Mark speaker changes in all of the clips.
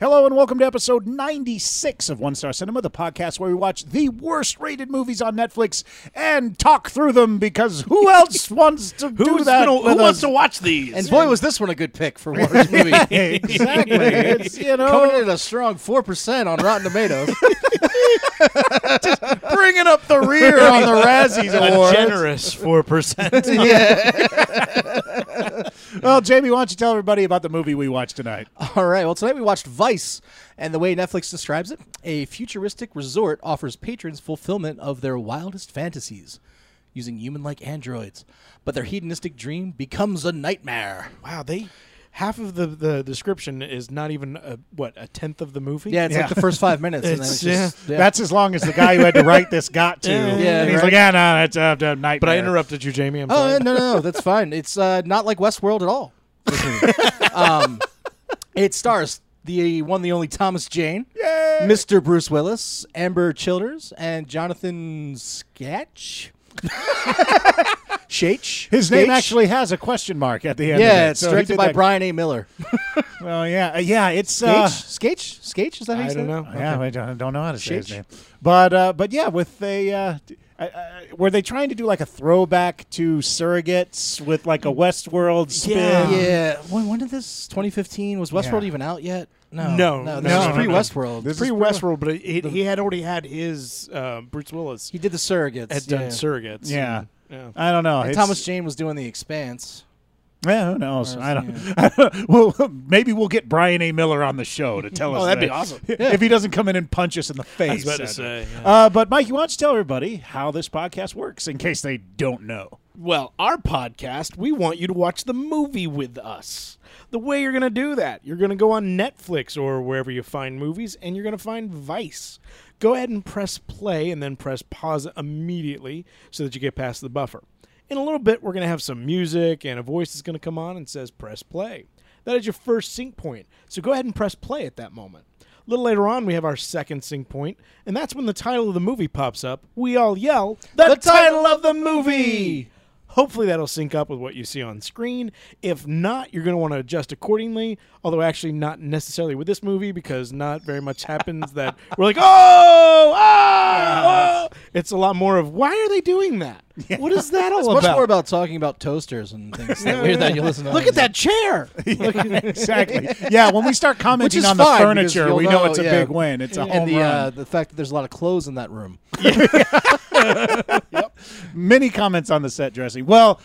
Speaker 1: Hello and welcome to episode 96 of One Star Cinema, the podcast where we watch the worst rated movies on Netflix and talk through them because who else wants to do
Speaker 2: Who's
Speaker 1: that?
Speaker 2: gonna-
Speaker 1: with
Speaker 2: who wants
Speaker 1: us?
Speaker 2: to watch these?
Speaker 3: And boy, was this one a good pick for worst movie.
Speaker 1: exactly. It's, you know,
Speaker 3: Coming in at a strong 4% on Rotten Tomatoes.
Speaker 2: bringing up the
Speaker 3: Here on the Razzies
Speaker 2: a
Speaker 3: Awards.
Speaker 2: generous four percent.
Speaker 1: well, Jamie, why don't you tell everybody about the movie we watched tonight?
Speaker 2: Oh,
Speaker 3: All right. Well, tonight we watched Vice, and the way Netflix describes it, a futuristic resort offers patrons fulfillment of their wildest fantasies using human like androids. But their hedonistic dream becomes a nightmare.
Speaker 2: Wow, they half of the, the description is not even a, what a tenth of the movie.
Speaker 3: Yeah, it's
Speaker 1: Yeah.
Speaker 3: like the first five minutes. and then
Speaker 2: It's-
Speaker 3: it's just, yeah.
Speaker 1: That's as long as the guy who had to write this got to.
Speaker 2: Yeah,
Speaker 1: and he's
Speaker 3: right.
Speaker 1: like, yeah, no, that's a uh, nightmare.
Speaker 2: But I interrupted you, Jamie. I'm
Speaker 3: Oh
Speaker 2: sorry.
Speaker 3: yeah, no, no, no, that's fine. It's uh, not like Westworld at all. um, it stars the one, the only Thomas Jane, Mr. Bruce Willis, Amber Childers, and Jonathan Sketch. Shach.
Speaker 1: His name
Speaker 3: Sketch?
Speaker 1: actually has a question mark at the end. of
Speaker 3: Yeah,
Speaker 1: it,
Speaker 3: it's
Speaker 1: so he
Speaker 3: directed
Speaker 1: did
Speaker 3: by
Speaker 1: that-
Speaker 3: Brian A. Miller.
Speaker 1: Well, yeah, uh, yeah, it's. Uh,
Speaker 3: Sketch, Sketch, Sketch. Is that how you
Speaker 2: I
Speaker 3: say
Speaker 2: don't
Speaker 3: it?
Speaker 2: know.
Speaker 1: Yeah, I don't, I don't know how to say his
Speaker 3: Shitch.
Speaker 1: name. But uh, but yeah, with a uh, d- I- I- were they trying to do like a throwback to Surrogates with like a Westworld spin?
Speaker 2: Yeah.
Speaker 3: Yeah. When, when did this? 2015. Was Westworld
Speaker 1: Yeah.
Speaker 3: even out yet? No.
Speaker 2: No,
Speaker 3: No.
Speaker 2: no,
Speaker 3: This is
Speaker 1: no,
Speaker 3: pre
Speaker 1: no.
Speaker 3: Westworld.
Speaker 1: This is
Speaker 2: Pre Westworld, but he, he had already had his uh, Bruce Willis
Speaker 3: he did the surrogates.
Speaker 2: had done
Speaker 3: yeah.
Speaker 2: surrogates.
Speaker 1: Yeah.
Speaker 2: and-
Speaker 1: I don't know.
Speaker 3: And
Speaker 1: It's-
Speaker 3: Thomas Jane was doing the Expanse.
Speaker 1: Yeah, who knows? I don't. well, maybe we'll get Brian A. Miller on the show to tell us.
Speaker 2: Oh, that'd be
Speaker 1: that.
Speaker 2: awesome.
Speaker 1: if he doesn't come in and punch us in the face.
Speaker 2: I was about to
Speaker 1: at it.
Speaker 2: say, yeah.
Speaker 1: Uh, but Mike, you want to tell everybody how this podcast works in case they don't know?
Speaker 4: Well, our podcast, we want you to watch the movie with us. The way you're going to do that, you're going to go on Netflix or wherever you find movies, and you're going to find Vice. Go ahead and press play and then press pause immediately so that you get past the buffer. In a little bit, we're going to have some music and a voice is going to come on and says press play. That is your first sync point. So go ahead and press play at that moment. A little later on, we have our second sync point, and that's when the title of the movie pops up. We all yell, The,
Speaker 3: The
Speaker 4: title
Speaker 3: title
Speaker 4: of the movie! Hopefully, that'll sync up with what you see on screen. If not, you're going to want to adjust accordingly, although, actually, not necessarily with this movie because not very much happens that we're like, oh, ah, oh." It's a lot more of, why are they doing that? What is that all
Speaker 3: Much
Speaker 4: about?
Speaker 3: more about talking about toasters and things that weird that you listen to.
Speaker 4: Look at that chair!
Speaker 1: exactly. Yeah, when we start commenting
Speaker 3: is
Speaker 1: on the
Speaker 3: fine, because
Speaker 1: furniture,
Speaker 3: you'll
Speaker 1: we know
Speaker 3: know,
Speaker 1: it's a
Speaker 3: yeah.
Speaker 1: big win. It's a home
Speaker 3: And the
Speaker 1: run.
Speaker 3: uh, the fact that there's a lot of clothes in that room.
Speaker 1: many comments on the set dressing. Well,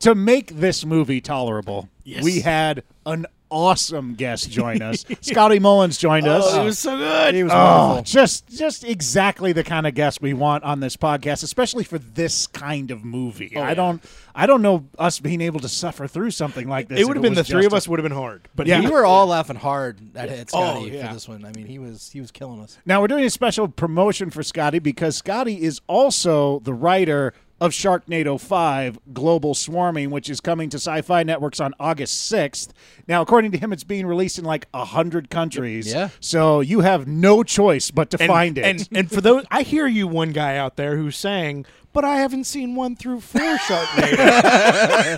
Speaker 1: to make this movie tolerable, we had an awesome guest join us. Scotty Mullins joined us.
Speaker 4: Oh, it was so good!
Speaker 3: It was
Speaker 1: Oh,
Speaker 3: wonderful.
Speaker 1: just just exactly the kind of guest we want on this podcast, especially for this kind of movie. I don't I don't know us being able to suffer through something like this.
Speaker 4: it
Speaker 1: if
Speaker 4: would have been
Speaker 1: was
Speaker 4: the three
Speaker 1: just
Speaker 4: of
Speaker 1: a-
Speaker 4: us would have been hard, but
Speaker 1: Yeah.
Speaker 4: he
Speaker 3: We were all laughing hard at at
Speaker 4: Oh,
Speaker 3: Scotty
Speaker 4: yeah.
Speaker 3: for this one. I mean, he was he was killing us.
Speaker 1: Now we're doing a special promotion for Scotty because Scotty is also the writer of Sharknado 5 Global Swarming, which is coming to Sci Fi Networks on August 6th. Now, according to him, it's being released in like 100 countries.
Speaker 3: Yeah.
Speaker 1: So you have no choice but to
Speaker 2: and,
Speaker 1: find it.
Speaker 2: And and for those, I hear you, one guy out there who's saying, but I haven't seen one through four Sharknado.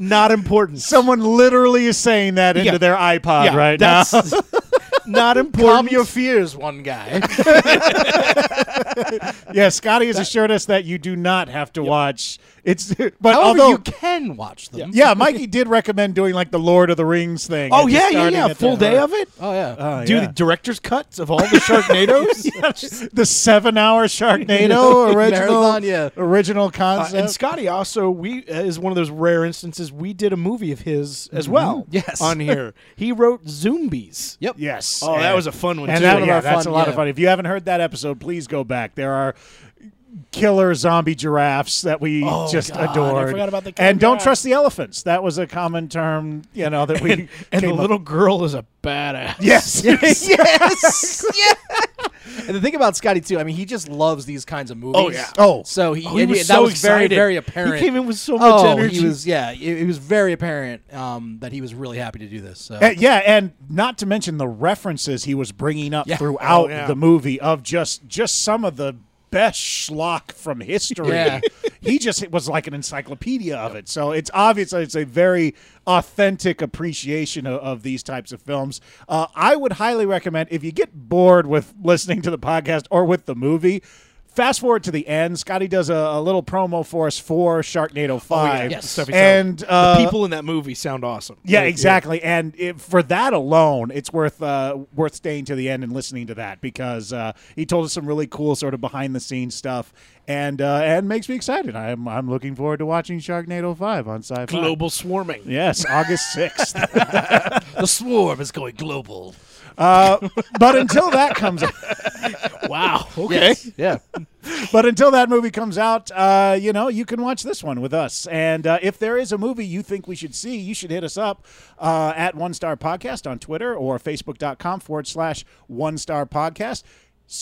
Speaker 2: Not important.
Speaker 1: Someone literally is saying that into
Speaker 2: Yeah.
Speaker 1: their iPod
Speaker 2: Yeah,
Speaker 1: right
Speaker 2: that's
Speaker 1: now.
Speaker 2: not
Speaker 3: Calm
Speaker 2: important.
Speaker 3: your fears, one guy.
Speaker 1: yeah, Scotty has assured us that you do not have to watch. It's but
Speaker 3: However,
Speaker 1: although
Speaker 3: you can watch them.
Speaker 1: yeah, Mikey did recommend doing like the Lord of the Rings thing.
Speaker 2: oh
Speaker 1: and just
Speaker 2: yeah, yeah,
Speaker 1: starting
Speaker 2: yeah.
Speaker 1: at
Speaker 2: Full
Speaker 1: the-
Speaker 2: day of it.
Speaker 3: Oh yeah.
Speaker 1: Oh,
Speaker 2: Do
Speaker 1: yeah.
Speaker 2: the director's cuts of all the Sharknados.
Speaker 1: the seven-hour Sharknado original
Speaker 3: Marathon, yeah.
Speaker 1: original
Speaker 2: Uh,
Speaker 1: concept.
Speaker 2: and Scotty also we uh, is one of those rare instances we did a movie of his as well.
Speaker 3: Yes.
Speaker 2: on here he wrote Zombies.
Speaker 3: yep.
Speaker 1: Mm-hmm. yes.
Speaker 4: Oh, that
Speaker 1: And-
Speaker 4: was a fun one
Speaker 1: and
Speaker 4: too.
Speaker 1: that-
Speaker 3: One of
Speaker 1: yeah,
Speaker 3: our
Speaker 1: that's
Speaker 3: fun-
Speaker 1: a lot of
Speaker 3: yeah.
Speaker 1: fun. If you haven't heard that episode, please go back. There are killer zombie giraffes that we just
Speaker 4: God, I
Speaker 1: adored.
Speaker 4: forgot about the killer
Speaker 1: and don't
Speaker 4: giraffes.
Speaker 1: trust the elephants. That was a common term, you know, that we
Speaker 4: and, and the
Speaker 1: came up-
Speaker 4: little girl is a badass.
Speaker 1: Yes.
Speaker 3: yes. yeah. And the thing about Scotty too, I mean, he just loves these kinds of movies.
Speaker 4: Oh, yeah.
Speaker 1: Oh.
Speaker 3: So he,
Speaker 4: Oh, he
Speaker 3: and
Speaker 4: was
Speaker 3: that
Speaker 4: so
Speaker 3: was very
Speaker 4: excited.
Speaker 3: very
Speaker 4: He
Speaker 3: apparent.
Speaker 4: He came in with so much
Speaker 3: oh,
Speaker 4: energy.
Speaker 3: he was yeah. It, it was very apparent um, that he was really happy to do this. So.
Speaker 1: Uh, yeah, and not to mention the references he was bringing up
Speaker 3: Yeah.
Speaker 1: throughout
Speaker 4: Oh, yeah.
Speaker 1: the movie of just just some of the best schlock from history.
Speaker 3: Yeah.
Speaker 1: he just was like an encyclopedia of it. So it's obvious that it's a very authentic appreciation of, of these types of films. Uh, I would highly recommend if you get bored with listening to the podcast or with the movie. Fast forward to the end. Scotty does a, a little promo for us for Sharknado Five,
Speaker 3: yes. The
Speaker 4: stuff he
Speaker 1: and uh,
Speaker 4: the people in that movie sound awesome.
Speaker 1: yeah,
Speaker 4: Like,
Speaker 1: exactly. And it, for that alone, it's worth uh, worth staying to the end and listening to that because uh, he told us some really cool sort of behind the scenes stuff, and uh, and makes me excited. I'm I'm looking forward to watching Sharknado Five on Sci-Fi.
Speaker 4: Global swarming.
Speaker 1: Yes, August sixth.
Speaker 3: The swarm is going global.
Speaker 1: uh, but until that comes,
Speaker 4: Wow. Okay.
Speaker 3: Yeah.
Speaker 1: but until that movie comes out, uh, you know, you can watch this one with us. And uh, if there is a movie you think we should see, you should hit us up uh, at One Star Podcast on Twitter or Facebook.com forward slash One Star Podcast.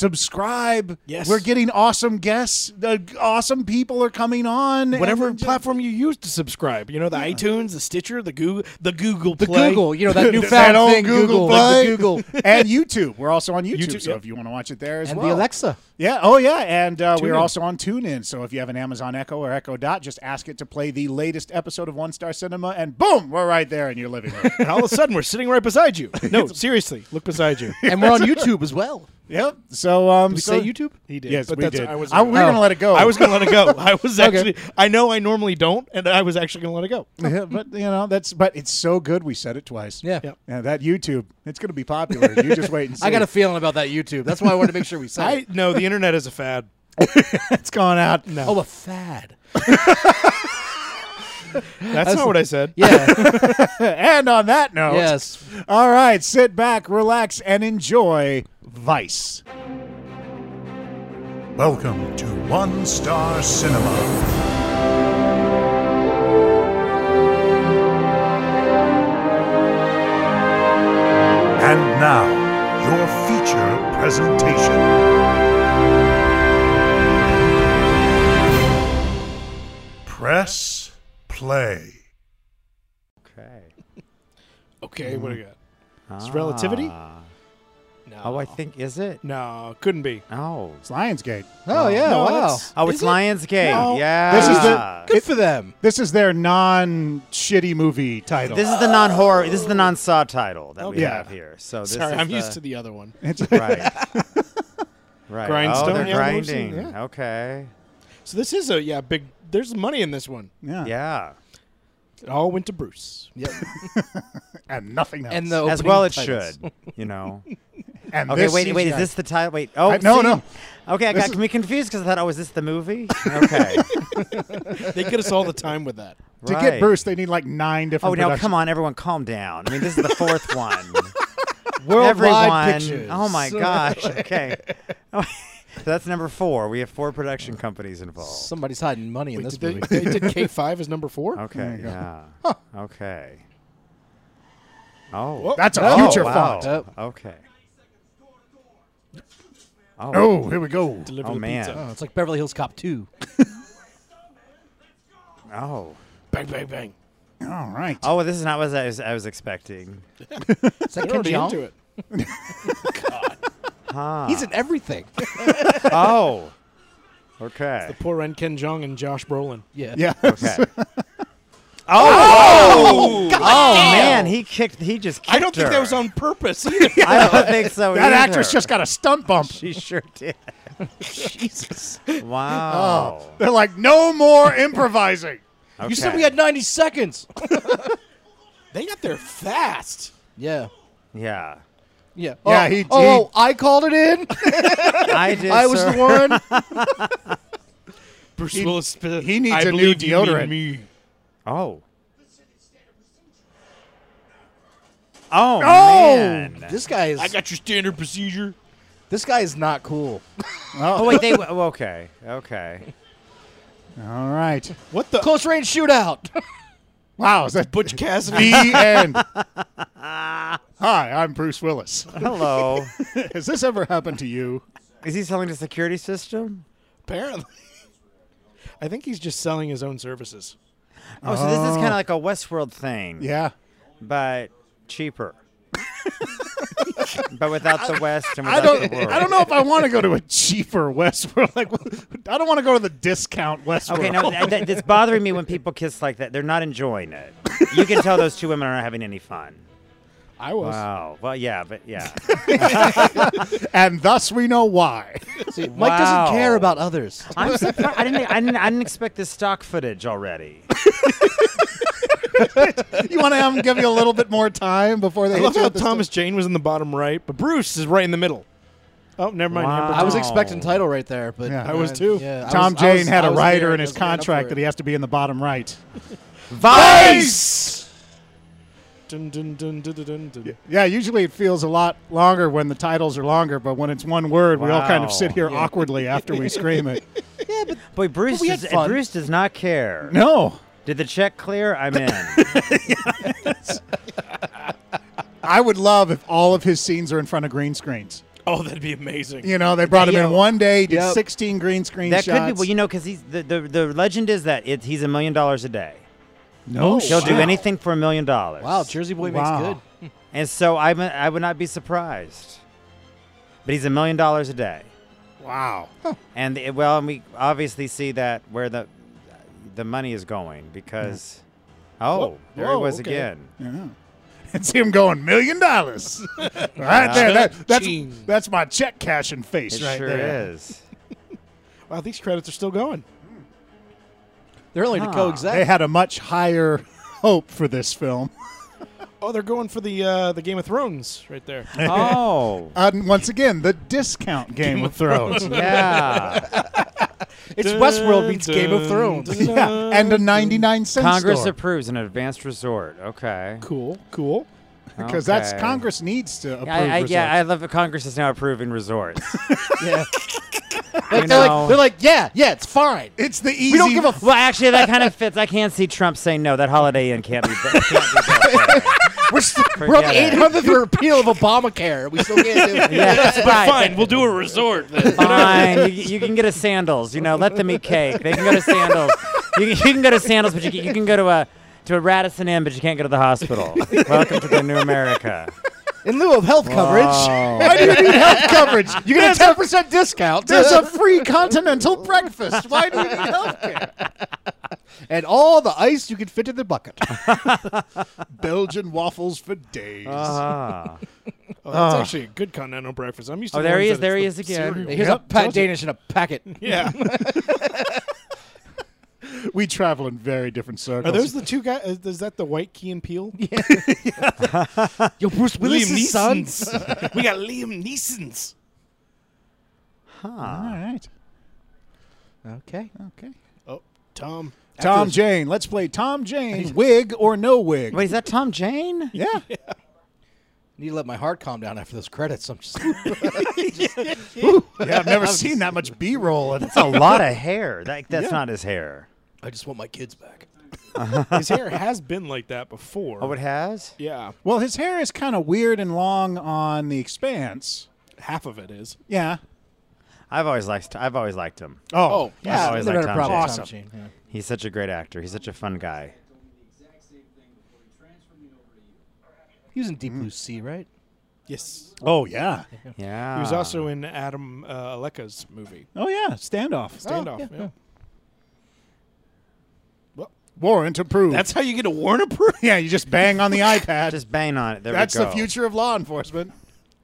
Speaker 1: Subscribe.
Speaker 4: Yes.
Speaker 1: We're getting awesome guests. The awesome people are coming on.
Speaker 4: Whatever
Speaker 1: And-
Speaker 4: platform you use to subscribe, you know the iTunes, the Stitcher, the Google, the Google
Speaker 3: The
Speaker 4: Play.
Speaker 3: Google, you know that newfound
Speaker 1: That old
Speaker 3: thing,
Speaker 1: Google
Speaker 3: Google,
Speaker 1: Play.
Speaker 3: the Google,
Speaker 1: and YouTube. We're also on YouTube,
Speaker 4: YouTube,
Speaker 1: so
Speaker 4: yep.
Speaker 1: if you want to watch it there as
Speaker 3: and
Speaker 1: well.
Speaker 3: the Alexa.
Speaker 1: Yeah. Oh, yeah. And uh, we're
Speaker 4: in.
Speaker 1: also on TuneIn. So if you have an Amazon Echo or Echo Dot, just ask it to play the latest episode of One Star Cinema, and boom, we're right there in your living room.
Speaker 4: and all of a sudden we're sitting right beside you. No, seriously, look beside you.
Speaker 3: And we're on YouTube as well.
Speaker 1: yep. So, um,
Speaker 3: We
Speaker 1: so,
Speaker 3: say YouTube.
Speaker 4: He did.
Speaker 1: Yes,
Speaker 4: but
Speaker 1: we
Speaker 4: that's,
Speaker 1: did.
Speaker 4: I was.
Speaker 1: I- we were
Speaker 3: Oh.
Speaker 1: gonna let it go.
Speaker 4: I was gonna let it go. I was
Speaker 3: Okay.
Speaker 4: actually. I know I normally don't, and I was actually gonna let it go.
Speaker 1: Yeah, but you know that's. But it's so good. We said it twice.
Speaker 3: Yeah.
Speaker 4: Yep.
Speaker 1: Yeah. That YouTube, it's gonna be popular. you just wait and see.
Speaker 3: I got a feeling about that YouTube. That's why I wanted to make sure we said.
Speaker 4: I
Speaker 3: it.
Speaker 4: no. The internet is a fad.
Speaker 1: It's gone out. No.
Speaker 3: Oh, a fad.
Speaker 4: That's not what I said.
Speaker 3: Yeah.
Speaker 1: And on that note,
Speaker 3: yes.
Speaker 1: All right. Sit back, relax, and enjoy Vice.
Speaker 5: Welcome to One Star Cinema. And now, your feature presentation. Press play.
Speaker 6: Okay.
Speaker 4: Okay, what do you got? It's relativity?
Speaker 6: Ah.
Speaker 4: No.
Speaker 6: Oh, I think is it?
Speaker 4: No, couldn't be.
Speaker 6: Oh.
Speaker 1: It's Lionsgate.
Speaker 3: Oh yeah.
Speaker 4: No,
Speaker 3: wow.
Speaker 4: that's-
Speaker 6: Oh,
Speaker 4: is
Speaker 6: it's
Speaker 4: it?
Speaker 6: Lionsgate.
Speaker 4: No.
Speaker 6: Yeah.
Speaker 1: This is the-
Speaker 3: Good for them.
Speaker 1: This is their non-shitty movie title.
Speaker 6: This is the non-horror. This is the non-saw title that we
Speaker 1: Okay.
Speaker 6: have here. So this
Speaker 4: Sorry,
Speaker 6: is
Speaker 4: I'm
Speaker 6: the,
Speaker 4: used to the other one.
Speaker 6: right. right.
Speaker 4: Grindstone,
Speaker 6: Oh, they're
Speaker 4: yeah, we've seen-
Speaker 6: grinding.
Speaker 4: yeah.
Speaker 6: Okay.
Speaker 4: So this is a yeah big. There's money in this one.
Speaker 1: yeah.
Speaker 6: Yeah.
Speaker 4: It all went to Bruce.
Speaker 3: Yep.
Speaker 1: And nothing else.
Speaker 3: And the
Speaker 6: As
Speaker 3: opening
Speaker 6: well, it
Speaker 3: titles.
Speaker 6: should. You know.
Speaker 1: And
Speaker 6: Okay.
Speaker 1: this
Speaker 6: Wait. Wait. Is
Speaker 1: CGI.
Speaker 6: this the title? Wait. Oh
Speaker 1: I- no,
Speaker 6: see?
Speaker 1: no.
Speaker 6: Okay, I
Speaker 1: This
Speaker 6: got
Speaker 1: is-
Speaker 6: me confused because I thought, oh, is this the movie? Okay.
Speaker 4: They get us all the time with that.
Speaker 1: To get
Speaker 6: Right.
Speaker 1: Bruce, they need like nine different.
Speaker 6: Oh no!
Speaker 1: productions.
Speaker 6: Come on, everyone, calm down. I mean, this is the fourth one.
Speaker 3: Worldwide
Speaker 6: everyone,
Speaker 3: pictures.
Speaker 6: oh my gosh. Okay, so that's number four. We have four production companies involved.
Speaker 3: Somebody's hiding money in this
Speaker 4: Did
Speaker 3: movie.
Speaker 4: they, they did K five as number four.
Speaker 6: Okay,
Speaker 1: you go.
Speaker 6: yeah. Okay. Oh,
Speaker 1: That's a
Speaker 6: oh,
Speaker 1: future
Speaker 6: wow.
Speaker 1: font.
Speaker 3: Yep.
Speaker 6: Okay. Oh,
Speaker 1: Oh, here we go.
Speaker 4: Deliver
Speaker 6: oh
Speaker 4: the
Speaker 6: man.
Speaker 4: pizza.
Speaker 3: Oh, it's like Beverly Hills Cop 2.
Speaker 6: Oh,
Speaker 4: Bang bang bang.
Speaker 1: All right.
Speaker 6: oh, this is not what I was, I was expecting.
Speaker 3: Is that
Speaker 4: They're
Speaker 3: Ken
Speaker 4: already
Speaker 3: Jeong?
Speaker 4: into it.
Speaker 6: Huh.
Speaker 3: He's in everything.
Speaker 6: oh. Okay.
Speaker 4: Poor Ren Ken Jeong and Josh Brolin.
Speaker 3: Yeah.
Speaker 1: Yeah.
Speaker 6: Okay. Oh, oh man, he kicked. He just. Kicked
Speaker 4: I don't think
Speaker 6: her.
Speaker 4: that was on purpose either.
Speaker 6: I don't think so.
Speaker 1: that
Speaker 6: either.
Speaker 1: actress just got a stunt bump.
Speaker 6: She sure did.
Speaker 4: Jesus.
Speaker 6: Wow.
Speaker 1: They're like, no more improvising.
Speaker 6: Okay.
Speaker 4: Oh.
Speaker 3: You said we had 90 seconds.
Speaker 4: They got there fast.
Speaker 3: Yeah.
Speaker 6: Yeah.
Speaker 3: Yeah.
Speaker 1: Yeah,
Speaker 3: oh,
Speaker 1: he-
Speaker 3: oh,
Speaker 1: he-
Speaker 3: oh, I called it in.
Speaker 6: I did.
Speaker 3: I was
Speaker 6: sir.
Speaker 3: the one.
Speaker 4: Bruce Willis. sp-
Speaker 1: he needs
Speaker 4: I
Speaker 1: a new
Speaker 4: believe you mean
Speaker 1: deodorant.
Speaker 4: me.
Speaker 6: Oh. Oh, man.
Speaker 3: This guy is
Speaker 4: I got your standard procedure.
Speaker 3: this guy is not cool.
Speaker 6: Oh wait, they. w- Okay. Okay.
Speaker 1: All right.
Speaker 4: What the
Speaker 3: Close range shootout.
Speaker 1: Wow. Is that
Speaker 4: Butch Cassidy?
Speaker 1: the end? Hi, I'm Bruce Willis.
Speaker 6: Hello.
Speaker 1: Has this ever happened to you?
Speaker 6: Is he selling the security system?
Speaker 4: Apparently. I think he's just selling his own services.
Speaker 6: Oh, so this is kind of like a Westworld thing.
Speaker 1: Yeah.
Speaker 6: But cheaper. but without the West and
Speaker 1: I
Speaker 6: without
Speaker 1: don't.
Speaker 6: the world.
Speaker 1: I don't know if I want to go to a cheaper Westworld. Like, I don't want to go to the discount Westworld.
Speaker 6: Okay, no, th- th- it's bothering me when people kiss like that. They're not enjoying it. You can tell those two women aren't having any fun.
Speaker 4: I was.
Speaker 6: Wow. Well, yeah, but yeah.
Speaker 1: and thus we know why.
Speaker 3: See, Mike doesn't care
Speaker 6: Wow.
Speaker 3: about others.
Speaker 6: I'm surprised. I didn't, I didn't. I didn't expect this stock footage already.
Speaker 1: You want to have them give you a little bit more time before they.
Speaker 4: I
Speaker 1: hit
Speaker 4: love
Speaker 1: you
Speaker 4: how
Speaker 1: with the
Speaker 4: Thomas Jane was in the bottom right, but Bruce is right in the middle. Oh, never mind.
Speaker 6: Wow.
Speaker 4: Amber
Speaker 3: I was
Speaker 6: Oh.
Speaker 3: expecting title right there, but
Speaker 1: Yeah.
Speaker 4: I was too.
Speaker 3: Yeah, I
Speaker 1: Tom
Speaker 3: was- I
Speaker 1: Jane
Speaker 3: was-
Speaker 1: had
Speaker 3: I
Speaker 1: a
Speaker 3: was
Speaker 1: rider
Speaker 3: there.
Speaker 1: in
Speaker 3: I
Speaker 1: his
Speaker 3: wasn't up for
Speaker 1: contract
Speaker 3: it.
Speaker 1: that he has to be in the bottom right.
Speaker 6: Vice.
Speaker 4: Dun, dun, dun, dun, dun, dun, dun.
Speaker 1: Yeah, usually it feels a lot longer when the titles are longer, but when it's one word, we all kind of
Speaker 6: Wow.
Speaker 1: sit here awkwardly after we scream it.
Speaker 6: Boy, Bruce.
Speaker 3: we had
Speaker 6: Is, and
Speaker 3: fun.
Speaker 6: Bruce does not care.
Speaker 1: No,
Speaker 6: Did the check clear? I'm in.
Speaker 1: I would love if all of his scenes are in front of green screens.
Speaker 4: Oh, that'd be amazing.
Speaker 1: You know, they brought him in one day, he did
Speaker 3: Yep.
Speaker 1: 16 green screen
Speaker 6: that
Speaker 1: shots.
Speaker 6: could be. Well, you know, because he's the, the the legend is that it, he's a million dollars a day.
Speaker 1: no,
Speaker 6: He'll do
Speaker 1: shit.
Speaker 6: anything for a million dollars.
Speaker 3: Oh, Wow, Jersey Boy
Speaker 1: Wow.
Speaker 3: makes good.
Speaker 6: And so I I would not be surprised. But he's a million dollars a day.
Speaker 1: Wow.
Speaker 6: And it, well, and we obviously see that where the the money is going because oh, there
Speaker 4: Whoa,
Speaker 6: it was
Speaker 4: okay.
Speaker 6: again.
Speaker 1: And see him going, million dollars. right there. That, that's,
Speaker 4: Cha-ching.
Speaker 1: that's my check cashing face
Speaker 6: It
Speaker 1: right
Speaker 6: sure
Speaker 1: there.
Speaker 6: is.
Speaker 4: Wow, these credits are still going.
Speaker 3: They're only to
Speaker 6: Huh.
Speaker 1: They
Speaker 3: coexist.
Speaker 1: had a much higher hope for this film.
Speaker 4: Oh, they're going for the uh, the Game of Thrones right there.
Speaker 6: oh.
Speaker 1: And once again, the discount Game of Thrones.
Speaker 6: Yeah,
Speaker 3: It's Westworld meets Game of Thrones.
Speaker 1: yeah, and a 99 cent
Speaker 6: Congress
Speaker 1: store.
Speaker 6: approves an advanced resort. Okay,
Speaker 4: Cool, cool.
Speaker 1: because that's
Speaker 6: Okay.
Speaker 1: Congress needs to approve
Speaker 6: Yeah, I, I, yeah,
Speaker 1: results.
Speaker 6: I love that Congress is now approving resorts.
Speaker 3: Yeah.
Speaker 6: You
Speaker 3: Like, they're,
Speaker 6: know.
Speaker 3: like, they're like, yeah, yeah, it's fine.
Speaker 1: It's the easy.
Speaker 3: We don't give a f-
Speaker 6: Well, actually, that kind of fits. I can't see Trump saying no. That Holiday Inn can't be. bu- Can't be built there.
Speaker 3: We're, st- we're on the
Speaker 6: Forget it.
Speaker 3: 800th repeal of Obamacare. We still can't do it.
Speaker 6: Yeah, that's right.
Speaker 4: Fine, we'll do a resort. Then.
Speaker 6: Fine. You, you can get a sandals. You know, let them eat cake. They can go to sandals. You, can- you can go to sandals, but you can, you can go to a to a Radisson Inn, but you can't go to the hospital. Welcome to the new America.
Speaker 3: In lieu of health coverage,
Speaker 6: Oh.
Speaker 1: Why do you need health coverage? You
Speaker 3: you
Speaker 1: get
Speaker 3: get
Speaker 1: a
Speaker 3: a 10% discount.
Speaker 1: There's a free continental breakfast. Why do you need health care?
Speaker 3: and all the ice you can fit in the bucket.
Speaker 1: Belgian waffles for days.
Speaker 6: Ah.
Speaker 4: Oh, that's actually a good continental breakfast. I'm used to.
Speaker 6: Oh,
Speaker 4: the
Speaker 6: there
Speaker 4: ones
Speaker 6: he is.
Speaker 4: that it's
Speaker 6: There he
Speaker 4: the
Speaker 6: is again.
Speaker 4: cereal.
Speaker 3: Here's a Pat Danish in a packet.
Speaker 4: Yeah.
Speaker 1: We travel in very different circles.
Speaker 4: Are those the two guys? Is, is that the white Key and Peel?
Speaker 3: Yo, Bruce Willis' son.
Speaker 4: Neeson's. we got Liam Neeson's.
Speaker 1: All right.
Speaker 3: Okay.
Speaker 1: Okay.
Speaker 4: Oh, Tom.
Speaker 1: Tom Jane. Let's play Tom Jane. Wig or no wig?
Speaker 6: Wait, is that Tom Jane?
Speaker 1: Yeah.
Speaker 3: Need to let my heart calm down after those credits. I'm just
Speaker 1: Yeah. I've never seen that much B-roll. And
Speaker 6: That's a lot of hair. That, that's not his hair.
Speaker 3: I just want my kids back.
Speaker 4: His hair has been like that before.
Speaker 6: Oh, it has.
Speaker 4: yeah,
Speaker 1: Well, his hair is kind of weird and long on the expanse.
Speaker 4: half of it is.
Speaker 1: Yeah.
Speaker 6: I've always liked. I've always liked him.
Speaker 1: Oh.
Speaker 6: Yeah, always like
Speaker 3: no
Speaker 6: Tom
Speaker 3: problem.
Speaker 6: Jane.
Speaker 3: Tom
Speaker 1: Awesome.
Speaker 3: Jane, yeah.
Speaker 6: He's such a great actor. He's such a fun guy.
Speaker 3: He was in Deep Blue Sea, right?
Speaker 4: Yes.
Speaker 1: Oh yeah.
Speaker 6: Yeah.
Speaker 4: He was also in Adam uh, Aleka's movie
Speaker 1: Oh yeah. Standoff.
Speaker 4: Standoff.
Speaker 3: yeah,
Speaker 4: yeah.
Speaker 3: yeah.
Speaker 1: Warrant approved.
Speaker 4: That's how you get a warrant approved.
Speaker 1: yeah. You just bang on the iPad.
Speaker 6: Just bang on it. There we
Speaker 1: That's the
Speaker 6: go.
Speaker 1: future of law enforcement.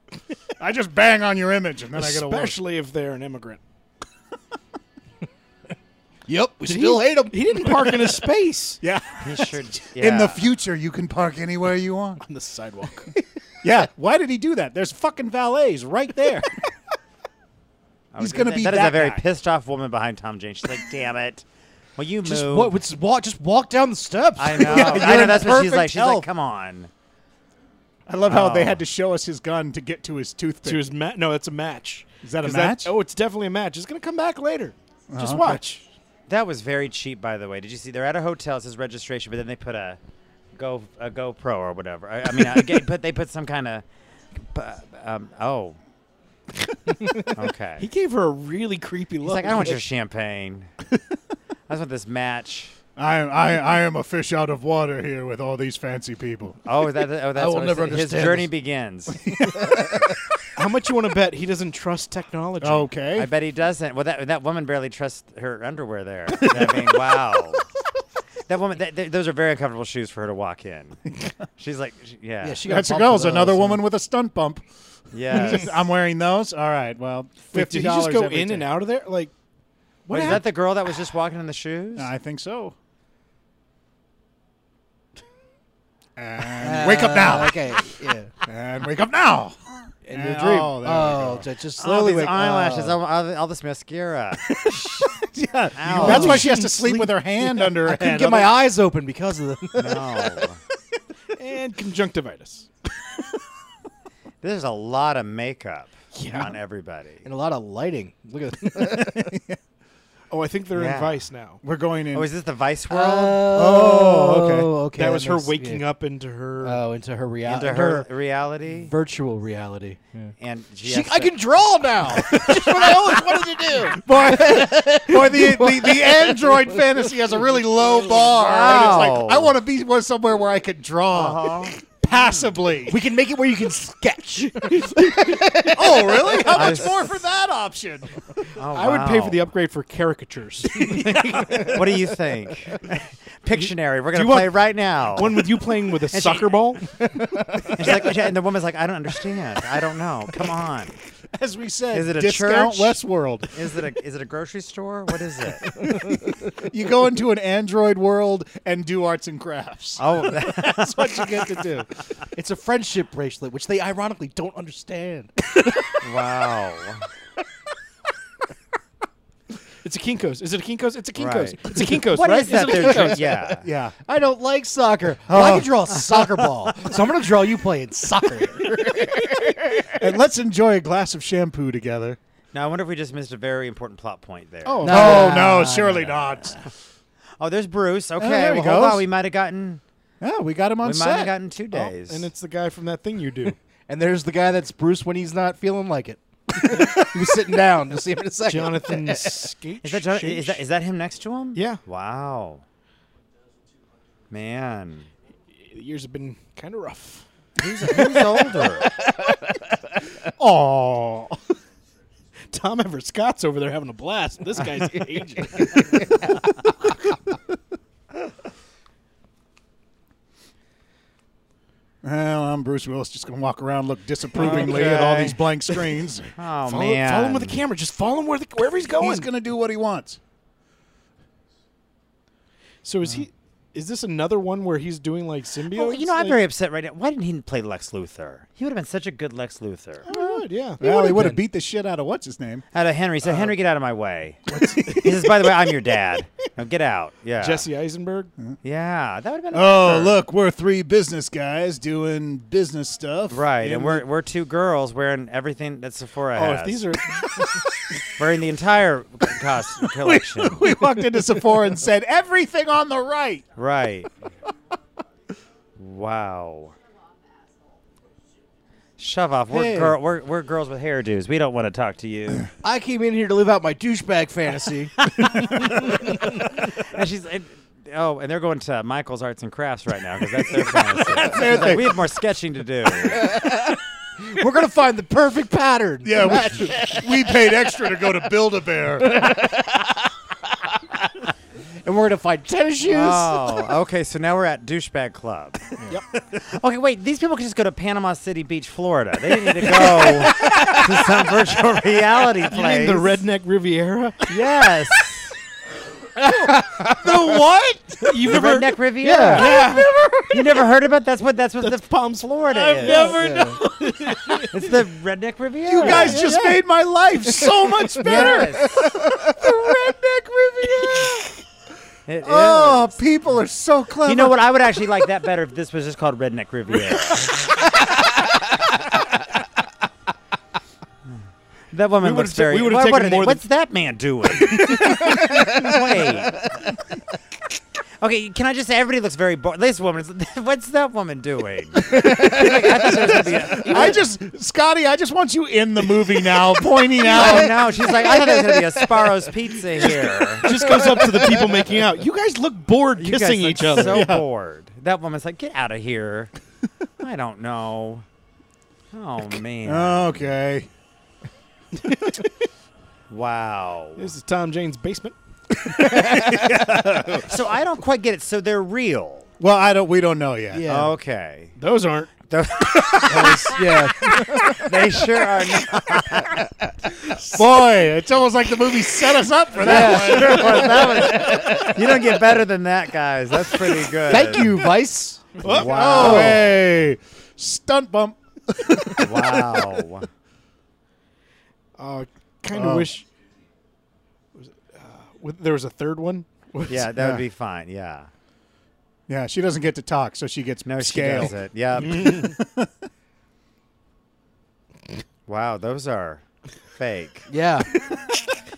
Speaker 1: I just bang on your image and then I get a warrant.
Speaker 4: Especially if they're an immigrant.
Speaker 3: Yep. We still hate him.
Speaker 4: He didn't park in a space
Speaker 1: Yeah.
Speaker 6: He sure d-
Speaker 1: In the
Speaker 6: yeah.
Speaker 1: future, you can park anywhere you want.
Speaker 4: on the sidewalk.
Speaker 1: yeah. Why did he do that? There's fucking valets right there.
Speaker 6: I
Speaker 1: He's
Speaker 6: would-
Speaker 1: gonna
Speaker 6: that-
Speaker 1: be
Speaker 6: That is
Speaker 1: that
Speaker 6: a very
Speaker 1: guy.
Speaker 6: pissed off woman behind Tom Jane. She's like, "Damn it! Will you
Speaker 3: Just
Speaker 6: move?"
Speaker 3: wa- just walk, just walk down the steps.
Speaker 6: I know.
Speaker 1: Yeah,
Speaker 6: I
Speaker 1: you're
Speaker 6: know.
Speaker 1: in
Speaker 6: That's what she's
Speaker 1: perfect
Speaker 6: like. She's
Speaker 1: health.
Speaker 6: like, "Come on."
Speaker 1: I love how they
Speaker 6: Oh.
Speaker 1: had to show us his gun to get to his toothpick.
Speaker 4: to his ma- no, that's a match.
Speaker 1: Is that a
Speaker 4: 'Cause
Speaker 1: match?
Speaker 4: oh, it's definitely a match. It's gonna come back later. Just
Speaker 1: okay.
Speaker 4: watch.
Speaker 6: That was very cheap, by the way. Did you see? They're at a hotel. It says registration, but then they put a go a GoPro or whatever. I, I mean, I, they put they put some kind of um, oh. okay.
Speaker 4: He gave her a really creepy
Speaker 6: He's
Speaker 4: look.
Speaker 6: like, "I don't want your champagne. I just want this match."
Speaker 1: I, I, I am a fish out of water here with all these fancy people.
Speaker 6: Oh, is that, oh that's
Speaker 7: will
Speaker 6: what it
Speaker 7: never
Speaker 6: said. his
Speaker 7: understand
Speaker 6: journey
Speaker 7: this.
Speaker 6: begins.
Speaker 4: How much you want to bet he doesn't trust technology?
Speaker 1: Okay.
Speaker 6: I bet he doesn't. Well, that that woman barely trusts her underwear there. I mean, wow. That woman, that, that- those are very uncomfortable shoes for her to walk in. She's like, she- yeah,
Speaker 7: Yeah, she got
Speaker 1: That's a
Speaker 7: bumped for
Speaker 1: girl's
Speaker 7: those, uh,
Speaker 1: another
Speaker 7: yeah.
Speaker 1: woman with a stunt bump.
Speaker 6: yes.
Speaker 1: I'm wearing those. All right. Well,
Speaker 4: Wait,
Speaker 1: fifty
Speaker 4: did he just go
Speaker 1: every
Speaker 4: in and
Speaker 1: time.
Speaker 4: out of there? Like, what
Speaker 6: Wait, is that
Speaker 4: happened?
Speaker 6: the girl that was just walking in the shoes?
Speaker 1: I think so. And wake up
Speaker 4: Uh,
Speaker 1: now.
Speaker 7: Okay, yeah.
Speaker 1: And wake up now.
Speaker 7: In
Speaker 1: And-
Speaker 7: your dream.
Speaker 1: oh, there we
Speaker 7: Oh,
Speaker 1: go.
Speaker 7: ju- just
Speaker 6: all
Speaker 7: slowly
Speaker 6: these
Speaker 7: wake
Speaker 6: eyelashes,
Speaker 7: Oh.
Speaker 6: all, all, all this mascara.
Speaker 1: Yeah.
Speaker 6: Ow.
Speaker 1: That's why
Speaker 6: You
Speaker 1: she has to sleep, with her hand under her
Speaker 7: I couldn't
Speaker 1: head.
Speaker 7: get my
Speaker 1: Other-
Speaker 7: eyes open because of the.
Speaker 6: No,
Speaker 4: and conjunctivitis.
Speaker 6: there's a lot of makeup on everybody.
Speaker 7: and a lot of lighting. Look at that.
Speaker 4: Oh, I think they're
Speaker 6: Yeah.
Speaker 4: in Vice now.
Speaker 1: We're going in.
Speaker 6: Oh, is this the Vice world?
Speaker 3: Uh,
Speaker 7: Oh,
Speaker 1: okay.
Speaker 7: okay.
Speaker 4: that was her
Speaker 7: makes-
Speaker 4: waking
Speaker 7: yeah.
Speaker 4: up into her.
Speaker 3: Uh,
Speaker 7: Oh, into her reality.
Speaker 6: into her, reality,
Speaker 7: virtual reality.
Speaker 6: and she,
Speaker 7: She,
Speaker 6: has
Speaker 7: I
Speaker 6: to-
Speaker 7: can draw now. Just what I always wanted to do.
Speaker 1: boy, boy the, the, the Android fantasy has a really low bar. And it's
Speaker 6: Wow.
Speaker 1: like, I want to be one- somewhere where I could draw passively.
Speaker 7: We can make it where you can sketch.
Speaker 1: oh, really? How
Speaker 6: I
Speaker 1: much
Speaker 6: s-
Speaker 1: more for that option?
Speaker 6: Oh,
Speaker 4: I would pay
Speaker 6: wow.
Speaker 4: for the upgrade for caricatures.
Speaker 6: What do you think? Pictionary. We're gonna
Speaker 4: you want-
Speaker 6: play right now.
Speaker 4: One with you playing with a soccer ball.
Speaker 6: And, she's like, and the woman's like, I don't understand. I don't know. Come on.
Speaker 1: As we said,
Speaker 6: Is it a
Speaker 1: discount
Speaker 6: church?
Speaker 1: Westworld.
Speaker 6: Is it a is it a grocery store? What is it?
Speaker 1: You go into an Android world and do arts and crafts.
Speaker 6: Oh,
Speaker 1: That's what you get to do.
Speaker 7: it's a friendship bracelet, which they ironically don't understand.
Speaker 6: wow.
Speaker 4: It's a Kinko's. Is it a Kinko's? It's a Kinko's.
Speaker 6: Right.
Speaker 4: It's a Kinko's,
Speaker 6: What
Speaker 4: right?
Speaker 6: is that?
Speaker 4: Is it a
Speaker 6: They're
Speaker 4: Kinko's?
Speaker 6: dr- yeah.
Speaker 1: Yeah.
Speaker 7: I don't like soccer. Well, I
Speaker 3: Oh.
Speaker 7: can draw a soccer ball, so I'm going to draw you playing soccer.
Speaker 1: And let's enjoy a glass of shampoo together.
Speaker 6: Now I wonder if we just missed a very important plot point there.
Speaker 1: Oh,
Speaker 7: No.
Speaker 1: no, no, surely not.
Speaker 6: Oh, there's Bruce. Okay,
Speaker 1: there he
Speaker 6: well, hold
Speaker 1: goes.
Speaker 6: on. We might have gotten
Speaker 1: Yeah, we got him on
Speaker 6: we might have
Speaker 1: set.
Speaker 6: gotten two days.
Speaker 4: And it's the guy from that thing you do.
Speaker 7: And there's the guy that's Bruce when he's not feeling like it. he was sitting down. You'll see him in a second.
Speaker 4: Jonathan Skate.
Speaker 6: is that, John, is that is that him next to him?
Speaker 4: Yeah.
Speaker 6: Wow. Man,
Speaker 4: The years have been kind of rough.
Speaker 6: who's older?
Speaker 4: Oh. Tom Everett Scott's over there having a blast. This guy's aging.
Speaker 1: Well, I'm Bruce Willis, just gonna walk around, look disapprovingly at all
Speaker 6: Okay.
Speaker 1: these blank screens.
Speaker 6: Oh
Speaker 4: Follow,
Speaker 6: man.
Speaker 4: follow him with the camera. Just follow him where the, wherever he's going.
Speaker 1: He's gonna do what he wants.
Speaker 4: so is he? Is this another one where he's doing like symbiote?
Speaker 6: Oh, you know, I'm very upset right now. Why didn't he play Lex Luthor? He would have been such a good Lex Luthor.
Speaker 4: yeah.
Speaker 1: Well, he would have beat the shit out of what's his name.
Speaker 6: Out of Henry, said, "Henry, get out of my way." he says, "By the way, I'm your dad. Now get out." Yeah,
Speaker 4: Jesse Eisenberg.
Speaker 6: Yeah, that would have been.
Speaker 1: Oh,
Speaker 6: better.
Speaker 1: look, we're three business guys doing business stuff.
Speaker 6: Right, and we're we're two girls wearing everything that Sephora
Speaker 4: Oh,
Speaker 6: has.
Speaker 4: if these are
Speaker 6: wearing the entire c- cost collection.
Speaker 1: we walked into Sephora and said everything on the right.
Speaker 6: Right. wow. Shove off. We're,
Speaker 1: Hey.
Speaker 6: girl, we're, we're girls with hairdos. We don't want to talk to you.
Speaker 7: I came in here to live out my douchebag fantasy.
Speaker 6: and she's. and- Oh, and they're going to Michael's Arts and Crafts right now because that's their fantasy. She's like, we have more sketching to do.
Speaker 7: We're going to find the perfect pattern.
Speaker 1: Yeah, we, we paid extra to go to Build a Bear.
Speaker 7: And we're going to find tennis shoes.
Speaker 6: Oh, okay. So now we're at Douchebag Club. Yep. Okay, wait. These people can just go to Panama City Beach, Florida. They didn't need to go to some virtual reality place.
Speaker 4: the Redneck Riviera.
Speaker 6: Yes.
Speaker 7: what?
Speaker 6: You've the
Speaker 4: never-
Speaker 6: Redneck Riviera. Yeah. You never heard about that's what that's what the Palms Florida is.
Speaker 7: known.
Speaker 6: It's the Redneck Riviera.
Speaker 1: You guys just made my life so much better.
Speaker 6: Yes.
Speaker 1: Redneck Riviera.
Speaker 6: It is.
Speaker 1: Oh, people are so clever.
Speaker 6: You know what? I would actually like that better if this was just called Redneck Riviera. that woman
Speaker 4: We
Speaker 6: looks
Speaker 4: would've ta-
Speaker 6: very.
Speaker 4: we would've
Speaker 6: what- what
Speaker 4: taken
Speaker 6: are they-
Speaker 4: more than-
Speaker 6: What's that man doing? Wait. Okay, can I just say everybody looks very bored. This woman, is- what's that woman doing? Like, I thought there was gonna be a-
Speaker 1: I just, Scotty, I just want you in the movie now, pointing
Speaker 6: Oh
Speaker 1: out.
Speaker 6: no, she's like, I thought there was gonna be a Sparrow's Pizza here.
Speaker 2: Just goes up to the people making out. You guys look bored
Speaker 6: You guys
Speaker 2: kissing
Speaker 6: look
Speaker 2: each other.
Speaker 6: So bored. That woman's like, get out of here. I don't know. Oh man.
Speaker 1: uh, Okay.
Speaker 6: wow.
Speaker 4: This is Tom Jane's basement.
Speaker 6: So I don't quite get it. So they're real.
Speaker 1: Well, I don't. We don't know yet.
Speaker 3: Yeah.
Speaker 6: Okay.
Speaker 4: Those aren't.
Speaker 3: yeah.
Speaker 6: They sure are not.
Speaker 1: Boy, it's almost like the movie set us up for that.
Speaker 6: you don't get better than that, guys. That's pretty good.
Speaker 3: Thank you, Vice.
Speaker 1: Oh,
Speaker 6: Wow.
Speaker 1: hey, stunt bump.
Speaker 6: wow.
Speaker 4: Uh, kind of wish. was it, uh, w- there was a third one. Was-
Speaker 6: Yeah, that would be fine. Yeah.
Speaker 1: Yeah, she doesn't get to talk, so she gets
Speaker 6: No,
Speaker 1: scale.
Speaker 6: she does it. Yeah. wow, those are fake.
Speaker 3: Yeah.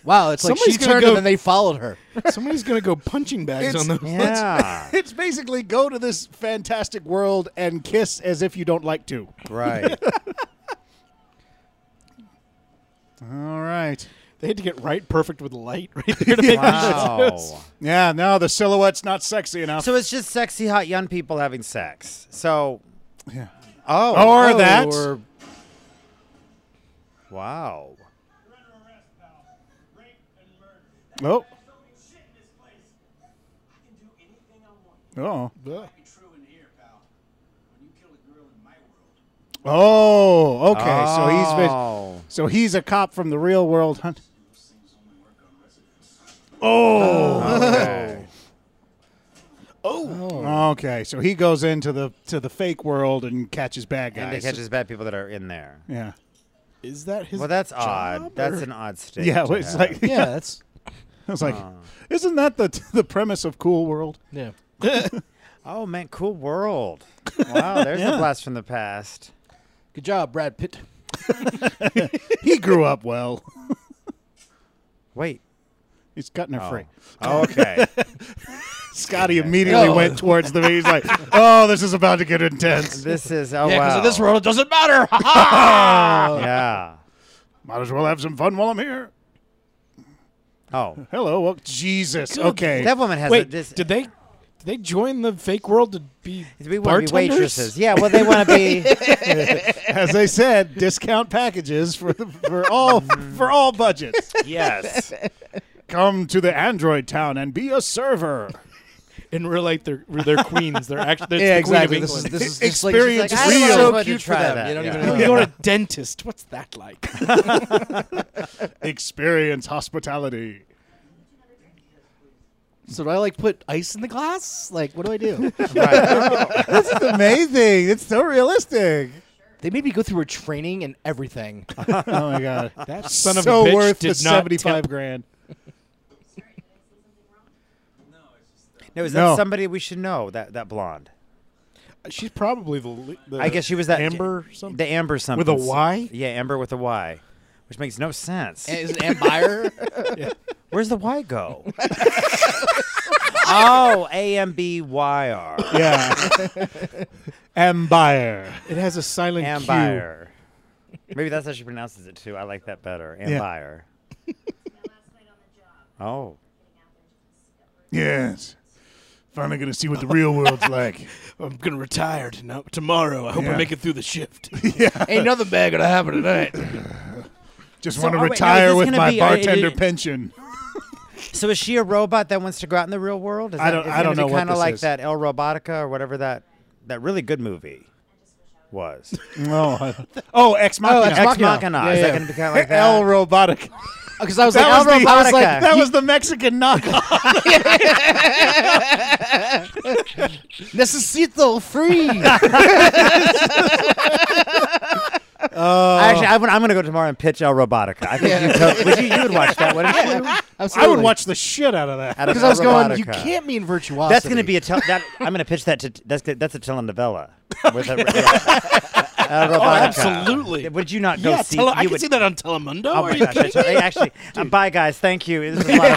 Speaker 3: Wow, it's like
Speaker 4: Somebody's
Speaker 3: she
Speaker 4: gonna
Speaker 3: turned
Speaker 4: go-
Speaker 3: and then they followed her.
Speaker 4: Somebody's gonna go punching bags
Speaker 1: It's-
Speaker 4: on those.
Speaker 6: Yeah.
Speaker 1: It's basically go to this fantastic world and kiss as if you don't like to.
Speaker 6: right.
Speaker 1: All right.
Speaker 4: They had to get right perfect with light right there to make this.
Speaker 6: Wow.
Speaker 1: Yeah, no, the silhouette's not sexy enough.
Speaker 6: So it's just sexy, hot young people having sex. So,
Speaker 1: Yeah.
Speaker 6: oh,
Speaker 1: or that.
Speaker 3: Or
Speaker 6: wow.
Speaker 1: oh. Oh. Oh, okay. So he's been,
Speaker 6: Oh.
Speaker 1: so he's a cop from the real world hunt.
Speaker 6: okay. Oh.
Speaker 1: Okay, so he goes into the to the fake world and catches bad guys.
Speaker 6: and it catches bad people that are in there.
Speaker 1: yeah.
Speaker 4: Is that his?
Speaker 6: Well, that's
Speaker 4: job,
Speaker 6: odd. That's
Speaker 4: or-
Speaker 6: an odd state.
Speaker 1: Yeah,
Speaker 6: to
Speaker 1: it's
Speaker 6: have.
Speaker 1: like
Speaker 3: yeah, that's
Speaker 1: I was like, isn't that the the premise of Cool World?
Speaker 3: yeah.
Speaker 6: oh man, cool world. Wow, there's a blast from the past.
Speaker 3: Good job, Brad Pitt.
Speaker 1: He grew up well.
Speaker 6: Wait.
Speaker 1: He's cutting her
Speaker 6: Oh.
Speaker 1: free.
Speaker 6: Okay.
Speaker 1: Scotty immediately
Speaker 3: Oh.
Speaker 1: went towards the. He's like, oh, this is about to get intense.
Speaker 6: this is oh
Speaker 3: Yeah, because
Speaker 6: wow.
Speaker 3: in this world it doesn't matter.
Speaker 6: Yeah.
Speaker 1: Might as well have some fun while I'm here.
Speaker 6: Oh.
Speaker 1: Hello, well, Jesus. Okay,
Speaker 6: That woman has a,
Speaker 4: Wait,
Speaker 6: this
Speaker 4: did they? Did they join the fake world to be
Speaker 6: we want to be
Speaker 4: bartenders?
Speaker 6: waitresses. Yeah, well they want to be
Speaker 1: as I said, discount packages for the, for all for all budgets.
Speaker 6: Yes.
Speaker 1: Come to the Android town and be a server.
Speaker 4: In real life, they're they're queens. They're actually
Speaker 3: yeah,
Speaker 4: the queen of
Speaker 3: exactly. This is
Speaker 4: England.
Speaker 3: this is
Speaker 1: Experience
Speaker 3: just like she's like,
Speaker 1: It's
Speaker 3: I don't know,
Speaker 1: real. So
Speaker 3: it's so
Speaker 6: cute
Speaker 3: cute
Speaker 6: for
Speaker 3: for
Speaker 6: them.
Speaker 3: them. You
Speaker 6: You don't
Speaker 3: don't
Speaker 6: even
Speaker 3: even know.
Speaker 4: You're a dentist. What's that like?
Speaker 1: Experience hospitality.
Speaker 3: So do I like put ice in the glass? Like, what do I do?
Speaker 1: Amazing! It's so realistic.
Speaker 3: they made me go through a training and everything.
Speaker 1: Oh my god,
Speaker 4: That son of
Speaker 1: so
Speaker 4: a bitch
Speaker 1: worth
Speaker 4: did
Speaker 1: the
Speaker 4: not
Speaker 1: seventy-five
Speaker 4: temp-
Speaker 1: grand.
Speaker 6: No, is that
Speaker 1: No.
Speaker 6: somebody we should know? That that blonde.
Speaker 4: She's probably the, le- the.
Speaker 6: I guess she was that
Speaker 4: Amber something?
Speaker 6: The Amber something
Speaker 4: With a Y?
Speaker 6: Yeah, Amber with a Y, which makes no sense.
Speaker 3: Is it Ann Byer?
Speaker 6: Where's the Y go? oh, A M B Y R.
Speaker 1: Yeah. Empire.
Speaker 4: It has a silent Q.
Speaker 6: Ambire. Maybe that's how she pronounces it too. I like that better. Ambire. oh.
Speaker 1: Yes. Finally gonna see what the real world's like.
Speaker 4: I'm gonna retire to- tomorrow. I hope
Speaker 1: Yeah.
Speaker 4: I make it through the shift.
Speaker 3: Ain't nothing bad gonna happen tonight.
Speaker 1: Just
Speaker 6: So,
Speaker 1: want
Speaker 6: oh,
Speaker 1: to
Speaker 6: wait, now, is
Speaker 1: retire
Speaker 6: this
Speaker 1: with
Speaker 6: gonna
Speaker 1: my
Speaker 6: be- uh,
Speaker 1: bartender
Speaker 6: uh, uh,
Speaker 1: pension.
Speaker 6: So is she a robot that wants to go out in the real world? Is
Speaker 1: I don't-
Speaker 6: That,
Speaker 1: I don't know what
Speaker 6: Kind of
Speaker 1: this
Speaker 6: like
Speaker 1: is.
Speaker 6: that El Robotica or whatever that that really good movie was.
Speaker 1: No. Oh, ex machina.
Speaker 3: Ex
Speaker 6: Ex
Speaker 3: Machina.
Speaker 6: Machina.
Speaker 3: Yeah,
Speaker 6: is that
Speaker 3: yeah.
Speaker 6: going to be kind of like that?
Speaker 1: El robotic.
Speaker 4: Oh,
Speaker 3: Because I was
Speaker 1: That
Speaker 3: like,
Speaker 1: was
Speaker 3: El
Speaker 1: the-
Speaker 3: Rob- I was like,
Speaker 6: Robotica.
Speaker 1: That was the Mexican knockoff.
Speaker 3: necesito free.
Speaker 6: Actually, I'm, I'm going to go tomorrow and pitch El Robotica. I think you, to- would you, you would watch that, wouldn't you?
Speaker 1: I would watch the shit out of that.
Speaker 6: Out of
Speaker 3: Because I was
Speaker 6: El
Speaker 3: going, you
Speaker 6: Robotica.
Speaker 3: can't mean virtuosity.
Speaker 6: That's going to be a tel- that, I'm going to pitch that to that's that's a telenovela. With a, Uh,
Speaker 3: Oh,
Speaker 6: Robotica.
Speaker 4: absolutely.
Speaker 6: Would you not go
Speaker 4: yeah,
Speaker 6: see?
Speaker 4: tele-
Speaker 6: you
Speaker 4: I can
Speaker 6: would-
Speaker 4: see that on Telemundo.
Speaker 6: Oh
Speaker 4: Are
Speaker 6: my
Speaker 4: you
Speaker 6: gosh! I
Speaker 4: kidding
Speaker 6: totally-
Speaker 4: me?
Speaker 6: actually, uh, bye guys. Thank you. This was a lot of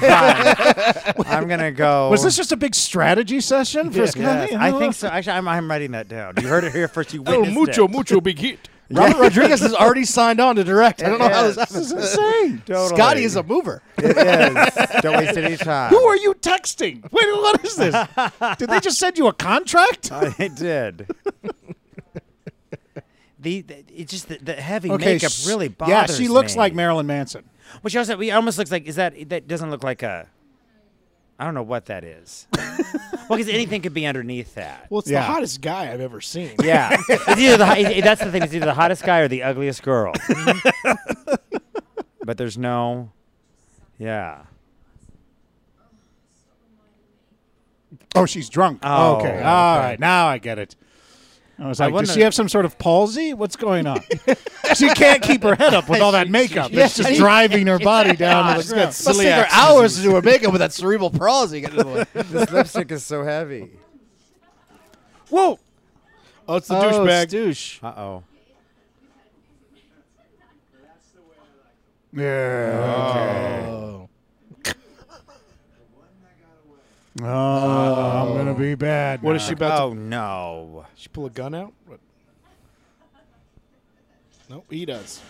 Speaker 6: fun. I'm gonna go.
Speaker 1: Was this just a big strategy session for Scotty?
Speaker 6: Yes, I think so. Actually, I'm, I'm writing that down. You heard it here first. You
Speaker 4: Oh,
Speaker 6: witnessed
Speaker 4: mucho,
Speaker 6: it.
Speaker 4: mucho big hit.
Speaker 7: Robert Rodriguez has already signed on to direct. I don't know how this
Speaker 6: Yes.
Speaker 7: happened.
Speaker 1: insane.
Speaker 6: Totally.
Speaker 7: Scotty is a mover.
Speaker 6: It is. Don't waste any time.
Speaker 1: Who are you texting? Wait, what is this? Did they just send you a contract?
Speaker 6: I did. the, the it's just the, the heavy makeup
Speaker 1: sh-
Speaker 6: really bothers.
Speaker 1: Yeah, she looks
Speaker 6: me.
Speaker 1: like Marilyn Manson.
Speaker 6: Which also, it almost looks like is that that doesn't look like a. I don't know what that is. well, because anything could be underneath that.
Speaker 4: Well, it's
Speaker 1: Yeah.
Speaker 4: the hottest guy I've ever seen.
Speaker 6: Yeah, it's either the, hi- it- that's the thing. It's either the hottest guy or the ugliest girl. but there's no, yeah.
Speaker 1: Oh, she's drunk.
Speaker 6: Oh,
Speaker 1: okay.
Speaker 6: okay.
Speaker 1: All right. Now I get it. I was
Speaker 6: I
Speaker 1: like, does
Speaker 6: wonder-
Speaker 1: she have some sort of palsy? What's going on? she can't keep her head up with all that makeup. It's just driving her body down to the ground.
Speaker 7: Must take her hours to do her makeup with that cerebral palsy.
Speaker 6: This lipstick is so heavy.
Speaker 1: Whoa.
Speaker 4: Oh, it's the douchebag.
Speaker 7: douche.
Speaker 6: Uh oh.
Speaker 1: Yeah. Oh, I'm gonna be bad.
Speaker 4: What is she about?
Speaker 6: Oh no.
Speaker 4: to, she pull a gun out? What? Nope, he does.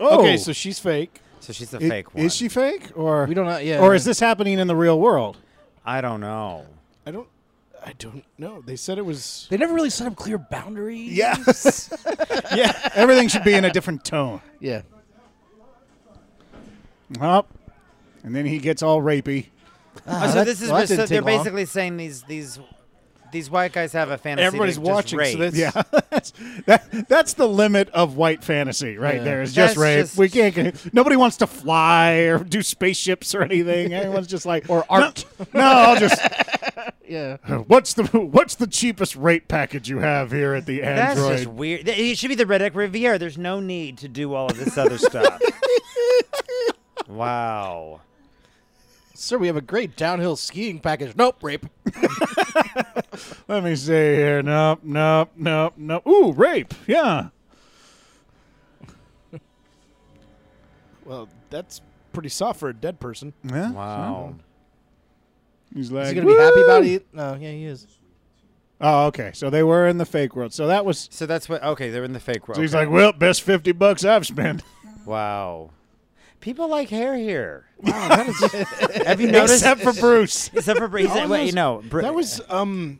Speaker 1: Oh.
Speaker 4: Okay, so she's fake.
Speaker 6: So she's the
Speaker 1: I-
Speaker 6: fake one.
Speaker 1: Is she fake, or
Speaker 7: We don't know. Yeah.
Speaker 1: or is this happening in the real world?
Speaker 6: I don't know.
Speaker 4: I don't. I don't know. They said it was.
Speaker 3: They never really set up clear boundaries.
Speaker 1: Yes. yeah. Everything should be in a different tone.
Speaker 7: Yeah.
Speaker 1: Up. And then he gets all rapey.
Speaker 6: Oh, so
Speaker 7: that-
Speaker 6: this is
Speaker 7: well, that
Speaker 6: so
Speaker 7: didn't
Speaker 6: they're
Speaker 7: take long.
Speaker 6: basically saying these these these white guys have a fantasy.
Speaker 4: Everybody's
Speaker 6: to just
Speaker 4: watching.
Speaker 6: Rape.
Speaker 4: So that's,
Speaker 1: Yeah, that's, that, that's the limit of white fantasy right
Speaker 7: Yeah.
Speaker 1: there. It's just
Speaker 6: That's
Speaker 1: rape.
Speaker 6: just-
Speaker 1: we can't. get- Nobody wants to fly or do spaceships or anything. Everyone's just like or art. No, I'll just.
Speaker 7: Yeah.
Speaker 1: What's the what's the cheapest rape package you have here at the
Speaker 6: That's
Speaker 1: Android?
Speaker 6: just weird. Th- It should be the Redneck Riviera. There's no need to do all of this other stuff. wow.
Speaker 7: Sir, we have a great downhill skiing package. Nope, rape.
Speaker 1: Let me see here. Nope, nope, nope, nope. Ooh, rape. Yeah.
Speaker 4: Well, that's pretty soft for a dead person.
Speaker 1: Yeah.
Speaker 6: Wow.
Speaker 1: He's like,
Speaker 7: Is he gonna be
Speaker 1: "Woo!"
Speaker 7: happy about it? No, yeah, he is.
Speaker 1: Oh, okay. So they were in the fake world. So that was.
Speaker 6: So that's what. Okay, they're in the fake world.
Speaker 1: So he's like, well, best fifty bucks I've spent.
Speaker 6: wow. People like hair here.
Speaker 1: Have you noticed? Except for Bruce.
Speaker 6: Except for he's,
Speaker 4: All
Speaker 6: wait,
Speaker 4: those-
Speaker 6: you know, Br-
Speaker 4: That was um,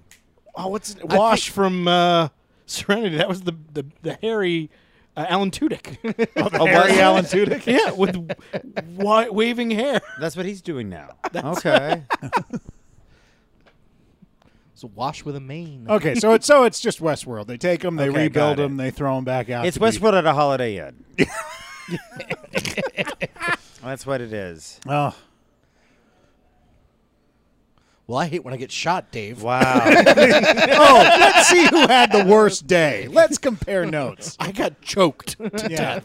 Speaker 4: oh, what's Wash from uh, Serenity? That was the the, the hairy uh, Alan Tudyk.
Speaker 1: Harry Alan Tudyk.
Speaker 4: yeah, with wa- waving hair.
Speaker 6: That's what he's doing now. okay.
Speaker 7: It's a wash with a mane.
Speaker 1: Okay, so it's so it's just Westworld. They take them, they
Speaker 6: Okay,
Speaker 1: rebuild
Speaker 6: got it.
Speaker 1: them, they throw them back out.
Speaker 6: it's
Speaker 1: to be-
Speaker 6: Westworld at a Holiday Inn. that's what it is.
Speaker 1: Oh,
Speaker 7: Well, I hate when I get shot, Dave.
Speaker 6: Wow.
Speaker 1: oh, let's see who had the worst day. Let's compare notes.
Speaker 7: I got choked.
Speaker 1: Yeah.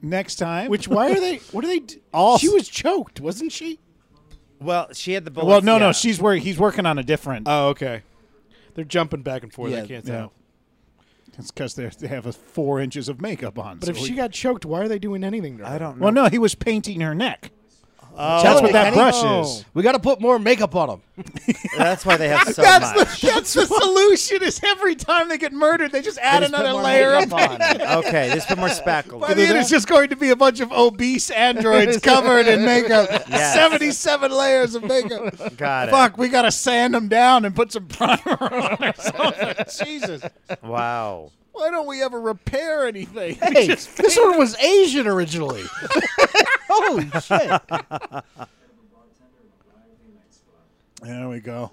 Speaker 1: Next time,
Speaker 4: Which why are they? What are they? d-
Speaker 1: All-
Speaker 4: she was choked, wasn't she?
Speaker 6: well, she had the bullets.
Speaker 1: well, no,
Speaker 6: yeah.
Speaker 1: no, she's working. He's working on a different.
Speaker 4: Oh, okay. They're jumping back and forth. I
Speaker 7: Yeah,
Speaker 4: can't
Speaker 1: yeah.
Speaker 4: tell.
Speaker 1: It's because they have a four inches of makeup on.
Speaker 4: But
Speaker 1: so
Speaker 4: if
Speaker 1: we-
Speaker 4: she got choked, why are they doing anything to her?
Speaker 6: I don't know.
Speaker 1: well, no, he was painting her neck.
Speaker 6: Oh,
Speaker 1: That's what
Speaker 7: Oh,
Speaker 1: that
Speaker 7: Kenny?
Speaker 1: brush
Speaker 4: Oh.
Speaker 1: is.
Speaker 7: We got to put more makeup on him.
Speaker 6: that's why they have so
Speaker 1: that's
Speaker 6: much.
Speaker 1: the that's the solution. Is every time they get murdered, they just add
Speaker 6: They just put
Speaker 1: another
Speaker 6: more
Speaker 1: layer of
Speaker 6: makeup on. Okay, just put more spackle.
Speaker 1: By the end, it's just going to be a bunch of obese androids covered in makeup.
Speaker 6: Yes.
Speaker 1: 77 layers of makeup.
Speaker 6: Got it.
Speaker 1: Fuck, we got to sand them down and put some primer on or something. Jesus.
Speaker 6: Wow.
Speaker 1: Why don't we ever repair anything?
Speaker 7: Hey, this one was Asian originally. Holy shit!
Speaker 1: There we go.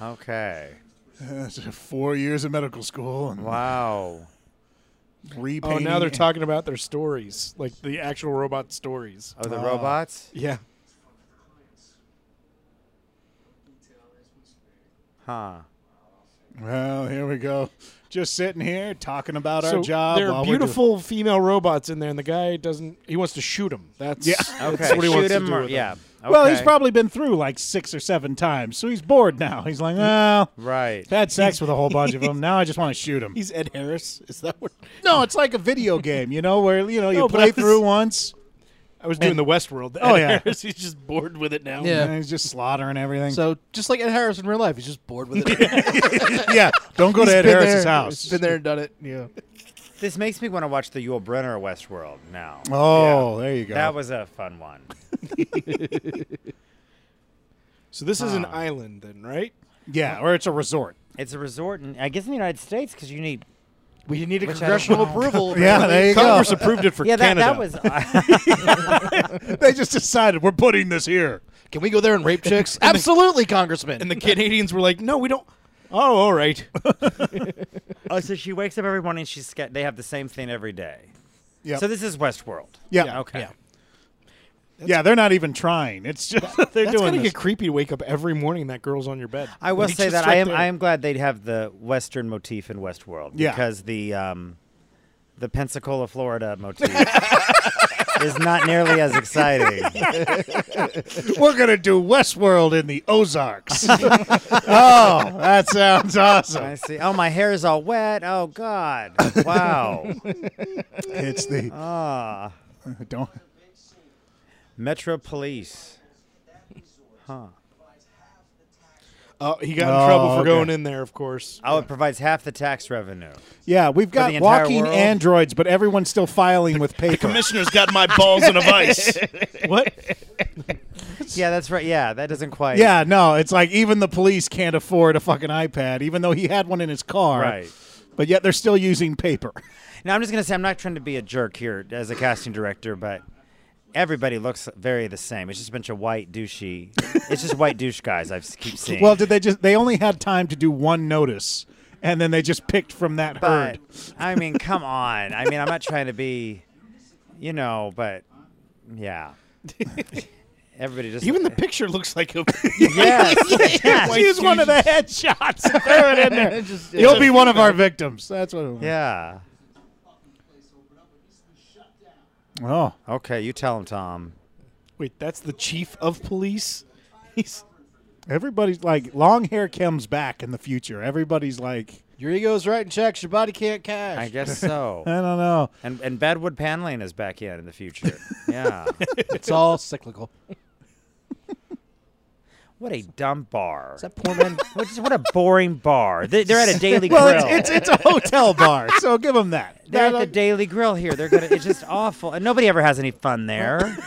Speaker 6: Okay.
Speaker 1: That's four years of medical school and
Speaker 6: Wow.
Speaker 1: repainting.
Speaker 4: Oh, now they're talking about their stories, like the actual robot stories.
Speaker 6: Oh, the robots?
Speaker 4: Yeah.
Speaker 6: Huh.
Speaker 1: Well, here we go. Just sitting here talking about our
Speaker 4: so
Speaker 1: job.
Speaker 4: there
Speaker 1: while
Speaker 4: are
Speaker 1: we're doing-
Speaker 4: beautiful female robots in there, and the guy doesn't. He wants to shoot him. That's
Speaker 1: Yeah.
Speaker 4: That's
Speaker 6: Okay.
Speaker 4: what he
Speaker 6: Shoot
Speaker 4: wants to
Speaker 6: him
Speaker 4: do
Speaker 6: or,
Speaker 4: with 'em.
Speaker 6: yeah.
Speaker 1: Well, he's
Speaker 6: Okay.
Speaker 1: probably been through like six or seven times, so he's bored now. He's like, well,
Speaker 6: Right.
Speaker 1: had sex with a whole bunch of them. Now I just want to shoot them.
Speaker 4: He's Ed Harris. Is that what?
Speaker 1: No, it's like a video game, you know, where you know you
Speaker 4: No, but
Speaker 1: play
Speaker 4: I was-
Speaker 1: through once.
Speaker 4: I was doing the Westworld.
Speaker 1: Oh,
Speaker 4: Ed
Speaker 1: yeah.
Speaker 4: Harris, he's just bored with it now.
Speaker 1: And he's just slaughtering everything.
Speaker 7: So just like Ed Harris in real life, he's just bored with it.
Speaker 1: yeah, don't go to Ed
Speaker 7: Been
Speaker 1: Harris's
Speaker 7: there,
Speaker 1: house.
Speaker 7: Been there and done it. Yeah.
Speaker 6: This makes me want to watch the Yul Brynner Westworld now.
Speaker 1: Oh, there you go.
Speaker 6: That was a fun one.
Speaker 4: So this is an
Speaker 6: Ah.
Speaker 4: island, then, right?
Speaker 1: yeah, or it's a resort.
Speaker 6: It's a resort, in, I guess, in the United States because you need.
Speaker 7: We need a
Speaker 6: Which I don't
Speaker 7: congressional
Speaker 6: know.
Speaker 7: approval.
Speaker 1: Yeah, there you go.
Speaker 4: Congress approved it for
Speaker 6: Yeah, that,
Speaker 4: Canada.
Speaker 6: that was.
Speaker 1: They just decided we're putting this here.
Speaker 7: Can we go there and rape chicks? Absolutely, Congressman.
Speaker 4: and the Canadians were like, "No, we don't." Oh, all right.
Speaker 6: oh, so she wakes up every morning. She's sca- they have the same thing every day.
Speaker 1: Yep.
Speaker 6: So this is Westworld.
Speaker 1: Yeah,
Speaker 6: Okay.
Speaker 1: yeah, they're not even trying. It's just they're
Speaker 4: That's
Speaker 1: doing
Speaker 4: gonna
Speaker 1: this.
Speaker 4: get creepy. to Wake up every morning, and that girl's on your bed.
Speaker 6: I will
Speaker 4: Like,
Speaker 6: say
Speaker 4: just
Speaker 6: that
Speaker 4: right
Speaker 6: I am
Speaker 4: there.
Speaker 6: I am glad they'd have the Western motif in Westworld
Speaker 1: Yeah.
Speaker 6: because the um, the Pensacola, Florida motif is not nearly as exciting.
Speaker 1: we're gonna do Westworld in the Ozarks. oh, that sounds
Speaker 6: I
Speaker 1: awesome.
Speaker 6: see. Oh, my hair is all wet. Oh God. Wow.
Speaker 1: It's the
Speaker 6: Ah.
Speaker 1: don't.
Speaker 6: Metro Police.
Speaker 4: Oh, he got in
Speaker 1: Oh,
Speaker 4: trouble for
Speaker 1: okay.
Speaker 4: going in there, of course.
Speaker 6: Oh, it provides half the tax revenue.
Speaker 1: Yeah, we've got
Speaker 6: the entire
Speaker 1: walking
Speaker 6: world?
Speaker 1: androids, but everyone's still filing with paper.
Speaker 8: Commissioner's got my balls in a vice.
Speaker 4: What?
Speaker 6: Yeah, that's right. Yeah, that doesn't quite.
Speaker 1: Yeah, no, it's like even the police can't afford a fucking iPad, even though he had one in his car.
Speaker 6: Right.
Speaker 1: But yet they're still using paper.
Speaker 6: Now I'm just gonna say I'm not trying to be a jerk here as a casting director, but everybody looks very the same. It's just a bunch of white douchey. it's just white douche guys I keep seeing.
Speaker 1: Well, did they just? They only had time to do one notice, and then they just picked from that
Speaker 6: but
Speaker 1: herd.
Speaker 6: I mean, come on. I mean, I'm not trying to be, you know, but yeah. Everybody just
Speaker 4: Even the picture looks like a.
Speaker 6: yes, yes.
Speaker 1: He's one of the headshots. Throw it in there. You'll be one of our victims. That's what. It was.
Speaker 6: yeah.
Speaker 1: Oh,
Speaker 6: Okay, you tell him, Tom.
Speaker 4: Wait, that's the chief of police. He's
Speaker 1: everybody's like long hair comes back in the future. Everybody's like,
Speaker 7: Your ego's right in checks. Your body can't cash.
Speaker 6: I guess so.
Speaker 1: I don't know.
Speaker 6: And and Bedwood paneling is back in in the future. Yeah.
Speaker 7: It's all cyclical.
Speaker 6: What a dumb bar.
Speaker 7: That poor man.
Speaker 6: What, just- what a boring bar. They, they're at a Daily
Speaker 1: Well,
Speaker 6: Grill.
Speaker 1: it's, it's it's a hotel bar, so give them that.
Speaker 6: they're at the
Speaker 1: That-
Speaker 6: Daily Grill here. They're gonna. It's just awful, and nobody ever has any fun there.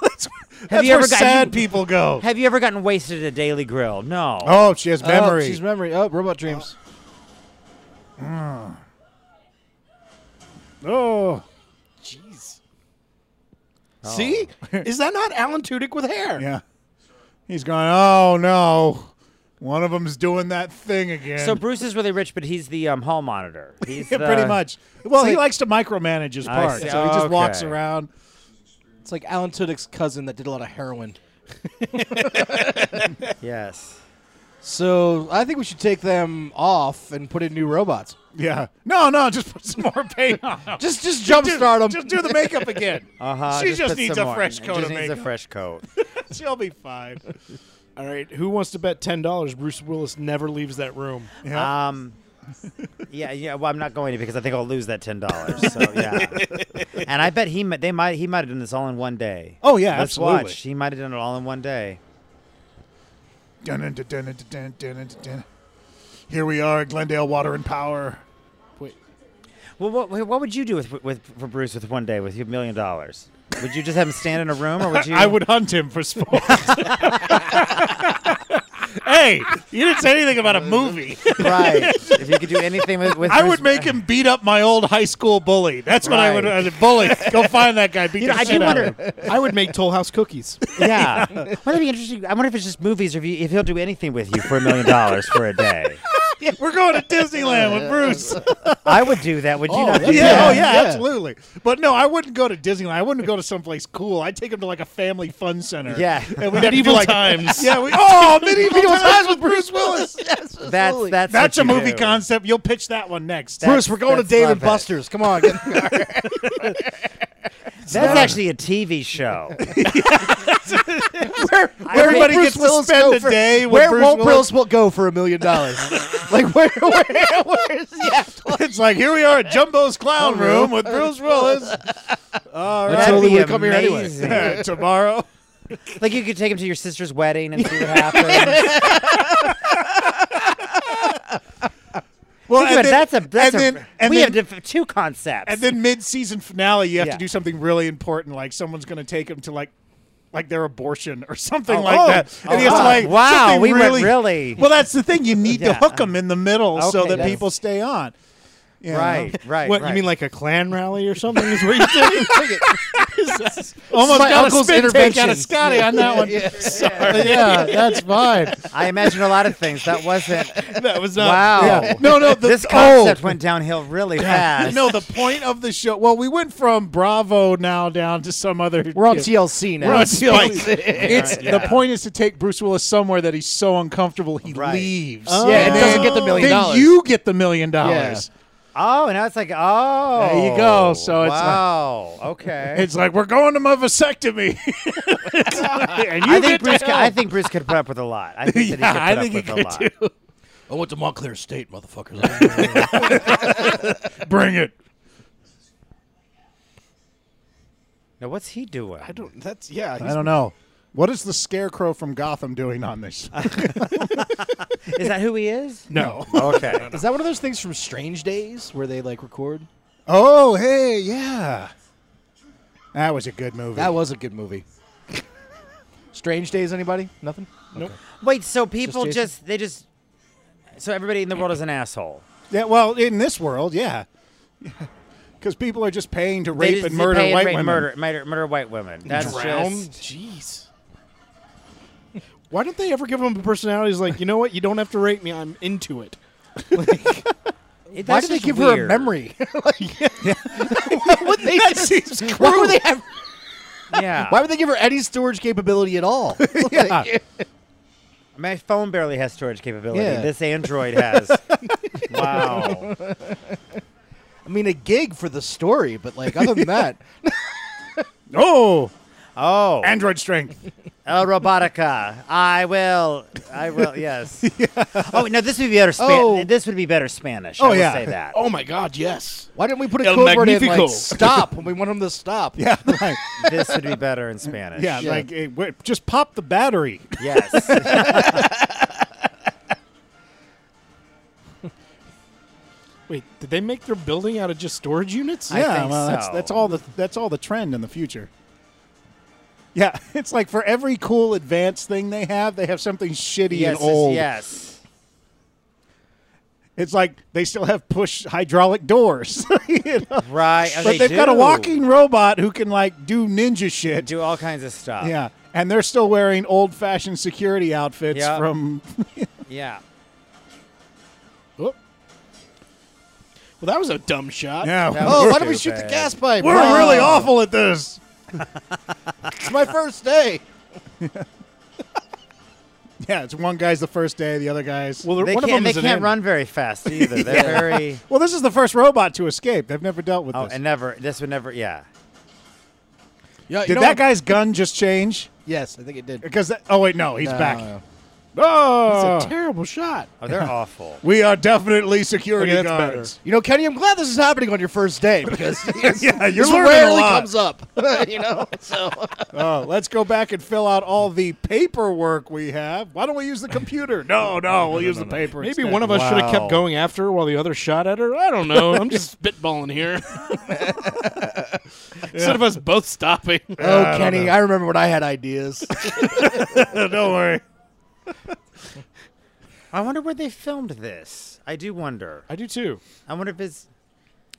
Speaker 1: that's
Speaker 6: you
Speaker 1: where
Speaker 6: ever got-
Speaker 1: sad
Speaker 6: you-
Speaker 1: people go.
Speaker 6: Have you ever gotten wasted at a Daily Grill? No.
Speaker 1: Oh, she has
Speaker 7: Oh,
Speaker 1: memory.
Speaker 7: she's memory. Oh, robot dreams.
Speaker 1: oh.
Speaker 4: jeez.
Speaker 7: Oh.
Speaker 4: See, is that not Alan Tudyk with hair?
Speaker 1: Yeah. He's going, oh no. One of them's doing that thing again.
Speaker 6: So Bruce is really rich, but he's the um, hall monitor. He's
Speaker 1: Yeah,
Speaker 6: the-
Speaker 1: pretty much. Well, he
Speaker 7: like-
Speaker 1: likes to micromanage his
Speaker 6: I
Speaker 1: part. So
Speaker 6: see.
Speaker 1: he just walks
Speaker 6: Okay.
Speaker 1: around.
Speaker 7: It's like Alan Tudyk's cousin that did a lot of heroin.
Speaker 6: Yes.
Speaker 7: So I think we should take them off and put in new robots.
Speaker 1: Yeah. No, no, just put some more paint on him.
Speaker 7: Just just jumpstart them.
Speaker 1: Just do the makeup again.
Speaker 6: Uh huh.
Speaker 1: She just needs a fresh coat
Speaker 6: Just
Speaker 1: of
Speaker 6: needs a
Speaker 1: makeup.
Speaker 6: fresh coat.
Speaker 1: She'll be fine.
Speaker 4: All right. Who wants to bet ten dollars? Bruce Willis never leaves that room.
Speaker 6: Um. Yeah, yeah. Well, I'm not going to because I think I'll lose that ten dollars. So yeah, and I bet he mi- they might he might have done this all in one day.
Speaker 1: Oh, yeah,
Speaker 6: Let's
Speaker 1: absolutely.
Speaker 6: watch. He might have done it all in one day.
Speaker 1: Dun, dun, dun, dun, dun, dun, dun, dun. Here we are, Glendale Water and Power.
Speaker 6: Well, what what would you do with with for Bruce with one day with your million dollars? Would you just have him stand in a room, or would you?
Speaker 1: I would hunt him for sport. hey, you didn't say anything about a movie.
Speaker 6: Right. if you could do anything with, with
Speaker 1: I
Speaker 6: Bruce-
Speaker 1: would make him beat up my old high school bully. That's what I would
Speaker 6: Right.
Speaker 1: uh, bully. Go find that guy. Beat
Speaker 6: You know,
Speaker 1: the
Speaker 6: I
Speaker 1: shit
Speaker 6: do
Speaker 1: out of
Speaker 6: wonder.
Speaker 1: him.
Speaker 4: I would make Toll House cookies.
Speaker 6: Yeah. Wouldn't that be interesting? I wonder if it's just movies, or if, you, if he'll do anything with you for a million dollars for a day.
Speaker 1: We're going to Disneyland with Bruce.
Speaker 6: I would do that. Would you not?
Speaker 1: Yeah,
Speaker 6: do
Speaker 1: oh
Speaker 6: that?
Speaker 1: yeah, absolutely. But no, I wouldn't go to Disneyland. I wouldn't go to someplace cool. I'd take him to like a family fun center.
Speaker 6: Yeah.
Speaker 1: and we'd medieval have to do, like, times. Yeah, we, oh medieval, times with Bruce Willis.
Speaker 6: That's that's
Speaker 1: That's a
Speaker 6: what you
Speaker 1: movie
Speaker 6: do.
Speaker 1: concept. You'll pitch that one next.
Speaker 6: That's-
Speaker 7: Bruce, we're going to
Speaker 6: that's
Speaker 7: Dave
Speaker 6: my
Speaker 7: and
Speaker 6: bet.
Speaker 7: Buster's. Come on. Get in the car.
Speaker 6: That's actually a TV show.
Speaker 2: Everybody gets to spend the day with
Speaker 7: where
Speaker 2: Bruce
Speaker 7: won't
Speaker 2: Willis.
Speaker 7: Bruce will go for a million dollars? Like where? Where? Where's yeah?
Speaker 1: it's like here we are at Jumbo's
Speaker 6: Oh,
Speaker 1: Clown Room with Bruce Willis. All right,
Speaker 6: That'd be
Speaker 1: come here
Speaker 6: amazing.
Speaker 1: anyway tomorrow.
Speaker 6: like you could take him to your sister's wedding and see what happens.
Speaker 1: Well,
Speaker 6: Think about it, that's a that's
Speaker 1: and
Speaker 6: a,
Speaker 1: then- and
Speaker 6: we
Speaker 1: then-
Speaker 6: have diff- two concepts.
Speaker 1: And then mid-season finale, you have
Speaker 6: Yeah.
Speaker 1: to do something really important, like someone's going to take him to like, like their abortion or something
Speaker 6: Oh,
Speaker 1: like
Speaker 6: oh,
Speaker 1: that. And he has to
Speaker 6: wow.
Speaker 1: like,
Speaker 6: Wow,
Speaker 1: something
Speaker 6: we went
Speaker 1: really,
Speaker 6: really-
Speaker 1: Well, that's the thing. You need to
Speaker 6: Yeah.
Speaker 1: hook them in the middle so
Speaker 6: Okay,
Speaker 1: that
Speaker 6: that's-
Speaker 1: people stay on. You know?
Speaker 6: right, right,
Speaker 4: What
Speaker 6: right.
Speaker 4: you mean, like a clan rally or something? Is what you
Speaker 1: Almost
Speaker 7: my
Speaker 1: got
Speaker 7: uncle's
Speaker 1: a spit take
Speaker 7: intervention.
Speaker 1: out of Scotty on that one.
Speaker 7: yeah, that's fine.
Speaker 6: I imagine a lot of things. That wasn't.
Speaker 4: That was not.
Speaker 6: Wow.
Speaker 1: No, no, the,
Speaker 6: this concept went downhill really fast.
Speaker 1: no. The point of the show. Well, we went from Bravo now down to some other.
Speaker 7: We're on TLC now.
Speaker 1: We're on TLC. It's the point is to take Bruce Willis somewhere that he's so uncomfortable he
Speaker 6: Right.
Speaker 1: leaves.
Speaker 7: Yeah, it
Speaker 1: And
Speaker 7: doesn't
Speaker 1: then-
Speaker 7: get the million
Speaker 1: then
Speaker 7: dollars.
Speaker 1: you get the million dollars.
Speaker 6: Oh, now it's like oh.
Speaker 1: There you go. So it's like-
Speaker 6: wow. okay.
Speaker 1: It's like we're going to my vasectomy. and you
Speaker 6: I think
Speaker 1: get
Speaker 6: Bruce.
Speaker 1: to
Speaker 6: Could, I think Bruce could put up with a lot. I think
Speaker 1: Yeah, I
Speaker 6: that he
Speaker 1: think
Speaker 6: could put
Speaker 1: he
Speaker 6: up with
Speaker 1: could
Speaker 6: a lot.
Speaker 3: I went to Montclair State, motherfuckers.
Speaker 1: bring it.
Speaker 6: Now what's he doing? I don't.
Speaker 4: That's yeah.
Speaker 1: I don't know. What is the scarecrow from Gotham doing on this?
Speaker 6: Is that who he is?
Speaker 1: No.
Speaker 6: Okay.
Speaker 3: Is that one of those things from Strange Days where they like record?
Speaker 1: oh, hey, yeah. That was a good movie.
Speaker 3: That was a good movie. Strange Days, anybody? Nothing?
Speaker 6: Wait. So people
Speaker 3: Jason?
Speaker 6: just they just. So everybody in the world is an asshole.
Speaker 1: yeah, well, in this world, yeah. Because people are just paying to
Speaker 6: They
Speaker 1: rape
Speaker 6: just
Speaker 1: and murder
Speaker 6: pay and
Speaker 1: white
Speaker 6: rape,
Speaker 1: women.
Speaker 6: Murder, murder, murder white women. That's just.
Speaker 4: Jeez. Why didn't they ever give him a personality? He's like, you know what? You don't have to rate me. I'm into it.
Speaker 6: It,
Speaker 7: Why
Speaker 6: that's
Speaker 7: did they
Speaker 6: just
Speaker 7: give her a
Speaker 6: weird.
Speaker 7: memory? like, would they just- why would they have?
Speaker 6: Yeah.
Speaker 7: Why would they give her any storage capability at all? Like,
Speaker 6: My phone barely has storage capability.
Speaker 7: Yeah.
Speaker 6: This Android has. wow.
Speaker 7: I mean, a gig for the story, but like other than that,
Speaker 1: Oh,
Speaker 6: Oh.
Speaker 1: android strength.
Speaker 6: El Robotica. I will. I will. Yes. Oh no, this would be better. Spa-
Speaker 7: Oh.
Speaker 6: This would be better Spanish. I
Speaker 1: Oh,
Speaker 6: will
Speaker 1: yeah.
Speaker 6: say that.
Speaker 4: Oh my God! Yes.
Speaker 7: why didn't we put a
Speaker 8: El
Speaker 7: code word in
Speaker 8: Magnifico.
Speaker 7: like stop when we want them to stop?
Speaker 1: Yeah, like,
Speaker 6: This would be better in Spanish.
Speaker 1: yeah, like eh, w- just pop the battery.
Speaker 6: Yes.
Speaker 4: Wait, did they make their building out of just storage units?
Speaker 6: I
Speaker 1: yeah,
Speaker 6: think
Speaker 1: well, that's
Speaker 6: so.
Speaker 1: that's all the that's all the trend in the future. Yeah, it's like for every cool advanced thing they have, they have something shitty
Speaker 6: yes.
Speaker 1: and old.
Speaker 6: Yes.
Speaker 1: It's like they still have push hydraulic doors, you know?
Speaker 6: Right. oh,
Speaker 1: but
Speaker 6: they
Speaker 1: have got a
Speaker 6: do.
Speaker 1: walking robot who can like do ninja shit.
Speaker 6: Do uh, all kinds of stuff.
Speaker 1: yeah, and they're still wearing old-fashioned security outfits
Speaker 6: Yeah.
Speaker 1: from.
Speaker 6: Yeah.
Speaker 4: Well, that was a dumb shot.
Speaker 1: Yeah,
Speaker 7: Oh,
Speaker 6: We're
Speaker 7: why did we
Speaker 6: too
Speaker 7: shoot the
Speaker 6: bad.
Speaker 7: gas pipe?
Speaker 1: we're
Speaker 7: Wow.
Speaker 1: really awful at this.
Speaker 7: It's my first day.
Speaker 1: Yeah, it's one guy's the first day, the other guy's.
Speaker 4: Well,
Speaker 6: They
Speaker 4: one of
Speaker 6: can't.
Speaker 4: them
Speaker 6: They
Speaker 4: is an
Speaker 6: can't
Speaker 4: in.
Speaker 6: run very fast either. They're very.
Speaker 1: Well, this is the first robot to escape. They've never dealt with
Speaker 6: Oh,
Speaker 1: this.
Speaker 6: and never. This would never. Yeah.
Speaker 7: Yeah, you
Speaker 1: Did
Speaker 7: know
Speaker 1: that
Speaker 7: what?
Speaker 1: guy's gun just change?
Speaker 7: Yes, I think it did.
Speaker 1: Because that, oh wait, no, he's
Speaker 7: No,
Speaker 1: back.
Speaker 7: no.
Speaker 1: Oh,
Speaker 4: It's a terrible shot.
Speaker 6: Oh, they're awful.
Speaker 1: we are definitely security
Speaker 4: Okay, that's
Speaker 1: guards.
Speaker 7: You know, Kenny, I'm glad this is happening on your first day because
Speaker 1: Yeah, you're
Speaker 7: this
Speaker 1: learning a
Speaker 7: rarely
Speaker 1: lot.
Speaker 7: comes up. you know, so
Speaker 1: Oh, let's go back and fill out all the paperwork we have. Why don't we use the computer? No, no, we'll use the paper.
Speaker 4: Maybe
Speaker 1: instead.
Speaker 4: one of us should have
Speaker 6: Wow.
Speaker 4: kept going after her while the other shot at her. I don't know. I'm just spitballing here. Instead of us both stopping.
Speaker 7: oh, Kenny, I remember when I had ideas.
Speaker 1: don't worry.
Speaker 6: I wonder where they filmed this. I do wonder.
Speaker 4: I do too.
Speaker 6: I wonder if it's.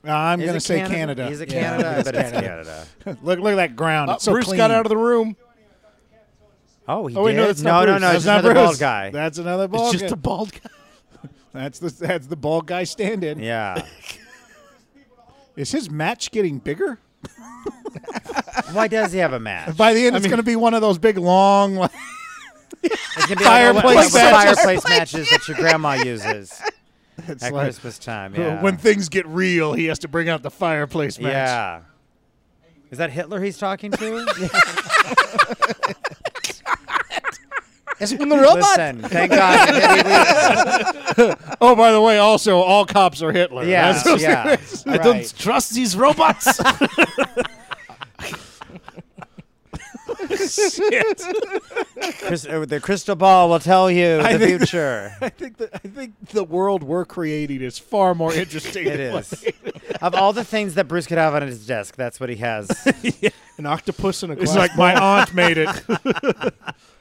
Speaker 1: I'm
Speaker 6: is
Speaker 1: going to
Speaker 6: it
Speaker 1: say Canada.
Speaker 6: Is it Canada? I bet it's Canada.
Speaker 1: look, look at that ground.
Speaker 4: Uh,
Speaker 1: it's so
Speaker 4: Bruce
Speaker 1: clean.
Speaker 4: got out of the room.
Speaker 6: Oh, he
Speaker 1: Oh wait,
Speaker 6: did.
Speaker 1: no, that's
Speaker 6: no,
Speaker 1: not
Speaker 6: no,
Speaker 1: Bruce.
Speaker 6: no,
Speaker 1: that's
Speaker 6: it's
Speaker 1: not
Speaker 6: another
Speaker 1: Bruce.
Speaker 6: bald guy.
Speaker 1: That's another bald
Speaker 4: It's just
Speaker 1: guy.
Speaker 4: a bald guy.
Speaker 1: that's the that's the bald guy stand-in.
Speaker 6: yeah.
Speaker 1: Is his match getting bigger?
Speaker 6: Why does he have a match?
Speaker 1: By the end, it's going to be one of those big, long. like-
Speaker 6: It's gonna be
Speaker 1: Fireplace
Speaker 6: like, one- one of the
Speaker 1: matches.
Speaker 6: fireplace matches that your grandma uses
Speaker 1: it's
Speaker 6: at
Speaker 1: like,
Speaker 6: Christmas time. Yeah.
Speaker 1: When things get real, he has to bring out the fireplace match.
Speaker 6: yeah. Is that Hitler he's talking to?
Speaker 7: It's from the robot.
Speaker 6: Listen, thank God.
Speaker 1: Oh, by the way, also all cops are Hitler.
Speaker 6: yeah,
Speaker 1: That's what-
Speaker 6: yeah.
Speaker 4: I don't trust these robots.
Speaker 6: Chris- uh, the crystal ball will tell you the
Speaker 1: think-
Speaker 6: future.
Speaker 1: I think that I think the world we're creating is far more interesting.
Speaker 6: It is. of all the things that Bruce could have on his desk, that's what he has.
Speaker 4: An octopus and a
Speaker 1: It's
Speaker 4: glass.
Speaker 1: like my aunt made it.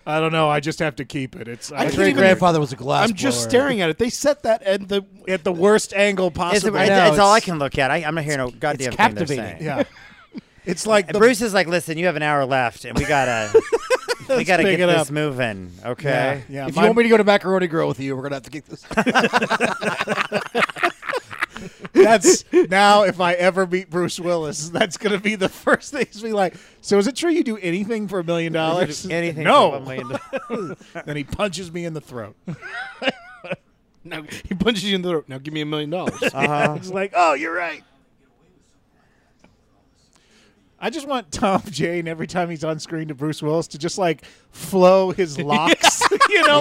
Speaker 1: I don't know. I just have to keep it. It's
Speaker 2: I
Speaker 1: I
Speaker 2: can't
Speaker 1: think
Speaker 2: even-
Speaker 7: grandfather was a glass.
Speaker 2: I'm just
Speaker 7: blower.
Speaker 2: staring at it. They set that at the
Speaker 1: at the worst angle
Speaker 6: It's,
Speaker 1: possible.
Speaker 6: it's-
Speaker 7: know,
Speaker 6: it's all I
Speaker 7: it's-
Speaker 6: can look at. I, I'm not hearing no goddamn
Speaker 7: it's
Speaker 6: thing they're
Speaker 7: captivating.
Speaker 6: saying.
Speaker 1: yeah. It's like
Speaker 6: And
Speaker 1: the
Speaker 6: Bruce is like, "Listen, you have an hour left, and we gotta, we gotta
Speaker 1: pick
Speaker 6: get
Speaker 1: it
Speaker 6: this
Speaker 1: up."
Speaker 6: moving." Okay.
Speaker 1: yeah. yeah
Speaker 7: If
Speaker 1: my-
Speaker 7: you want me to go to Macaroni Grill with you, we're gonna have to get this.
Speaker 1: that's now if I ever meet Bruce Willis, that's gonna be the first thing. He's be like, so is it true you do anything for a million dollars?
Speaker 6: Anything. for
Speaker 1: No.
Speaker 6: one million dollars.
Speaker 1: Then he punches me in the throat.
Speaker 4: now, he punches you in the throat. Now give me a million dollars.
Speaker 6: Uh-huh.
Speaker 1: It's like, oh, you're right. I just want Tom Jane every time he's on screen to Bruce Willis to just like flow his locks, you know,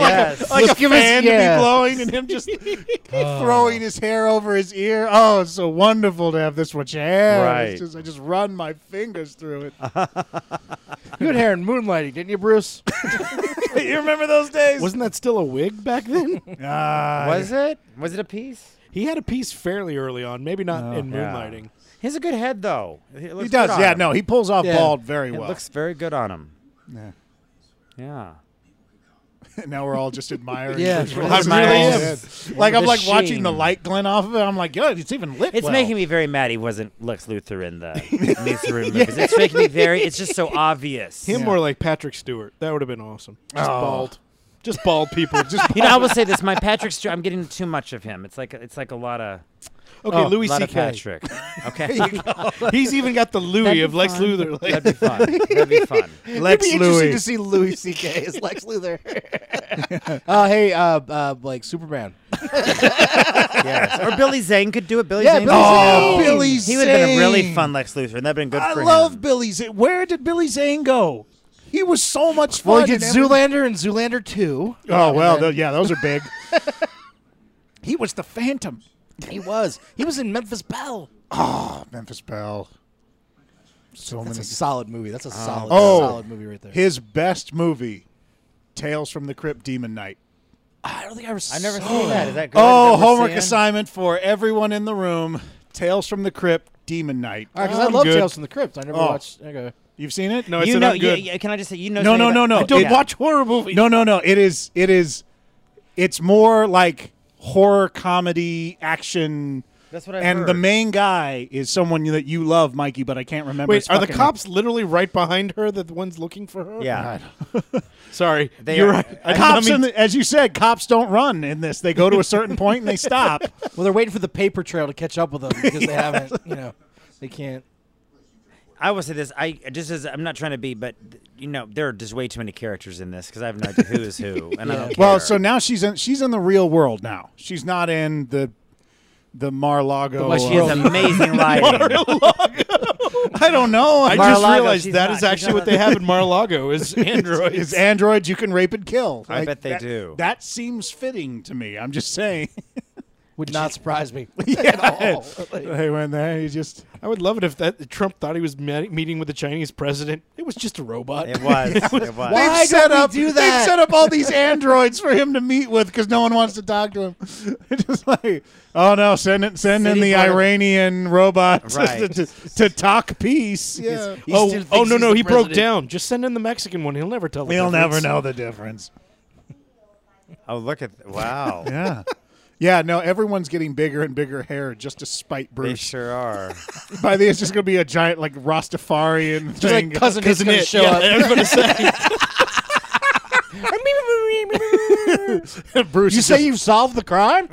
Speaker 1: like
Speaker 6: Yes.
Speaker 1: a, like a
Speaker 7: give us-
Speaker 1: fan to
Speaker 7: yeah.
Speaker 1: be blowing, and him just
Speaker 6: Oh.
Speaker 1: throwing his hair over his ear. Oh, it's so wonderful to have this much hair.
Speaker 6: Right.
Speaker 1: It's just- I just run my fingers through it.
Speaker 7: You had hair in moonlighting, didn't you, Bruce?
Speaker 1: you remember those days?
Speaker 4: Wasn't that still a wig back then?
Speaker 1: Ah,
Speaker 6: Was it? Was it a piece?
Speaker 4: he had a piece fairly early on. Maybe not in
Speaker 6: yeah.
Speaker 4: moonlighting.
Speaker 6: He has a good head, though. It looks
Speaker 1: he
Speaker 6: good
Speaker 1: does.
Speaker 6: on
Speaker 1: Yeah,
Speaker 6: him.
Speaker 1: no, he pulls off
Speaker 7: Yeah.
Speaker 1: bald very
Speaker 6: It
Speaker 1: well.
Speaker 6: looks very good on him. Yeah. Yeah.
Speaker 1: now we're all just admiring.
Speaker 7: Yeah.
Speaker 1: Bruce Willis.
Speaker 6: I really am.
Speaker 1: Like I'm
Speaker 6: The
Speaker 1: like watching the
Speaker 6: sheen.
Speaker 1: light glint off of it. I'm like, God, it's even lit.
Speaker 6: It's
Speaker 1: well.
Speaker 6: making me very mad he wasn't Lex Luthor in the Luthor movies. It's making me very. It's just so obvious.
Speaker 4: Him or like Patrick Stewart. That would have been awesome. Just bald. Just bald people. Just
Speaker 6: You know, I will
Speaker 1: Oh.
Speaker 6: say this: my Patrick Stewart. I'm getting too much of him. It's like it's like a lot of
Speaker 4: okay. Louis
Speaker 6: lot of
Speaker 4: C.K.
Speaker 6: Oh, Patrick. Okay,
Speaker 4: He's even got the Louis
Speaker 6: That'd
Speaker 4: of
Speaker 6: be
Speaker 4: Lex
Speaker 6: fun.
Speaker 4: Luthor. Like,
Speaker 6: that'd be fun. That'd be fun.
Speaker 1: Lex
Speaker 7: It'd be interesting to see Louis C.K. as Lex Luthor. uh, hey, uh, uh, like Superman.
Speaker 6: Yes. Or Billy Zane could do it. Billy
Speaker 7: Yeah,
Speaker 6: Zane.
Speaker 7: Billy
Speaker 6: Oh,
Speaker 1: Zane. Billy
Speaker 6: He would have been a really
Speaker 1: Zane.
Speaker 6: fun Lex Luthor. and That'd been good
Speaker 1: I
Speaker 6: for
Speaker 1: love
Speaker 6: him.
Speaker 1: Billy Zane. Where did Billy Zane go? He was so much fun.
Speaker 7: Well, he did
Speaker 1: in every-
Speaker 7: Zoolander and Zoolander 2.
Speaker 1: Oh well,
Speaker 7: And then-
Speaker 1: tho- yeah, those are big. he was the Phantom.
Speaker 7: He was. He was in Memphis Belle.
Speaker 1: Memphis Belle. So
Speaker 7: That's a
Speaker 1: many.
Speaker 7: solid movie. That's a solid,
Speaker 1: Oh.
Speaker 7: solid movie right there.
Speaker 1: His best movie, Tales from the Crypt, Demon Knight.
Speaker 7: I don't think I ever.
Speaker 6: I never seen that. Is that good?
Speaker 1: Oh,
Speaker 6: That we're
Speaker 1: homework
Speaker 6: seeing?
Speaker 1: assignment for everyone in the room. Tales from the Crypt, Demon Knight.
Speaker 7: All right, because I
Speaker 4: I'm
Speaker 7: love
Speaker 4: good.
Speaker 7: Tales from the Crypt. I never
Speaker 1: Ah, Oh.
Speaker 7: watched. Okay.
Speaker 1: You've seen it?
Speaker 4: no, it's
Speaker 6: You
Speaker 4: an
Speaker 6: know,
Speaker 4: ungood.
Speaker 6: yeah, yeah, can I just say you know?
Speaker 1: No,
Speaker 6: something
Speaker 1: no, no,
Speaker 6: about-
Speaker 1: no.
Speaker 6: I
Speaker 1: Don't
Speaker 6: yeah.
Speaker 4: Watch horror movies.
Speaker 1: No, no, no. It is. It is. It's more like horror comedy action.
Speaker 6: That's what I
Speaker 1: And
Speaker 6: heard.
Speaker 1: the main guy is someone that you love, Mikey, but I can't remember. his
Speaker 4: Wait, are the
Speaker 1: fucking
Speaker 4: cops literally right behind her? That the one's looking for her?
Speaker 1: Oh,
Speaker 6: Yeah.
Speaker 4: Sorry,
Speaker 6: They
Speaker 4: you're
Speaker 6: are-
Speaker 4: right.
Speaker 1: name.
Speaker 4: I
Speaker 1: Uh, Cops,
Speaker 4: mean-
Speaker 1: in the, as you said, cops don't run in this. They go to a certain point and they stop.
Speaker 7: Well, they're waiting for the paper trail to catch up with them because they haven't. You know, they can't.
Speaker 6: I will say this. I just as I'm not trying to be, but you know, there are just way too many characters in this because I have no idea who is who, and I don't care.
Speaker 1: Well, so now she's in. She's in the real world now. She's not in the the Mar-Lago.
Speaker 6: Well, she has
Speaker 1: uh,
Speaker 6: amazing lighting.
Speaker 1: I don't know. I
Speaker 4: I
Speaker 1: just
Speaker 4: just
Speaker 6: Mar-a-Lago,
Speaker 4: realized
Speaker 6: she's
Speaker 4: that
Speaker 6: not-
Speaker 4: is
Speaker 6: she's
Speaker 4: actually what
Speaker 6: not-
Speaker 4: they have in Mar-a-Lago is androids.
Speaker 1: is androids you can rape and kill.
Speaker 6: I
Speaker 1: Like,
Speaker 6: bet they
Speaker 1: that-
Speaker 6: do.
Speaker 1: That seems fitting to me. I'm just saying.
Speaker 7: Would not surprise me.
Speaker 1: They went there. You just
Speaker 4: I would love it if that Trump thought he was me- meeting with the Chinese president. It was just a robot.
Speaker 6: It was. It was.
Speaker 1: they've
Speaker 7: don't
Speaker 1: set
Speaker 7: we
Speaker 1: up.
Speaker 7: do
Speaker 1: They've
Speaker 7: that?
Speaker 1: set up all these androids for him to meet with because no one wants to talk to him. It's just like, oh no, send it, send in
Speaker 6: City
Speaker 1: the
Speaker 6: boy.
Speaker 1: Iranian robots to,
Speaker 6: Right.
Speaker 1: to, to talk peace. Yeah.
Speaker 7: He still
Speaker 4: Oh,
Speaker 7: thinks
Speaker 4: oh no,
Speaker 7: he's
Speaker 4: no,
Speaker 7: the
Speaker 4: he broke
Speaker 7: president.
Speaker 4: down. Just send in the Mexican one. He'll never tell. the
Speaker 1: He'll never
Speaker 4: difference.
Speaker 1: know the difference.
Speaker 6: Oh, look at wow.
Speaker 1: Yeah. Yeah, no, everyone's getting bigger and bigger hair just to spite
Speaker 6: They
Speaker 1: Bruce.
Speaker 6: sure are.
Speaker 1: By the end, it's just going to be a giant, like, Rastafarian
Speaker 7: Just
Speaker 1: thing.
Speaker 7: like cousin is gonna show up.
Speaker 1: Bruce
Speaker 7: You
Speaker 1: is
Speaker 7: say
Speaker 1: just-
Speaker 7: you've solved the crime?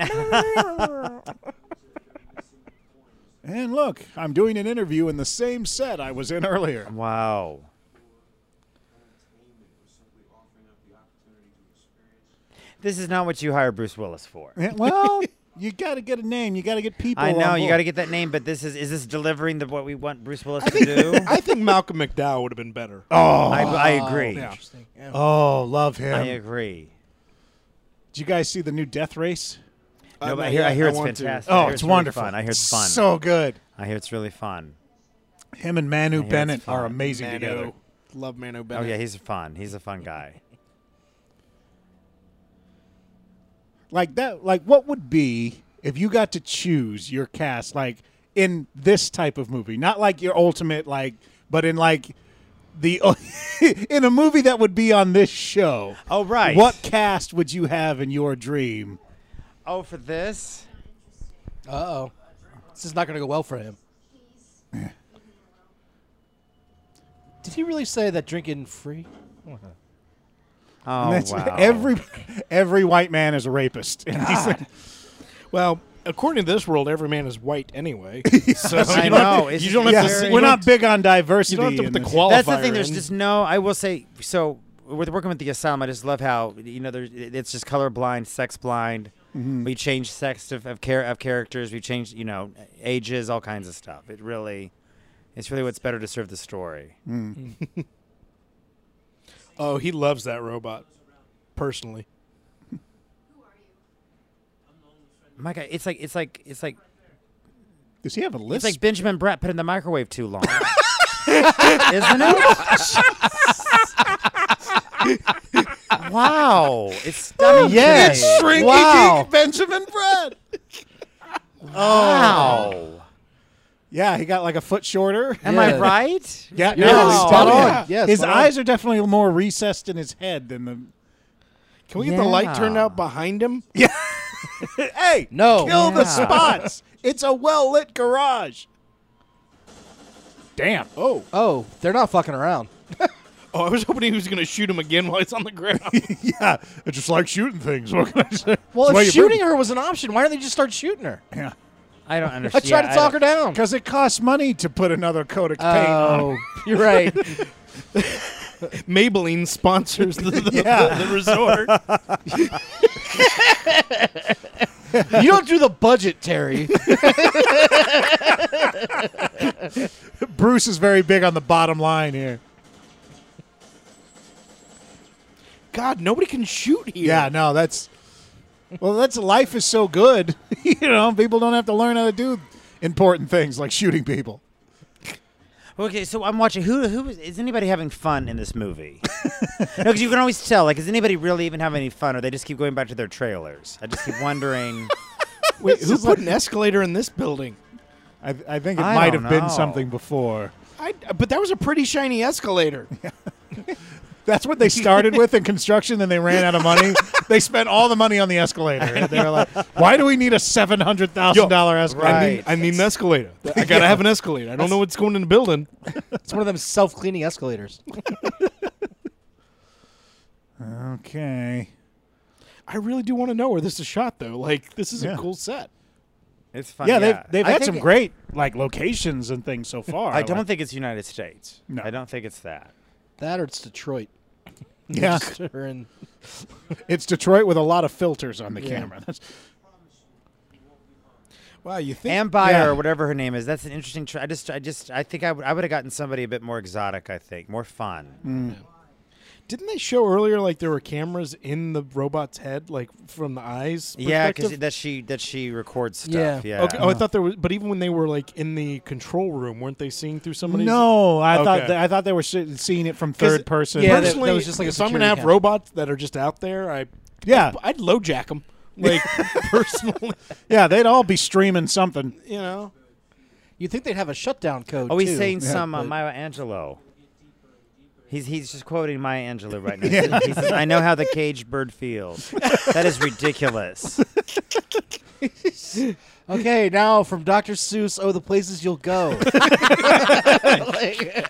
Speaker 1: And look, I'm doing an interview in the same set I was in earlier.
Speaker 6: Wow. This is not what you hire Bruce Willis for.
Speaker 1: Yeah, Well, You got to get a name. You got to get people.
Speaker 6: I know you got to
Speaker 1: to
Speaker 6: get that name, but this is is this delivering the what we want Bruce Willis to do?
Speaker 2: I think Malcolm McDowell would have been better.
Speaker 6: I, I agree.
Speaker 1: Oh, love him.
Speaker 6: I agree.
Speaker 1: Did you guys see the new Death Race?
Speaker 6: No, but I
Speaker 2: not
Speaker 6: hear, I
Speaker 2: yet.
Speaker 6: hear
Speaker 2: I
Speaker 6: it's
Speaker 2: want to.
Speaker 6: fantastic. I
Speaker 1: Oh,
Speaker 6: hear
Speaker 1: it's
Speaker 6: really
Speaker 1: wonderful.
Speaker 6: Fun. I hear it's fun.
Speaker 1: So good.
Speaker 6: I hear it's really fun.
Speaker 1: Him and Manu
Speaker 6: it's
Speaker 1: Bennett are
Speaker 6: fun.
Speaker 1: amazing
Speaker 2: Manu.
Speaker 1: together.
Speaker 2: Love Mano
Speaker 6: Oh
Speaker 2: Bennett.
Speaker 6: yeah, he's fun. He's a fun guy.
Speaker 1: Like that. Like what would be if you got to choose your cast? Like in this type of movie, not like your ultimate like, but in like the in a movie that would be on this show.
Speaker 6: Oh, right.
Speaker 1: What cast would you have in your dream?
Speaker 6: Oh, for this?
Speaker 3: Uh oh. This is not going to go well for him. Did he really say that drinking free?
Speaker 6: Oh
Speaker 1: That's-
Speaker 6: wow. Ah,
Speaker 1: Every every white man is a rapist. And he's like,
Speaker 4: Well, according to this world, every man is white anyway. so
Speaker 6: I
Speaker 4: you don't have
Speaker 6: know.
Speaker 4: to-
Speaker 6: It's
Speaker 4: you don't have to
Speaker 6: just
Speaker 1: yes,
Speaker 6: very-
Speaker 4: say-
Speaker 1: we're
Speaker 4: you
Speaker 1: not
Speaker 4: don't-
Speaker 1: big on diversity.
Speaker 4: You don't have to
Speaker 1: in
Speaker 4: put the
Speaker 1: this.
Speaker 4: qualifier.
Speaker 6: That's the thing. There's
Speaker 4: in.
Speaker 6: just no. I will say so. With working with the asylum, I just love how you know there's it's just colorblind, sex blind. We change sex of of, char- of characters. We change you know ages, all kinds of stuff. It really, it's really what's better to serve the story.
Speaker 4: Oh, he loves that robot. Personally,
Speaker 6: My God, it's like it's like it's like
Speaker 1: Does he have a
Speaker 6: it's
Speaker 1: list?
Speaker 6: like Benjamin Brett put in the microwave too long. Isn't it? wow, it's stunning. Yeah,
Speaker 1: Shrinky
Speaker 6: wow,
Speaker 1: Dink Benjamin Brett.
Speaker 6: wow.
Speaker 1: Yeah, he got like a foot shorter.
Speaker 6: Am
Speaker 3: Yeah.
Speaker 6: I right?
Speaker 1: Yeah,
Speaker 3: Yeah,
Speaker 1: no,
Speaker 6: he's
Speaker 1: he's
Speaker 6: spot
Speaker 1: totally-
Speaker 6: on.
Speaker 1: yeah.
Speaker 3: Yeah,
Speaker 1: his
Speaker 3: spot on.
Speaker 1: eyes are definitely more recessed in his head than the.
Speaker 4: can we get the light turned
Speaker 6: Yeah.
Speaker 4: out behind him?
Speaker 1: Hey,
Speaker 3: No.
Speaker 1: kill the
Speaker 6: Yeah.
Speaker 1: spots. It's a well lit garage. Damn. Oh,
Speaker 3: Oh, they're not fucking around.
Speaker 4: Oh, I was hoping he was going to shoot him again while he's on the ground.
Speaker 1: yeah. I just like shooting things. What can I say?
Speaker 3: Well, if shooting her was an option, why don't they just start shooting her?
Speaker 6: I don't
Speaker 3: I
Speaker 6: understand.
Speaker 3: tried to talk her down.
Speaker 1: because it costs money to put another coat of paint
Speaker 6: Uh, um,
Speaker 1: on.
Speaker 3: Oh, you're right.
Speaker 4: Maybelline sponsors the, the, the- the resort.
Speaker 3: you don't do the budget, Terry.
Speaker 1: Bruce is very big on the bottom line here.
Speaker 4: God, nobody can shoot here.
Speaker 1: Yeah, no, that's well, that's life is so good. you know, people don't have to learn how to do important things like shooting people.
Speaker 6: Okay, so I'm watching. Who who is, is anybody having fun in this movie? no, because you can always tell. Like, is anybody really even having any fun, or they just keep going back to their trailers? I just keep wondering.
Speaker 4: Wait, who put an escalator in this building?
Speaker 1: I, I think it
Speaker 6: I
Speaker 1: might have
Speaker 6: don't
Speaker 1: been
Speaker 6: know.
Speaker 1: something before.
Speaker 4: I, but that was a pretty shiny escalator.
Speaker 1: That's what they started with in construction. Then they ran out of money. they spent all the money on the escalator. And they were like, "Why do we need a seven hundred thousand dollar escalator?"
Speaker 4: I need, I need an escalator. I gotta have an escalator. I don't know what's going in the building.
Speaker 3: it's one of them self-cleaning escalators.
Speaker 1: Okay.
Speaker 4: I really do want to know where this is shot, though. Like, this is
Speaker 1: Yeah.
Speaker 4: a cool set.
Speaker 6: It's fun.
Speaker 1: Yeah, they've they've
Speaker 6: Uh, I
Speaker 1: had
Speaker 6: think-
Speaker 1: some great like locations and things so far.
Speaker 6: I don't
Speaker 1: Like-
Speaker 6: think it's United States.
Speaker 1: No.
Speaker 6: I don't think it's that.
Speaker 3: That or it's Detroit.
Speaker 1: yeah,
Speaker 3: Or in-
Speaker 1: it's Detroit with a lot of filters on the
Speaker 3: Yeah.
Speaker 1: camera. That's,
Speaker 4: Wow, you think?
Speaker 6: Ann Byer
Speaker 1: Yeah.
Speaker 6: or whatever her name is. That's an interesting. Tra- I just I just I think I would I would have gotten somebody a bit more exotic. I think more fun.
Speaker 3: Mm.
Speaker 4: Didn't they show earlier like there were cameras in the robot's head, like from the eyes?
Speaker 6: Yeah,
Speaker 4: perspective?
Speaker 6: because that she that she records stuff.
Speaker 3: Yeah.
Speaker 6: Yeah.
Speaker 4: Okay. Oh, I thought there was, but even when they were like in the control room, weren't they seeing through somebody's?
Speaker 1: No, I thought
Speaker 4: Okay.
Speaker 1: th- I thought they were se- seeing it from
Speaker 4: 'Cause
Speaker 1: third person.
Speaker 3: Yeah, that- that
Speaker 4: personally,
Speaker 3: was just like a
Speaker 4: if I'm gonna
Speaker 3: security
Speaker 4: have
Speaker 3: camera.
Speaker 4: robots that are just out there, I
Speaker 1: yeah,
Speaker 4: I'd lowjack them. Like personally,
Speaker 1: yeah, they'd all be streaming something.
Speaker 4: you know.
Speaker 3: You'd think they'd have a shutdown code.
Speaker 6: Oh, he's
Speaker 3: too.
Speaker 6: saying some uh,
Speaker 3: but-
Speaker 6: Maya Angelou. He's he's just quoting Maya Angelou right now. He says, "I know how the caged bird feels." that is ridiculous.
Speaker 3: Okay, now from Dr. Seuss, oh, the places you'll go.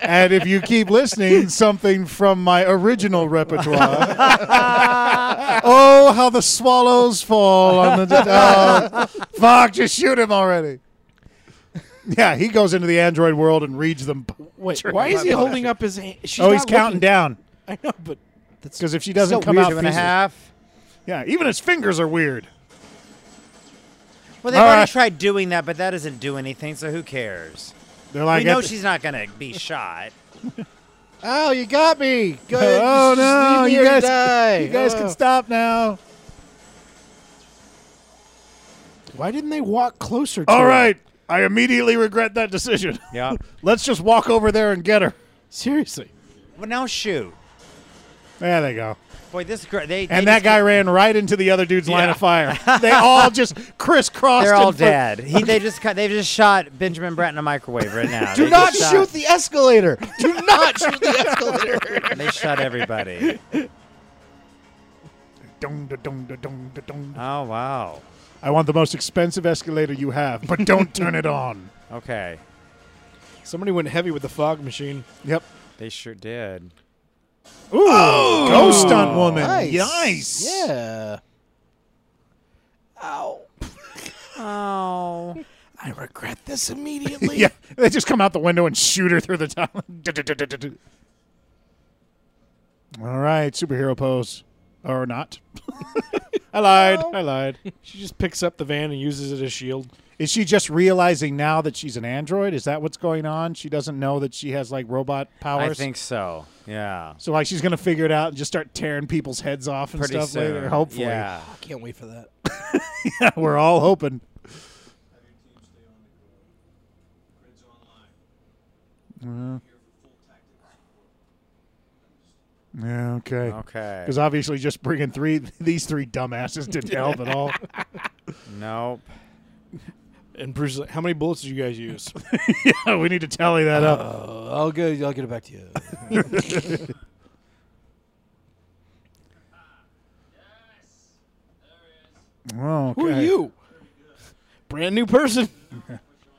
Speaker 1: And if you keep listening, something from my original repertoire. oh, how the swallows fall on the. Oh, fuck! Just shoot him already. Yeah, he goes into the Android world and reads them.
Speaker 4: Wait, why is he holding up his hand? She's
Speaker 1: oh, he's
Speaker 4: not
Speaker 1: counting
Speaker 4: looking-
Speaker 1: down.
Speaker 4: I know, but
Speaker 1: Because if she doesn't
Speaker 3: so
Speaker 1: come
Speaker 3: weird
Speaker 1: out,
Speaker 6: Two and a
Speaker 1: pieces-
Speaker 6: half.
Speaker 1: yeah, even his fingers are weird.
Speaker 6: Well, they've
Speaker 1: All
Speaker 6: already
Speaker 1: right.
Speaker 6: tried doing that, but that doesn't do anything. So who cares?
Speaker 1: They're like,
Speaker 6: we know
Speaker 1: at the-
Speaker 6: she's not gonna be shot.
Speaker 7: Oh, you got me. Go ahead.
Speaker 1: oh
Speaker 7: Just
Speaker 1: no,
Speaker 7: leave me
Speaker 1: you
Speaker 7: or
Speaker 1: guys,
Speaker 7: die.
Speaker 1: you guys
Speaker 7: Oh.
Speaker 1: can stop now.
Speaker 4: Why didn't they walk closer to
Speaker 1: All
Speaker 4: her?
Speaker 1: right, I immediately regret that decision.
Speaker 6: Yeah.
Speaker 1: Let's just walk over there and get her.
Speaker 4: Seriously.
Speaker 6: well, now shoot.
Speaker 1: There they go.
Speaker 6: Boy, this girl. They, they
Speaker 1: And that
Speaker 6: just-
Speaker 1: guy ran right into the other dude's line of fire. They all just crisscrossed.
Speaker 6: They're all
Speaker 1: in front-
Speaker 6: dead. He, they just cut. They've just shot Benjamin Bratt in a microwave right now.
Speaker 7: Do
Speaker 6: They
Speaker 7: not
Speaker 6: just
Speaker 7: shoot the escalator. Do not shoot the escalator.
Speaker 6: Shot, they shot everybody.
Speaker 1: Dun, dun, dun, dun, dun, dun, dun.
Speaker 6: Oh wow.
Speaker 1: I want the most expensive escalator you have, but don't turn it on.
Speaker 6: Okay.
Speaker 4: Somebody went heavy with the fog machine.
Speaker 1: Yep.
Speaker 6: They sure did.
Speaker 1: Ooh, ghost stunt woman.
Speaker 7: Nice.
Speaker 1: Nice.
Speaker 7: Yeah.
Speaker 6: Oh.
Speaker 4: I regret this immediately.
Speaker 1: Yeah, they just come out the window and shoot her through the top. Du-du-du-du-du-du. All right, superhero pose or not? I lied. I lied.
Speaker 4: She just picks up the van and uses it as shield.
Speaker 1: Is she just realizing now that she's an android? Is that what's going on? She doesn't know that she has like robot powers.
Speaker 6: I think so. Yeah.
Speaker 1: so. Like she's gonna figure it out and just start tearing people's heads off and
Speaker 6: Pretty
Speaker 1: stuff
Speaker 6: soon.
Speaker 1: later. Hopefully,
Speaker 6: Yeah.
Speaker 7: Can't wait for that.
Speaker 1: we're all hoping. Yeah. Yeah. Okay.
Speaker 6: Okay.
Speaker 1: Because obviously, just bringing three these three dumbasses didn't help at all.
Speaker 6: Nope.
Speaker 4: And Bruce is like, How many bullets did you guys use?
Speaker 1: yeah, we need to tally that up.
Speaker 7: Oh, I'll go. I'll get it back to you.
Speaker 1: Oh, okay.
Speaker 4: Who are you? Brand new person.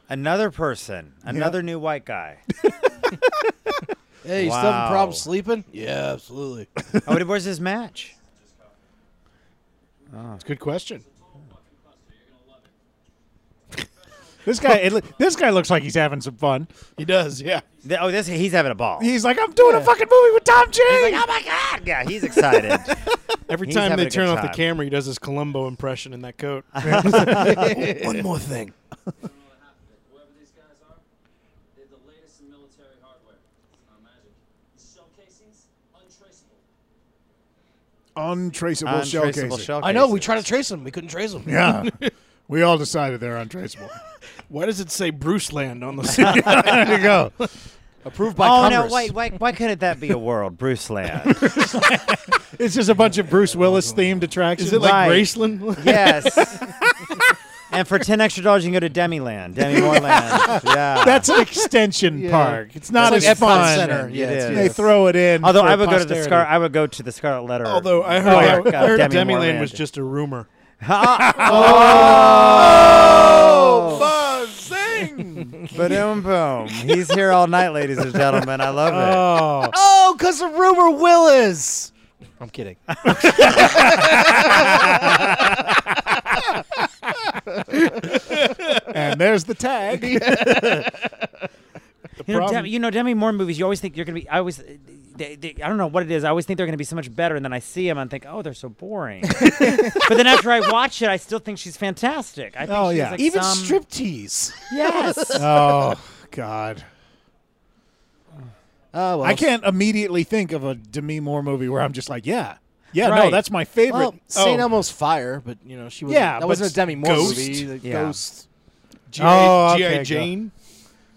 Speaker 6: Another person. Another new white guy.
Speaker 7: Hey, you still
Speaker 6: Wow.
Speaker 7: having problems sleeping? Yeah, absolutely.
Speaker 6: Oh, where's his match?
Speaker 4: That's a good question.
Speaker 1: This guy. It, loo- this guy looks like he's having some fun.
Speaker 4: He does, yeah.
Speaker 6: Th- Oh, this he's having a ball.
Speaker 1: He's like, I'm doing a fucking movie with Tom Jane.
Speaker 6: Oh my god! Yeah, he's excited.
Speaker 4: Every
Speaker 6: He's
Speaker 4: time
Speaker 6: having
Speaker 4: they
Speaker 6: a good
Speaker 4: turn off the
Speaker 6: time.
Speaker 4: camera, he does his Columbo impression in that coat.
Speaker 2: One more thing.
Speaker 9: Whoever these guys are, they have the latest in military hardware. It's not magic. The shell casings, untraceable.
Speaker 1: untraceable,
Speaker 6: Untraceable
Speaker 1: showcase.
Speaker 6: shell
Speaker 7: I know. We
Speaker 6: cases.
Speaker 7: tried to trace him. We couldn't trace him.
Speaker 1: yeah. We all decided they're untraceable.
Speaker 4: Why does it say Bruce Land on the side?
Speaker 1: there you go.
Speaker 7: Approved by
Speaker 6: oh
Speaker 7: Congress.
Speaker 6: no! Wait, why, why couldn't that be a world, Bruce Land?
Speaker 1: It's just a bunch of Bruce Willis themed attractions.
Speaker 4: Is it like
Speaker 6: Right. Oh,
Speaker 4: Graceland?
Speaker 6: yes. and for ten extra dollars, you can go to Demiland, Demi Moreland. Yeah.
Speaker 1: That's an extension park. It's not
Speaker 7: It's
Speaker 1: as
Speaker 7: like Epcot
Speaker 1: fun.
Speaker 7: Center. Yeah,
Speaker 6: It
Speaker 7: it's-
Speaker 6: is.
Speaker 1: They throw it in.
Speaker 6: Although
Speaker 1: for
Speaker 6: I would go to the
Speaker 1: posterity.
Speaker 6: scar, I would go to the Scarlet Letter.
Speaker 4: Although I heard,
Speaker 6: park of
Speaker 4: Oh, I heard
Speaker 6: Demi
Speaker 4: Demi
Speaker 6: Moreland.
Speaker 4: Land was just a rumor.
Speaker 6: boom boom. He's here all night, ladies and gentlemen. I love it.
Speaker 1: Oh,
Speaker 7: Oh, because of rumor Willis. I'm kidding.
Speaker 3: Oh,
Speaker 1: and there's the tag.
Speaker 6: You know, Demi, you know, Demi Moore movies. You always think you're gonna be. I always, uh, they, they, I don't know what it is. I always think they're gonna be so much better, and then I see them and think, oh, they're so boring. but then after I watch it, I still think she's fantastic. I think
Speaker 1: Oh,
Speaker 6: she's
Speaker 1: yeah.
Speaker 6: like
Speaker 7: Even
Speaker 6: some-
Speaker 7: striptease.
Speaker 6: Yes.
Speaker 1: oh God.
Speaker 7: Oh, well,
Speaker 1: I can't immediately think of a Demi Moore movie where I'm just like, yeah, yeah, no,
Speaker 6: Right.
Speaker 1: that's my favorite. Oh,
Speaker 7: Well, St. Elmo's Fire, but you know she was.
Speaker 1: Yeah,
Speaker 7: Yeah,
Speaker 1: but
Speaker 7: that wasn't a Demi Moore
Speaker 4: Ghost?
Speaker 7: movie. The
Speaker 6: Yeah.
Speaker 7: Ghost.
Speaker 4: G.I.
Speaker 1: Oh,
Speaker 4: G.I.
Speaker 1: okay,
Speaker 4: Jane.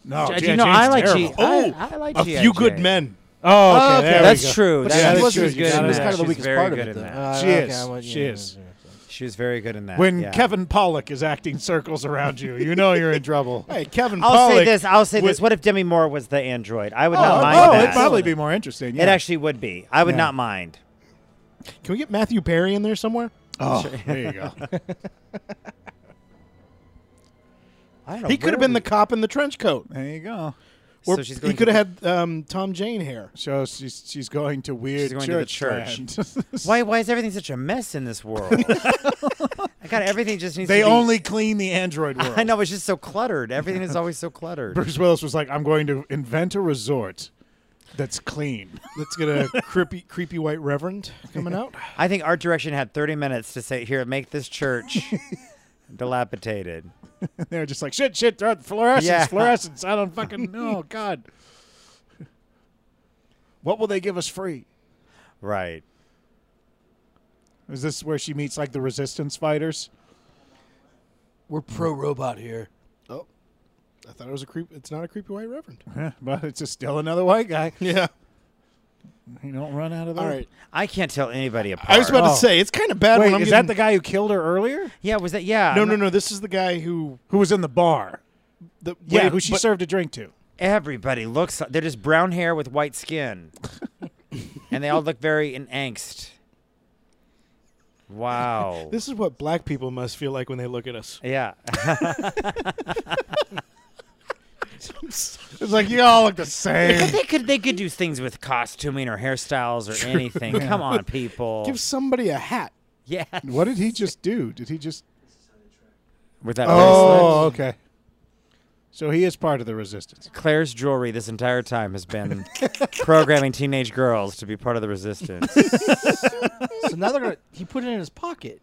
Speaker 1: no,
Speaker 6: Do
Speaker 1: G.I.
Speaker 6: you know,
Speaker 1: Jane's
Speaker 6: I like
Speaker 1: terrible.
Speaker 6: G. I,
Speaker 4: Oh,
Speaker 6: I like
Speaker 4: A
Speaker 6: G.I.
Speaker 4: few good
Speaker 6: Jane.
Speaker 4: men.
Speaker 1: Oh, okay,
Speaker 7: Oh, okay.
Speaker 1: there
Speaker 6: That's
Speaker 1: we go.
Speaker 6: true.
Speaker 7: But
Speaker 6: That-
Speaker 1: she
Speaker 6: that-
Speaker 1: was-
Speaker 6: she was
Speaker 1: she
Speaker 6: good.
Speaker 1: was
Speaker 6: in
Speaker 1: kind
Speaker 6: that.
Speaker 1: of the
Speaker 6: She was
Speaker 7: weakest
Speaker 6: very
Speaker 7: part of
Speaker 6: good
Speaker 7: it,
Speaker 6: in
Speaker 7: though.
Speaker 6: that.
Speaker 7: Uh,
Speaker 1: She
Speaker 7: okay,
Speaker 1: is.
Speaker 7: I went-
Speaker 1: She
Speaker 7: yeah,
Speaker 1: is.
Speaker 7: yeah, yeah.
Speaker 6: She was very good in that.
Speaker 1: When
Speaker 6: yeah.
Speaker 1: Kevin Pollock is acting circles around you, you know you're in trouble.
Speaker 4: Hey, Kevin
Speaker 6: I'll
Speaker 4: Pollak.
Speaker 6: say this. I'll say
Speaker 4: would-
Speaker 6: this. What if Demi Moore was the android? I would
Speaker 1: oh,
Speaker 6: not mind
Speaker 1: oh,
Speaker 6: that.
Speaker 1: it'd probably be more interesting. Yeah.
Speaker 6: It actually would be. I would
Speaker 1: Yeah.
Speaker 6: not mind.
Speaker 4: Can we get Matthew Perry in there somewhere?
Speaker 1: Oh, there you go.
Speaker 6: I don't know.
Speaker 4: He could have been the cop in the trench coat.
Speaker 1: There you go.
Speaker 4: Or
Speaker 6: So she's
Speaker 4: he
Speaker 6: going
Speaker 4: could
Speaker 6: to-
Speaker 4: have had um, Tom Jane hair.
Speaker 1: So she's she's going to weird
Speaker 6: She's going to the
Speaker 1: church.
Speaker 6: church.
Speaker 1: land.
Speaker 6: Why, why is everything such a mess in this world? I got everything just needs
Speaker 1: they
Speaker 6: to be.
Speaker 1: only clean the android world.
Speaker 6: I know it's just so cluttered. Everything is always so cluttered.
Speaker 1: Bruce Willis was like, "I'm going to invent a resort that's clean."
Speaker 4: Let's get a creepy, creepy white reverend coming out.
Speaker 6: I think art direction had 30 minutes to say, "Here, make this church Dilapidated.
Speaker 1: they were just like shit, shit, throw it, fluorescence,
Speaker 6: Yeah.
Speaker 1: fluorescence. I don't fucking know. God, what will they give us free?
Speaker 6: Right.
Speaker 1: Is this where she meets like the resistance fighters?
Speaker 3: We're pro robot here.
Speaker 4: Oh, I thought it was a creep. It's not a creepy white reverend.
Speaker 1: Huh, Eh, but it's just still another white guy.
Speaker 4: Yeah.
Speaker 1: You don't run out of there.
Speaker 4: All right.
Speaker 6: I can't tell anybody apart.
Speaker 4: I was about
Speaker 1: Oh.
Speaker 4: to say it's kind of bad
Speaker 1: Wait,
Speaker 4: when I'm
Speaker 1: is
Speaker 4: getting,
Speaker 1: that the guy who killed her earlier?
Speaker 6: yeah, was that? Yeah.
Speaker 4: No, no, no. This is the guy who
Speaker 1: Who was in the bar?
Speaker 4: the
Speaker 1: Yeah,
Speaker 4: wait,
Speaker 1: who she
Speaker 4: but-
Speaker 1: served a drink to.
Speaker 6: Everybody looks. They're just brown hair with white skin, and they all look very in angst. Wow.
Speaker 4: This is what black people must feel like when they look at us.
Speaker 6: yeah.
Speaker 1: It's like you all look the same.
Speaker 6: But they could they could do things with costuming or hairstyles or anything. Come on, people.
Speaker 4: Give somebody a hat.
Speaker 6: yeah.
Speaker 1: what did he just do? Did he just?
Speaker 6: With that
Speaker 1: Oh, okay. So he is part of the resistance.
Speaker 6: Claire's jewelry this entire time has been programming teenage girls to be part of the resistance.
Speaker 3: So now they're gonna. He put it in his pocket.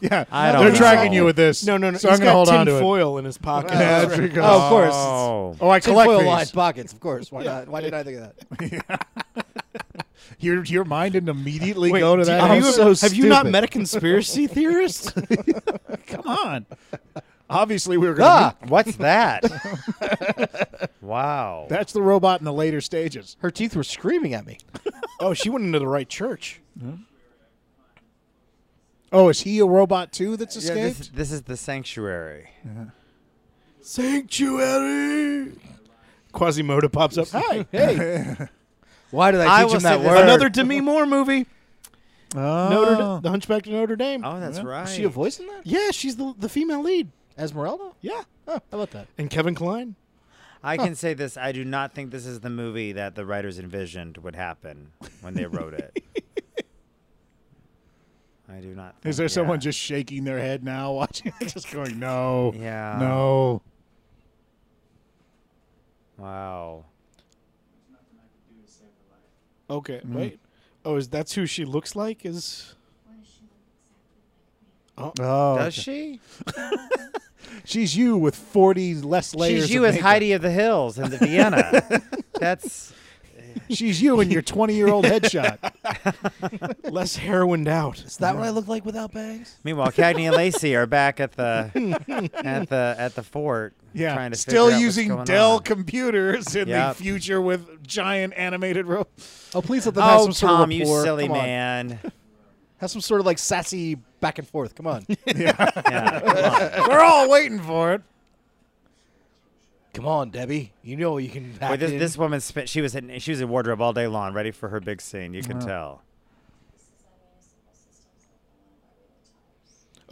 Speaker 1: Yeah,
Speaker 6: I don't
Speaker 1: they're
Speaker 6: know.
Speaker 1: tracking you with this.
Speaker 4: No, no, no.
Speaker 1: So
Speaker 4: he's
Speaker 1: I'm gonna
Speaker 4: got
Speaker 1: hold
Speaker 4: tin
Speaker 1: on to it.
Speaker 4: foil in his pocket.
Speaker 1: Yeah, that's because-
Speaker 3: Oh, of course. It's
Speaker 6: Oh.
Speaker 1: Oh, I collect
Speaker 3: Tinfoil
Speaker 1: these.
Speaker 3: lined pockets, of course. Why not? Why did I think of that?
Speaker 1: Your your mind didn't immediately
Speaker 4: Wait,
Speaker 1: go to
Speaker 4: do-
Speaker 1: that.
Speaker 4: have you,
Speaker 1: house?
Speaker 4: have you not met a conspiracy theorist?
Speaker 1: Come on. Obviously, we were going.
Speaker 3: Ah,
Speaker 6: What's that? wow.
Speaker 1: That's the robot in the later stages.
Speaker 3: her teeth were screaming at me.
Speaker 4: oh, she went into the right church.
Speaker 1: Oh, is he a robot too? That's
Speaker 6: Yeah,
Speaker 1: escaped.
Speaker 6: this, this is the sanctuary.
Speaker 4: Sanctuary. Quasimodo pops up. Hi.
Speaker 3: Why did I
Speaker 6: I
Speaker 3: teach him
Speaker 6: will say
Speaker 3: that
Speaker 6: this-
Speaker 3: word?
Speaker 4: Another Demi Moore movie. Notre
Speaker 1: Oh.
Speaker 4: the Hunchback of Notre Dame.
Speaker 1: Ah.
Speaker 6: Oh, that's right.
Speaker 3: Is she a voice in that?
Speaker 4: Yeah, she's the, the female lead.
Speaker 3: Esmeralda?
Speaker 4: Yeah.
Speaker 3: How about that?
Speaker 4: And Kevin Klein.
Speaker 6: I can say this. I do not think this is the movie that the writers envisioned would happen when they wrote it. I do not.
Speaker 1: Is
Speaker 6: think-
Speaker 1: there
Speaker 6: yeah.
Speaker 1: someone just shaking their head now, watching, just going, "No,
Speaker 6: Yeah.
Speaker 1: no"?
Speaker 6: Wow.
Speaker 4: Okay,
Speaker 3: Mm-hmm.
Speaker 4: wait. Oh, is that's who she looks like? Is
Speaker 1: Oh,
Speaker 6: Does she?
Speaker 1: she's you with forty less layers.
Speaker 6: She's you
Speaker 1: of
Speaker 6: as
Speaker 1: makeup.
Speaker 6: Heidi of the Hills in the Vienna. that's
Speaker 1: She's you in your twenty-year-old headshot.
Speaker 4: less heroined out?
Speaker 3: Is that what I look like without bangs?
Speaker 6: Meanwhile, Cagney and Lacey are back at the at the at the fort.
Speaker 1: Yeah,
Speaker 6: trying to figure out
Speaker 1: still
Speaker 6: what's
Speaker 1: using
Speaker 6: going
Speaker 1: Dell
Speaker 6: on.
Speaker 1: computers in
Speaker 6: Yep.
Speaker 1: the future with giant animated robots.
Speaker 3: Oh, please let them have
Speaker 6: Oh,
Speaker 3: some sort of
Speaker 6: Tom, you
Speaker 3: rapport.
Speaker 6: silly
Speaker 3: Come on.
Speaker 6: man!
Speaker 3: Have some sort of like sassy back and forth. Come on.
Speaker 6: Yeah, come on.
Speaker 1: We're all waiting for it.
Speaker 3: Come on, Debbie. You know you can
Speaker 6: Boy,
Speaker 3: act
Speaker 6: this,
Speaker 3: in.
Speaker 6: this woman spent. She was in, she was in wardrobe all day long, ready for her big scene. You can tell.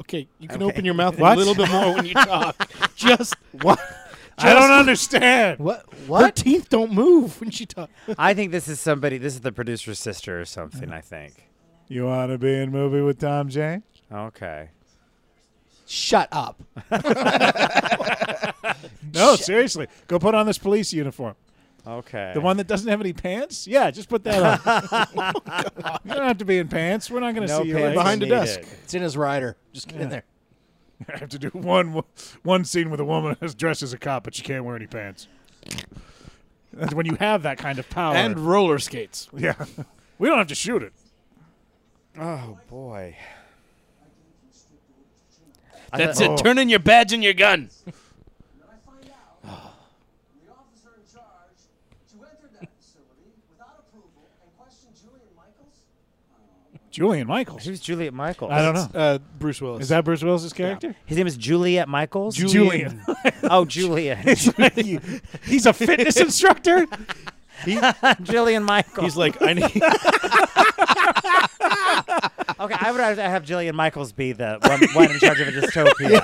Speaker 4: Okay, you can
Speaker 6: Okay.
Speaker 4: open your mouth
Speaker 1: What?
Speaker 4: a little bit more when you talk. Just
Speaker 1: What? I don't understand.
Speaker 3: What?
Speaker 4: her
Speaker 3: What?
Speaker 4: teeth don't move when she talks.
Speaker 6: I think this is somebody. This is the producer's sister or something. I think.
Speaker 1: You want to be in movie with Tom Jane?
Speaker 6: Okay.
Speaker 3: Shut up.
Speaker 1: No, seriously. Go put on this police uniform.
Speaker 6: Okay.
Speaker 1: The one that doesn't have any pants? Yeah, just put that on. you don't have to be in pants. We're not going to
Speaker 6: no
Speaker 1: see
Speaker 6: pants
Speaker 1: you
Speaker 4: behind a
Speaker 6: needed.
Speaker 4: desk.
Speaker 3: It's in his rider. Just get in there.
Speaker 1: I have to do one wo- one scene with a woman who's dressed as a cop, but she can't wear any pants. That's when you have that kind of power.
Speaker 4: And roller skates.
Speaker 1: yeah, we don't have to shoot it.
Speaker 6: Oh boy. I
Speaker 8: That's
Speaker 6: thought-
Speaker 8: it. Turn in your badge and your gun.
Speaker 9: Then I find out the officer in charge that you entered that facility without approval and questioned Julian Michaels.
Speaker 1: Julian Michaels.
Speaker 6: Who's Juliet Michaels?
Speaker 1: I don't know.
Speaker 4: Uh, Bruce Willis.
Speaker 1: Is that Bruce Willis's character?
Speaker 6: His name is Juliet Michaels.
Speaker 1: Julian.
Speaker 6: oh, Julian.
Speaker 1: It's like he- he's a fitness instructor.
Speaker 6: Julian Michaels.
Speaker 4: He's like, I need.
Speaker 6: Okay, I would rather have Jillian Michaels be the one, one in charge of a dystopia.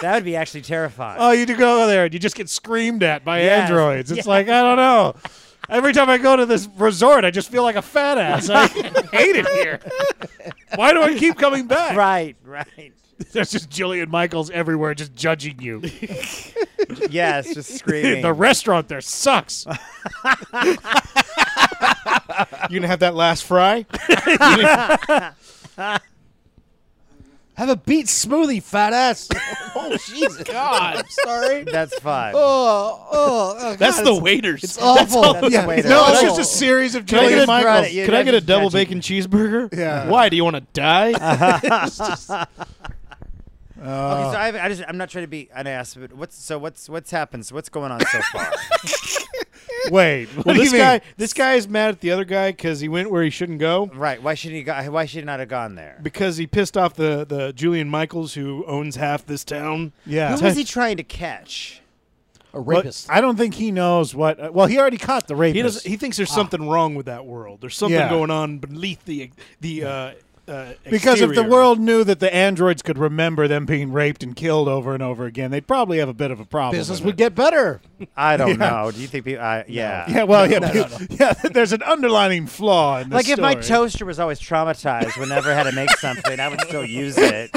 Speaker 6: that would be actually terrifying.
Speaker 1: Oh, you do go there and you just get screamed at by
Speaker 6: Yes.
Speaker 1: androids. It's
Speaker 6: Yes.
Speaker 1: like I don't know. Every time I go to this resort, I just feel like a fat ass. I hate it here. Why do I keep coming back?
Speaker 6: Right, right.
Speaker 1: There's just Jillian Michaels everywhere, just judging you.
Speaker 6: Yes, just screaming.
Speaker 1: the restaurant there sucks.
Speaker 4: You gonna have that last fry?
Speaker 3: Have a beet smoothie, fat ass. oh Jesus!
Speaker 10: God.
Speaker 3: I'm sorry.
Speaker 6: That's five.
Speaker 3: Oh, oh, oh,
Speaker 10: That's
Speaker 3: God,
Speaker 10: the
Speaker 3: it's-
Speaker 10: waiters.
Speaker 3: It's awful.
Speaker 6: That's the
Speaker 3: yeah,
Speaker 6: way to-
Speaker 1: No,
Speaker 6: Oh.
Speaker 1: it's just a series of
Speaker 4: Can I
Speaker 1: Julian
Speaker 4: get a-
Speaker 1: Michaels.
Speaker 6: Yeah,
Speaker 4: Can I
Speaker 6: that's
Speaker 4: get a
Speaker 6: just
Speaker 4: double
Speaker 6: catchy.
Speaker 4: bacon cheeseburger?
Speaker 1: Yeah.
Speaker 4: Why do you want to die?
Speaker 6: Okay, so I, I just I'm not trying to be an ass, but what's so what's what's happened? So what's going on so far?
Speaker 1: Wait, what
Speaker 4: well,
Speaker 1: do you
Speaker 4: this
Speaker 1: mean?
Speaker 4: guy, this guy is mad at the other guy because he went where he shouldn't go
Speaker 6: right? Why should he? Go, why should he not have gone there?
Speaker 4: because he pissed off the the Julian Michaels who owns half this town.
Speaker 1: Yeah.
Speaker 6: Who was he trying to catch?
Speaker 3: a
Speaker 1: Well,
Speaker 3: rapist.
Speaker 1: I don't think he knows what. uh, well, he already caught the
Speaker 4: He
Speaker 1: rapist.
Speaker 4: does. He thinks there's something wrong with that world. There's something
Speaker 1: Ah. Yeah.
Speaker 4: going on beneath the the. Uh, uh,
Speaker 1: because if the
Speaker 4: exterior.
Speaker 1: world knew that the androids could remember them being raped and killed over and over again, they'd probably have a bit of a problem.
Speaker 3: Business
Speaker 1: with
Speaker 3: would get better.
Speaker 6: I don't know. Do you think people? I, yeah.
Speaker 1: it. Yeah, well, yeah, yeah. There's an underlining flaw in the
Speaker 6: Like if my
Speaker 1: story.
Speaker 6: toaster was always traumatized whenever I had to make something, I would still use it.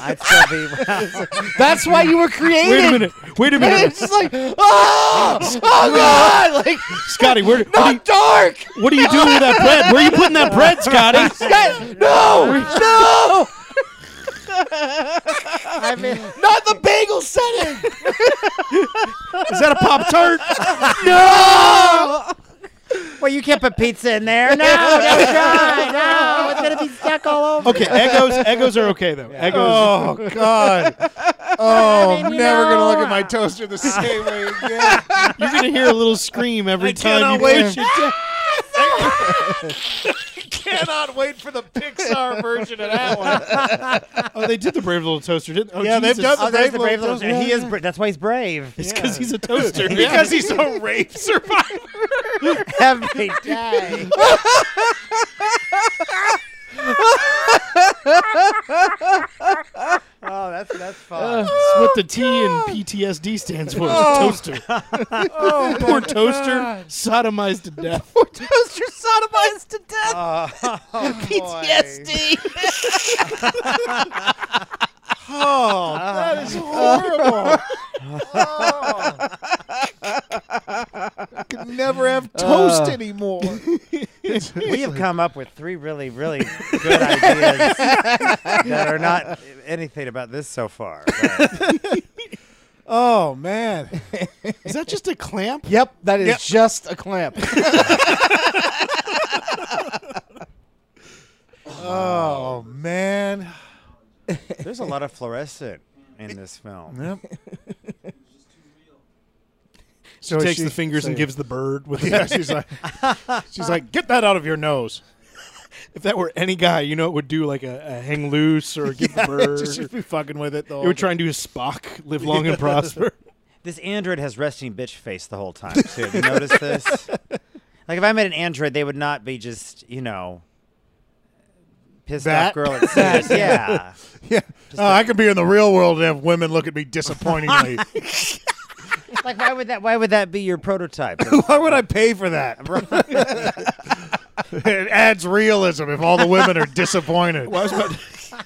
Speaker 6: I'd still be.
Speaker 3: That's why you were created.
Speaker 4: Wait a minute. Wait a minute,
Speaker 3: It's just like, oh, oh God, like
Speaker 4: Scotty. Where, what, are you,
Speaker 3: not dark.
Speaker 4: what are you doing with that bread? Where are you putting that bread, Scotty?
Speaker 3: God, no, no,
Speaker 6: I mean,
Speaker 3: not the bagel setting.
Speaker 4: Is that a pop tart?
Speaker 6: well, you can't put pizza in there. No, don't try. No, it's gonna be stuck all over.
Speaker 4: Okay, egos. Egos are okay though. Egos.
Speaker 1: Oh God! Oh, I'm
Speaker 6: you
Speaker 1: never gonna
Speaker 6: know,
Speaker 1: look at my toaster the same way again.
Speaker 4: You're gonna hear a little scream every time
Speaker 1: cannot
Speaker 4: you
Speaker 1: wait.
Speaker 4: push it.
Speaker 1: Cannot wait for the Pixar version of that one.
Speaker 4: Oh, they did the brave little toaster, didn't? Oh,
Speaker 1: Yeah, they've
Speaker 4: Jesus.
Speaker 1: done
Speaker 6: Oh, there's the brave little.
Speaker 1: Little Toaster.
Speaker 6: He is. Bra- that's why he's brave.
Speaker 4: It's because he's a toaster.
Speaker 1: because he's a rape survivor.
Speaker 6: Every day. oh, that's that's fun.
Speaker 4: That's what the T in PTSD stands for. is Toaster. Poor toaster sodomized to death.
Speaker 3: Toaster sodomized to death.
Speaker 6: Oh, boy.
Speaker 3: PTSD.
Speaker 1: Oh, that is horrible. I could never have toast anymore.
Speaker 6: We have come up with three really, really good ideas that are not anything about this so far. but-
Speaker 1: Oh man.
Speaker 4: Is that just a clamp?
Speaker 3: Yep, that is just a clamp.
Speaker 1: Oh man.
Speaker 6: There's a lot of fluorescent in this film.
Speaker 1: Yep. So
Speaker 4: Takes
Speaker 1: she-
Speaker 4: the fingers and
Speaker 1: so-
Speaker 4: gives the bird. With
Speaker 1: Yeah, she's like, she's like, get that out of your nose.
Speaker 4: If that were any guy, you know, it would do like a, a hang loose or give the bird.
Speaker 1: She'd be fucking with it though.
Speaker 4: it would try and do a Spock, live long and prosper.
Speaker 6: This android has resting bitch face the whole time too. Have you noticed this? Like if I met an android, they would not be just you know pissed
Speaker 1: That?
Speaker 6: off girl at Sears. yeah.
Speaker 1: yeah. Oh, I could be in the real world and have women look at me disappointingly.
Speaker 6: Like why would that? Why would that be your prototype?
Speaker 1: Why would I pay for that? it adds realism if all the women are disappointed.
Speaker 4: I was about to,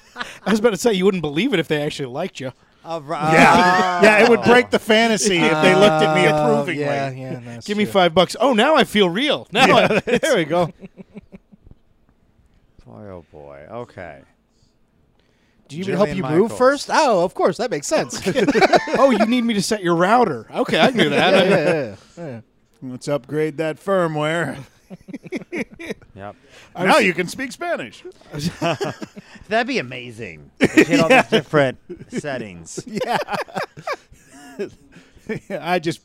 Speaker 4: I was about to say you wouldn't believe it if they actually liked you.
Speaker 6: All right. Oh.
Speaker 1: Yeah, yeah, it would break the fantasy if they looked at me approvingly.
Speaker 3: Uh, yeah, yeah. That's
Speaker 4: Give me five bucks. Oh, now I feel real. Now I, there we go.
Speaker 6: Boy, oh boy. Okay.
Speaker 3: Do you help
Speaker 6: Jillian
Speaker 3: you
Speaker 6: Michaels.
Speaker 3: move first? Oh, of course, that makes sense. yeah,
Speaker 4: Oh, you need me to set your router. Okay, I knew that.
Speaker 3: yeah, yeah.
Speaker 1: Let's upgrade that firmware.
Speaker 6: Yep.
Speaker 1: now you can speak Spanish.
Speaker 6: That'd be amazing. If you had all these different settings.
Speaker 1: I just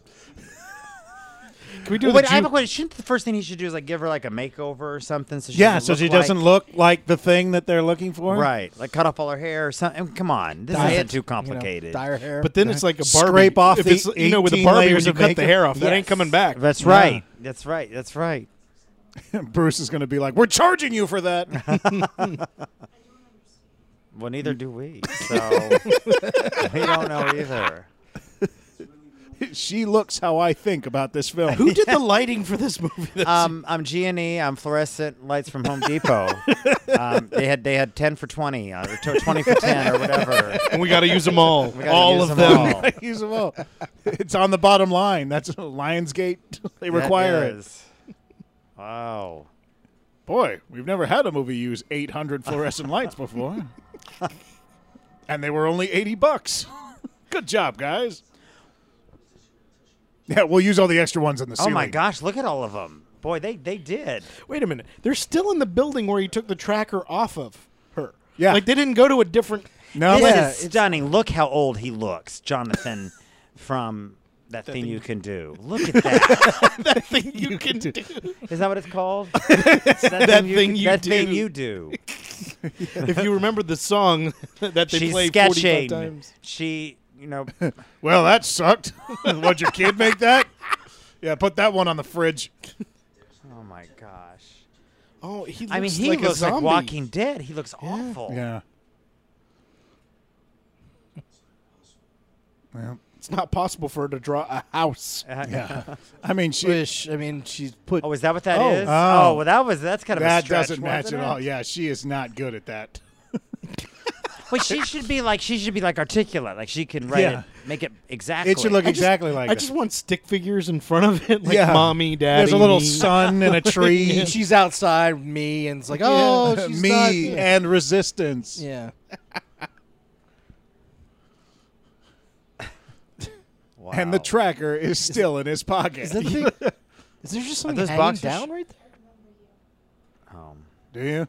Speaker 4: Can we do
Speaker 6: Wait,
Speaker 4: the
Speaker 6: I have
Speaker 4: Ju-
Speaker 6: a question. Shouldn't the first thing he should do is like give her like a makeover or something? So she
Speaker 1: yeah,
Speaker 6: doesn't
Speaker 1: so
Speaker 6: look
Speaker 1: she
Speaker 6: like-
Speaker 1: doesn't look like the thing that they're looking for.
Speaker 6: Right, like cut off all her hair or something. Come on, this
Speaker 3: Diet,
Speaker 6: isn't too
Speaker 3: You know,
Speaker 6: complicated.
Speaker 3: dye hair.
Speaker 4: But then it's like a Barbie.
Speaker 1: Scrape off
Speaker 4: if
Speaker 1: the
Speaker 4: it's, you know, with a
Speaker 1: 18
Speaker 4: Barbie,
Speaker 1: layers of
Speaker 4: when you cut the
Speaker 1: makeup.
Speaker 4: hair off, that ain't coming back.
Speaker 6: That's right. That's right. That's right.
Speaker 1: Bruce is going to be like, "We're charging you for that."
Speaker 6: Well, neither do we. So we don't know either.
Speaker 1: she looks how I think about this film.
Speaker 4: Who did the lighting for this movie? That's
Speaker 6: Um, I'm G&E. I'm fluorescent lights from Home Depot. um, they had they had ten for twenty uh, or tw- twenty for ten or whatever.
Speaker 4: and we got to use them all.
Speaker 6: We gotta
Speaker 4: All
Speaker 6: use
Speaker 4: of them.
Speaker 6: all.
Speaker 1: Use them all. It's on the bottom line. That's Lionsgate. They
Speaker 6: That
Speaker 1: require it.
Speaker 6: is- Oh Wow.
Speaker 1: Boy, we've never had a movie use 800 fluorescent lights before. and they were only 80 bucks. Good job, guys. Yeah, we'll use all the extra ones on the
Speaker 6: Oh
Speaker 1: ceiling.
Speaker 6: my gosh, look at all of them. Boy, they they did.
Speaker 4: Wait a minute. They're still in the building where you took the tracker off of her.
Speaker 1: Yeah.
Speaker 4: Like they didn't go to a different.
Speaker 1: No,
Speaker 6: this
Speaker 1: wait.
Speaker 6: is stunning. Look how old he looks, Jonathan, from that, thing, you can do. Look at that.
Speaker 4: that thing you can do.
Speaker 6: is that what it's called? It's that thing you,
Speaker 4: thing
Speaker 6: can-
Speaker 4: you
Speaker 6: that
Speaker 4: do.
Speaker 6: thing you do.
Speaker 4: if you remember the song that they
Speaker 6: She's
Speaker 4: played 45
Speaker 6: sketching.
Speaker 4: times.
Speaker 6: She, you know,
Speaker 1: Well, that sucked. Would your kid make that? Yeah, put that one on the fridge.
Speaker 6: oh my gosh.
Speaker 4: Oh, he looks
Speaker 6: I mean, he
Speaker 4: like a
Speaker 6: looks like
Speaker 4: zombie.
Speaker 6: Walking Dead. He looks awful.
Speaker 1: Yeah.
Speaker 4: It's not possible for her to draw a house.
Speaker 6: Uh,
Speaker 1: Yeah. I mean, she
Speaker 3: Wish. I mean, she's put.
Speaker 6: Oh, is that what that is?
Speaker 1: Oh.
Speaker 6: oh.
Speaker 1: Oh.
Speaker 6: well, that was that's kind of
Speaker 1: that
Speaker 6: a stretch,
Speaker 1: doesn't match
Speaker 6: wasn't
Speaker 1: at
Speaker 6: it?
Speaker 1: all. Yeah, she is not good at that.
Speaker 6: Well, she should be like she should be like articulate, like she can write
Speaker 1: Yeah.
Speaker 6: it, make it exactly.
Speaker 1: It should look
Speaker 4: I just-
Speaker 1: exactly like
Speaker 4: I
Speaker 1: that.
Speaker 4: just want stick figures in front of it, like
Speaker 1: Yeah.
Speaker 4: mommy, daddy.
Speaker 1: There's a little
Speaker 4: me.
Speaker 1: sun and a tree.
Speaker 3: She's outside me, and it's like, oh, she's
Speaker 1: me
Speaker 3: not-
Speaker 1: and resistance.
Speaker 3: Yeah.
Speaker 6: Wow.
Speaker 1: And the tracker is still in his pocket.
Speaker 3: Is that thing? Is there just something
Speaker 6: those
Speaker 3: hanging
Speaker 6: boxers?
Speaker 3: down right there?
Speaker 6: Um,
Speaker 1: Do you?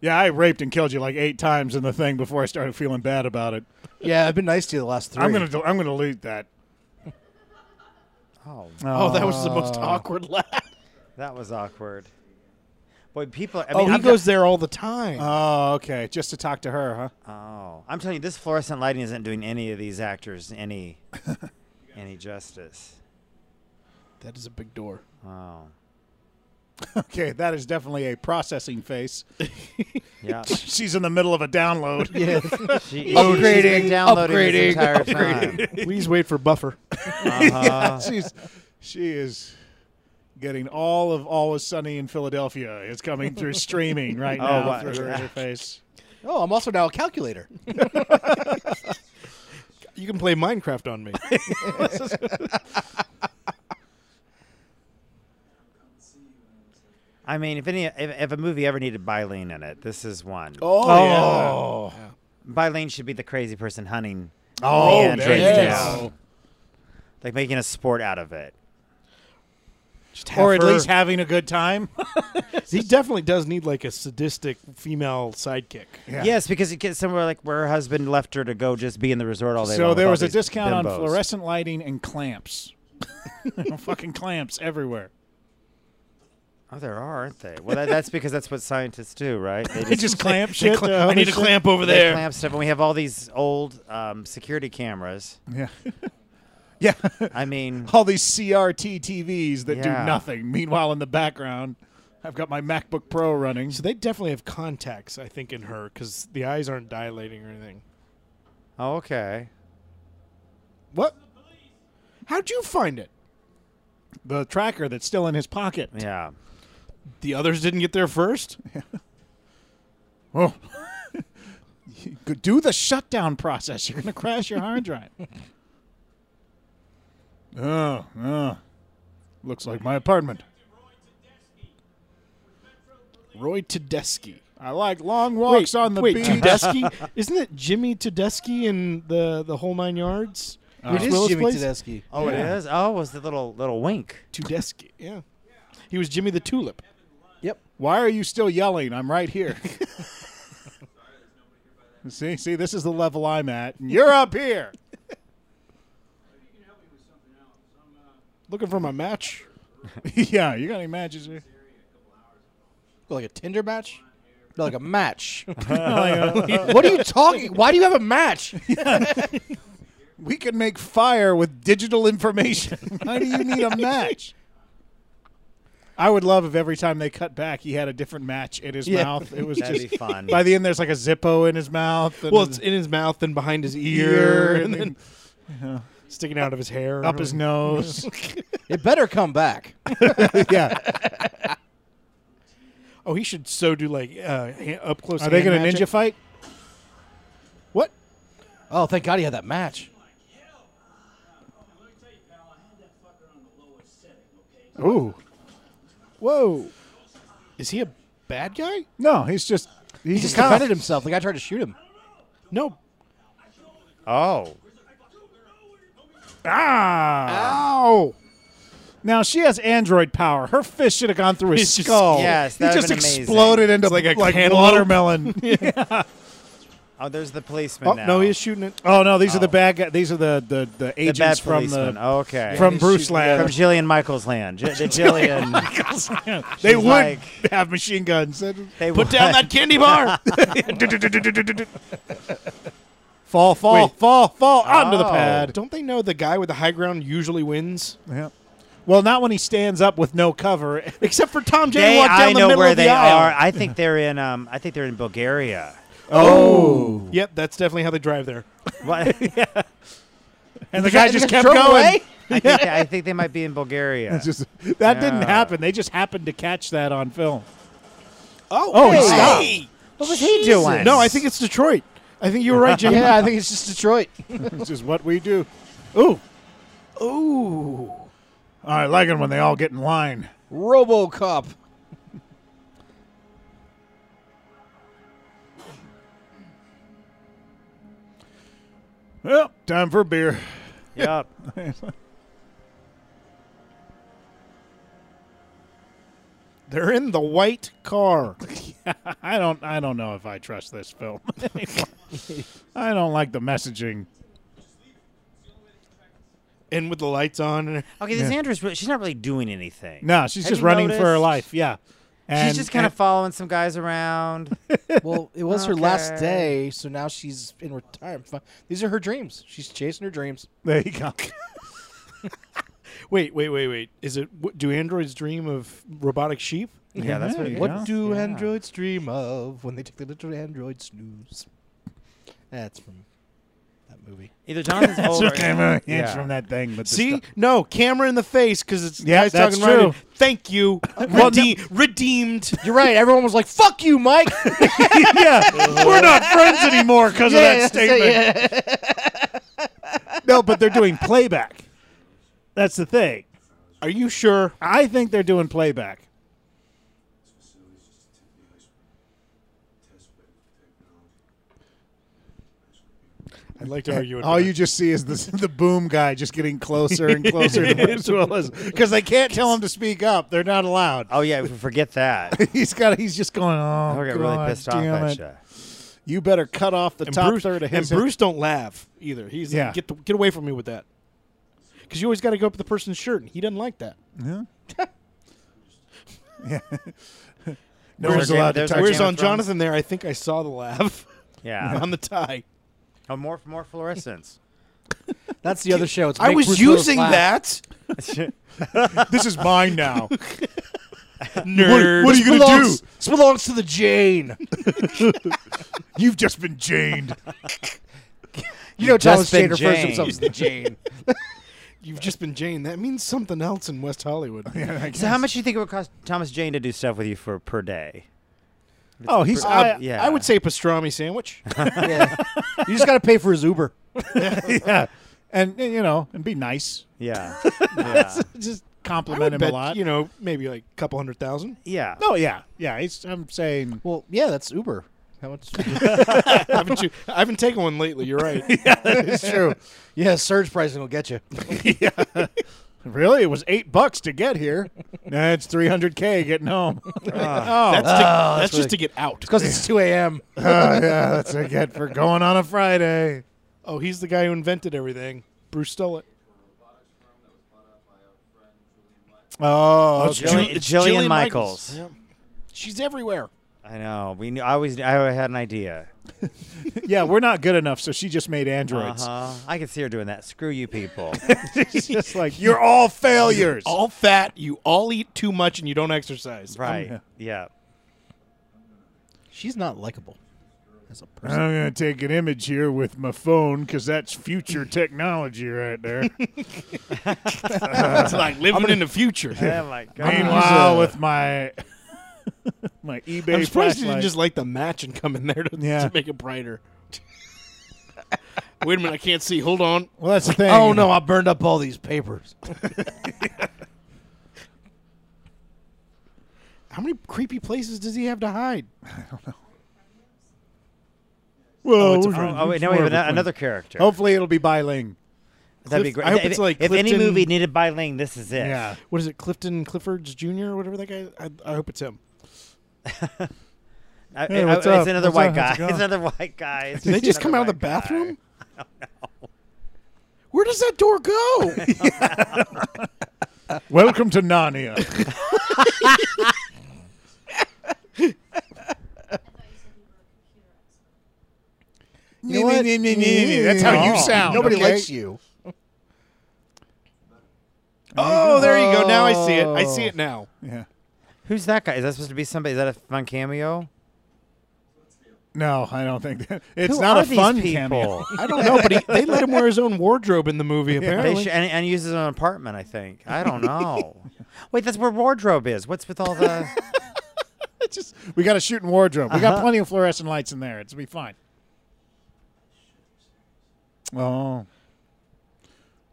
Speaker 1: Yeah, I raped and killed you like eight times in the thing before I started feeling bad about it.
Speaker 3: Yeah, I've been nice to you the last 3
Speaker 1: I'm gonna, del- I'm gonna delete that.
Speaker 6: oh,
Speaker 4: Oh, that was the
Speaker 1: Uh,
Speaker 4: most awkward laugh.
Speaker 6: that was awkward. Boy, people. I mean,
Speaker 4: Oh, he
Speaker 6: I'm
Speaker 4: goes there all the time.
Speaker 1: Oh, okay. Just to talk to her, huh?
Speaker 6: oh, I'm telling you, this fluorescent lighting isn't doing any of these actors any any justice.
Speaker 4: that is a big door.
Speaker 6: Wow.
Speaker 1: Okay, that is definitely a processing face.
Speaker 6: Yeah,
Speaker 1: She's in the middle of a download. Yeah.
Speaker 6: she, upgrading, downloading this entire time. Uh-huh.
Speaker 4: Please wait for buffer.
Speaker 1: She's she is getting all of Always Sunny in Philadelphia is coming through streaming right
Speaker 6: Oh,
Speaker 1: now
Speaker 6: wow.
Speaker 1: through her interface.
Speaker 3: Oh, I'm also now a calculator.
Speaker 4: You can play Minecraft on me.
Speaker 6: I mean, if any, if, if a movie ever needed Bylene in it, this is one.
Speaker 1: Oh,
Speaker 6: Bylene should be the crazy person hunting,
Speaker 1: oh,
Speaker 6: Yeah,
Speaker 1: there
Speaker 6: yes.
Speaker 1: it is.
Speaker 6: like making a sport out of it.
Speaker 1: or at least having a good time.
Speaker 4: he definitely does need like a sadistic female sidekick.
Speaker 1: Yeah.
Speaker 6: Yes, because it gets somewhere like where her husband left her to go just be in the resort all day. long
Speaker 1: so
Speaker 6: with
Speaker 1: there
Speaker 6: all
Speaker 1: was a
Speaker 6: these
Speaker 1: discount on
Speaker 6: bimbos.
Speaker 1: fluorescent lighting and clamps. fucking clamps everywhere.
Speaker 6: Oh, there are, aren't they? Well, that, that's because that's what scientists do, right? They
Speaker 1: They just clamp shit.
Speaker 8: cla-
Speaker 1: to
Speaker 8: I need
Speaker 1: other
Speaker 8: a
Speaker 1: shit.
Speaker 8: clamp over
Speaker 6: they
Speaker 8: there.
Speaker 6: clamp stuff, and we have all these old um, security cameras.
Speaker 1: Yeah. yeah.
Speaker 6: I mean,
Speaker 1: all these CRT TVs that
Speaker 6: Yeah.
Speaker 1: do nothing. Meanwhile, in the background, I've got my MacBook Pro running.
Speaker 4: So they definitely have contacts, I think, in her because the eyes aren't dilating or anything.
Speaker 6: oh, okay.
Speaker 4: What? How'd you find it?
Speaker 1: The tracker that's still in his pocket.
Speaker 6: Yeah.
Speaker 4: The others didn't get there first.
Speaker 1: Oh. Do the shutdown process. You're going to crash your hard drive. oh, oh. Looks like my apartment.
Speaker 4: Roy Tedeschi.
Speaker 1: I like long walks on the
Speaker 4: wait,
Speaker 1: beach.
Speaker 4: Tedeschi? Isn't it Jimmy Tedeschi in the the whole nine yards?
Speaker 3: Uh, it is
Speaker 4: Willis
Speaker 3: Jimmy
Speaker 4: place?
Speaker 3: Tedeschi.
Speaker 6: Oh, it is. Oh, it was the little little wink?
Speaker 4: Tedeschi. Yeah, he was Jimmy the Tulip.
Speaker 1: Why are you still yelling? I'm right here. see, see, this is the level I'm at. and You're up here.
Speaker 4: Looking for my match.
Speaker 1: yeah, you got any matches here?
Speaker 3: Like a Tinder match? No, like a match. what are you talking? Why do you have a match?
Speaker 1: We can make fire with digital information. Why do you need a match? I would love if every time they cut back, he had a different match in his mouth. It was
Speaker 6: That'd
Speaker 1: just
Speaker 6: be fun.
Speaker 1: by the end. There's like a Zippo in his mouth. And
Speaker 4: Well, it's in his mouth and behind his ear, and then sticking out of his hair,
Speaker 1: up his nose.
Speaker 3: It better come back.
Speaker 1: yeah.
Speaker 4: Oh, he should so do like uh, ha- up close.
Speaker 1: Are they
Speaker 4: hand
Speaker 1: going to
Speaker 4: matching.
Speaker 1: ninja fight?
Speaker 4: What?
Speaker 3: Oh, thank God he had that match.
Speaker 1: Ooh.
Speaker 4: Whoa! Is he a bad guy?
Speaker 1: No, he's just
Speaker 3: He just defended himself. The guy tried to shoot him.
Speaker 4: No.
Speaker 6: Oh.
Speaker 4: Ow.
Speaker 1: Ah. Now she has android power. Her fist should have gone through his
Speaker 4: It's just-
Speaker 1: skull.
Speaker 6: Yes,
Speaker 1: he
Speaker 6: that
Speaker 1: just
Speaker 6: would've been amazing.
Speaker 1: exploded into
Speaker 4: like a
Speaker 1: like
Speaker 4: cantaloupe.
Speaker 1: watermelon.
Speaker 6: Oh, there's the policeman
Speaker 4: Oh,
Speaker 6: now.
Speaker 4: no, he's shooting it.
Speaker 1: oh no, these are the bad. Guy, these are the the, the
Speaker 6: the bad Oh.
Speaker 1: agents from
Speaker 6: policeman.
Speaker 1: the
Speaker 6: okay.
Speaker 1: from Bruce Land.
Speaker 6: from Jillian Michaels' land. J- the Jillian.
Speaker 1: they
Speaker 6: She's
Speaker 1: would
Speaker 6: like-
Speaker 1: have machine guns.
Speaker 6: They
Speaker 11: Put down that candy bar.
Speaker 1: Fall, fall, fall, fall onto the
Speaker 6: Oh.
Speaker 1: pad.
Speaker 4: Don't they know the guy with the high ground usually wins?
Speaker 1: Yeah. Well, not when he stands up with no cover.
Speaker 4: Except for Tom Jane
Speaker 6: They,
Speaker 4: walked
Speaker 6: I
Speaker 4: down the
Speaker 6: know
Speaker 4: middle
Speaker 6: where
Speaker 4: of the
Speaker 6: they
Speaker 4: aisle.
Speaker 6: are. I think they're in. Um, I think they're in Bulgaria.
Speaker 4: Yep, that's definitely how they drive there.
Speaker 6: What?
Speaker 1: And the guy just kept going.
Speaker 6: I, think they, I think they might be in Bulgaria.
Speaker 1: It's just- that didn't
Speaker 6: Yeah.
Speaker 1: happen. They just happened to catch that on film.
Speaker 4: Oh,
Speaker 1: Oh, he stopped.
Speaker 6: what was he doing?
Speaker 4: No, I think it's Detroit. I think you were right, Jimmy.
Speaker 3: Yeah, I think it's just Detroit.
Speaker 1: This is what we do. Ooh. Ooh. I like it when they all get in line.
Speaker 3: RoboCop.
Speaker 1: Well, time for a beer.
Speaker 6: Yep.
Speaker 4: They're in the white car.
Speaker 1: I don't I don't know if I trust this film. anymore. I don't like the messaging.
Speaker 4: in with the lights on. and-
Speaker 6: Okay, this Andrew's. Really, she's not really doing anything.
Speaker 1: No, she's
Speaker 6: Have
Speaker 1: just
Speaker 6: you
Speaker 1: running for her
Speaker 6: noticed?
Speaker 1: life. Yeah. And,
Speaker 6: she's just kind of
Speaker 1: and-
Speaker 6: following some guys around.
Speaker 3: Well, it was her last
Speaker 6: Okay.
Speaker 3: day, so now she's in retirement. Fu- These are her dreams. She's chasing her dreams.
Speaker 1: There you go.
Speaker 4: Wait, wait, wait, wait. Is it wh- do androids dream of robotic sheep?
Speaker 6: yeah, that's what. it
Speaker 3: What
Speaker 6: is.
Speaker 3: do
Speaker 6: Yeah.
Speaker 3: androids dream of when they take their little android snooze? That's from that movie.
Speaker 6: Either Jonathan's older.
Speaker 1: It's
Speaker 6: Yeah.
Speaker 1: from that thing, but the
Speaker 4: See,
Speaker 1: stuff-
Speaker 4: no camera in the face because it's the
Speaker 1: Yeah,
Speaker 4: guys
Speaker 1: that's
Speaker 4: talking right.
Speaker 1: true.
Speaker 4: in. Thank you. Rede- Redeemed.
Speaker 3: You're right. Everyone was like, "Fuck you, Mike."
Speaker 1: yeah, we're not friends anymore because of that statement. no, but they're doing playback. That's the thing.
Speaker 4: Are you sure?
Speaker 1: I think they're doing playback.
Speaker 4: I'd like to argue. It
Speaker 1: All you just see is the the boom guy just getting closer and closer to Bruce Willis because they can't tell him to speak up. They're not allowed.
Speaker 6: Oh yeah, we forget that.
Speaker 1: He's got. He's just going. Oh,
Speaker 6: I'll get
Speaker 1: God
Speaker 6: really pissed off
Speaker 1: damn it.
Speaker 6: at you.
Speaker 1: You better cut off the
Speaker 4: and
Speaker 1: top
Speaker 4: Bruce,
Speaker 1: third of
Speaker 4: and
Speaker 1: his.
Speaker 4: Bruce don't laugh either. He's
Speaker 1: Yeah.
Speaker 4: like, get the, get away from me with that. Because you always got to go up to the person's shirt, and he doesn't like that.
Speaker 1: no
Speaker 6: Whereas
Speaker 1: one's allowed to
Speaker 6: there's
Speaker 1: touch.
Speaker 4: Whereas
Speaker 6: our Game of
Speaker 4: on
Speaker 6: Thrones?
Speaker 4: Jonathan there, I think I saw the laugh
Speaker 6: Yeah.
Speaker 4: on the tie.
Speaker 6: Oh, more more fluorescence.
Speaker 3: That's the other show. It's
Speaker 4: I
Speaker 3: Make
Speaker 4: was
Speaker 3: Bruce Willis
Speaker 4: using
Speaker 3: laugh.
Speaker 4: that.
Speaker 1: This is mine now.
Speaker 4: Nerd.
Speaker 1: what are you gonna do?
Speaker 3: Belongs- This belongs to the Jane.
Speaker 1: You've just been janed.
Speaker 3: You know, Thomas
Speaker 6: just
Speaker 3: Jane
Speaker 6: been
Speaker 3: refers to
Speaker 6: Jane.
Speaker 3: himself as the Jane.
Speaker 4: You've just been Jane. That means something else in West Hollywood.
Speaker 6: So how much do you think it would cost Thomas Jane to do stuff with you for per day?
Speaker 1: Oh, he's. I,
Speaker 6: yeah.
Speaker 4: I would say pastrami sandwich.
Speaker 3: yeah. You just got to pay for his Uber.
Speaker 1: yeah, and you know, and be nice.
Speaker 6: Yeah. yeah.
Speaker 1: Just
Speaker 4: I
Speaker 1: compliment
Speaker 4: would
Speaker 1: him
Speaker 4: bet,
Speaker 1: a lot.
Speaker 4: you know, maybe like a couple hundred thousand.
Speaker 6: Yeah.
Speaker 1: no, yeah, yeah. He's, I'm saying.
Speaker 3: Well, yeah, that's Uber. How much?
Speaker 4: haven't you? I haven't taken one lately. You're right.
Speaker 1: It's true.
Speaker 3: yeah, surge pricing will get you.
Speaker 1: Really? It was eight bucks to get here. now it's 300K getting home. Oh.
Speaker 4: That's, to, Uh, that's just
Speaker 3: Uh, really-
Speaker 4: to get out.
Speaker 3: Because it's 2 a.m.
Speaker 1: oh, yeah, that's a get for going on a Friday.
Speaker 4: Oh, he's the guy who invented everything. Bruce stole it.
Speaker 1: Oh, okay.
Speaker 6: Jillian,
Speaker 4: It's
Speaker 6: Jillian
Speaker 4: Jillian
Speaker 6: Michaels.
Speaker 4: Michaels. She's everywhere.
Speaker 6: I know. We knew. I always. I had an idea.
Speaker 1: yeah, we're not good enough, so she just made androids.
Speaker 6: Uh-huh. I could see her doing that. Screw you, people.
Speaker 1: It's just like, you're all failures.
Speaker 4: All fat. You all eat too much and you don't exercise.
Speaker 6: right. Yeah.
Speaker 3: She's not likable as a person.
Speaker 1: I'm going to take an image here with my phone because that's future technology right there.
Speaker 4: It's like living in the future.
Speaker 6: Oh my God.
Speaker 1: Meanwhile, with my my eBay
Speaker 4: I'm surprised you
Speaker 1: flashlight.
Speaker 4: didn't just light the match and come in there to,
Speaker 1: Yeah.
Speaker 4: to make it brighter. Wait a minute, I can't see. Hold on.
Speaker 1: well, that's the thing.
Speaker 3: Oh, no, I burned up all these papers.
Speaker 4: How many creepy places does he have to hide?
Speaker 6: Oh, it's a friend. Oh, wait, no, we have ano- another character.
Speaker 1: Hopefully, it'll be biling.
Speaker 6: That'd be great.
Speaker 4: I hope
Speaker 6: if,
Speaker 4: it's like
Speaker 6: if any
Speaker 4: Clifton-
Speaker 6: movie needed biling, this is it.
Speaker 1: Yeah.
Speaker 4: What is it, Clifton Clifford's Jr. or whatever that guy? I, I hope it's him.
Speaker 6: I,
Speaker 2: Hey,
Speaker 6: I-
Speaker 2: what's
Speaker 6: it's
Speaker 2: up?
Speaker 6: another
Speaker 2: What's up?
Speaker 6: white guy.
Speaker 2: How's it
Speaker 6: It's another white guy. It's
Speaker 4: Did they just
Speaker 6: another
Speaker 4: come out of the
Speaker 6: white guy.
Speaker 4: bathroom? Where does that door go?
Speaker 1: Welcome to Narnia.
Speaker 3: You know what?
Speaker 1: That's how you sound.
Speaker 3: Oh. Nobody
Speaker 1: okay?
Speaker 3: likes you.
Speaker 4: oh, there you go. Now I see it. I see it now.
Speaker 1: Yeah.
Speaker 6: Who's that guy? Is that supposed to be somebody? Is that a fun cameo?
Speaker 1: No, I don't think that. It's
Speaker 6: Who
Speaker 1: not
Speaker 6: are
Speaker 1: a
Speaker 6: these
Speaker 1: fun
Speaker 6: people?
Speaker 1: cameo.
Speaker 4: I don't know, but he, they let him wear his own wardrobe in the movie.
Speaker 6: They
Speaker 4: Apparently,
Speaker 6: should, and, and uses an apartment, I think. I don't know. Wait, that's where wardrobe is. What's with all the?
Speaker 1: It's just we got a shooting wardrobe. We got plenty of fluorescent lights in there. It's be fine. Oh.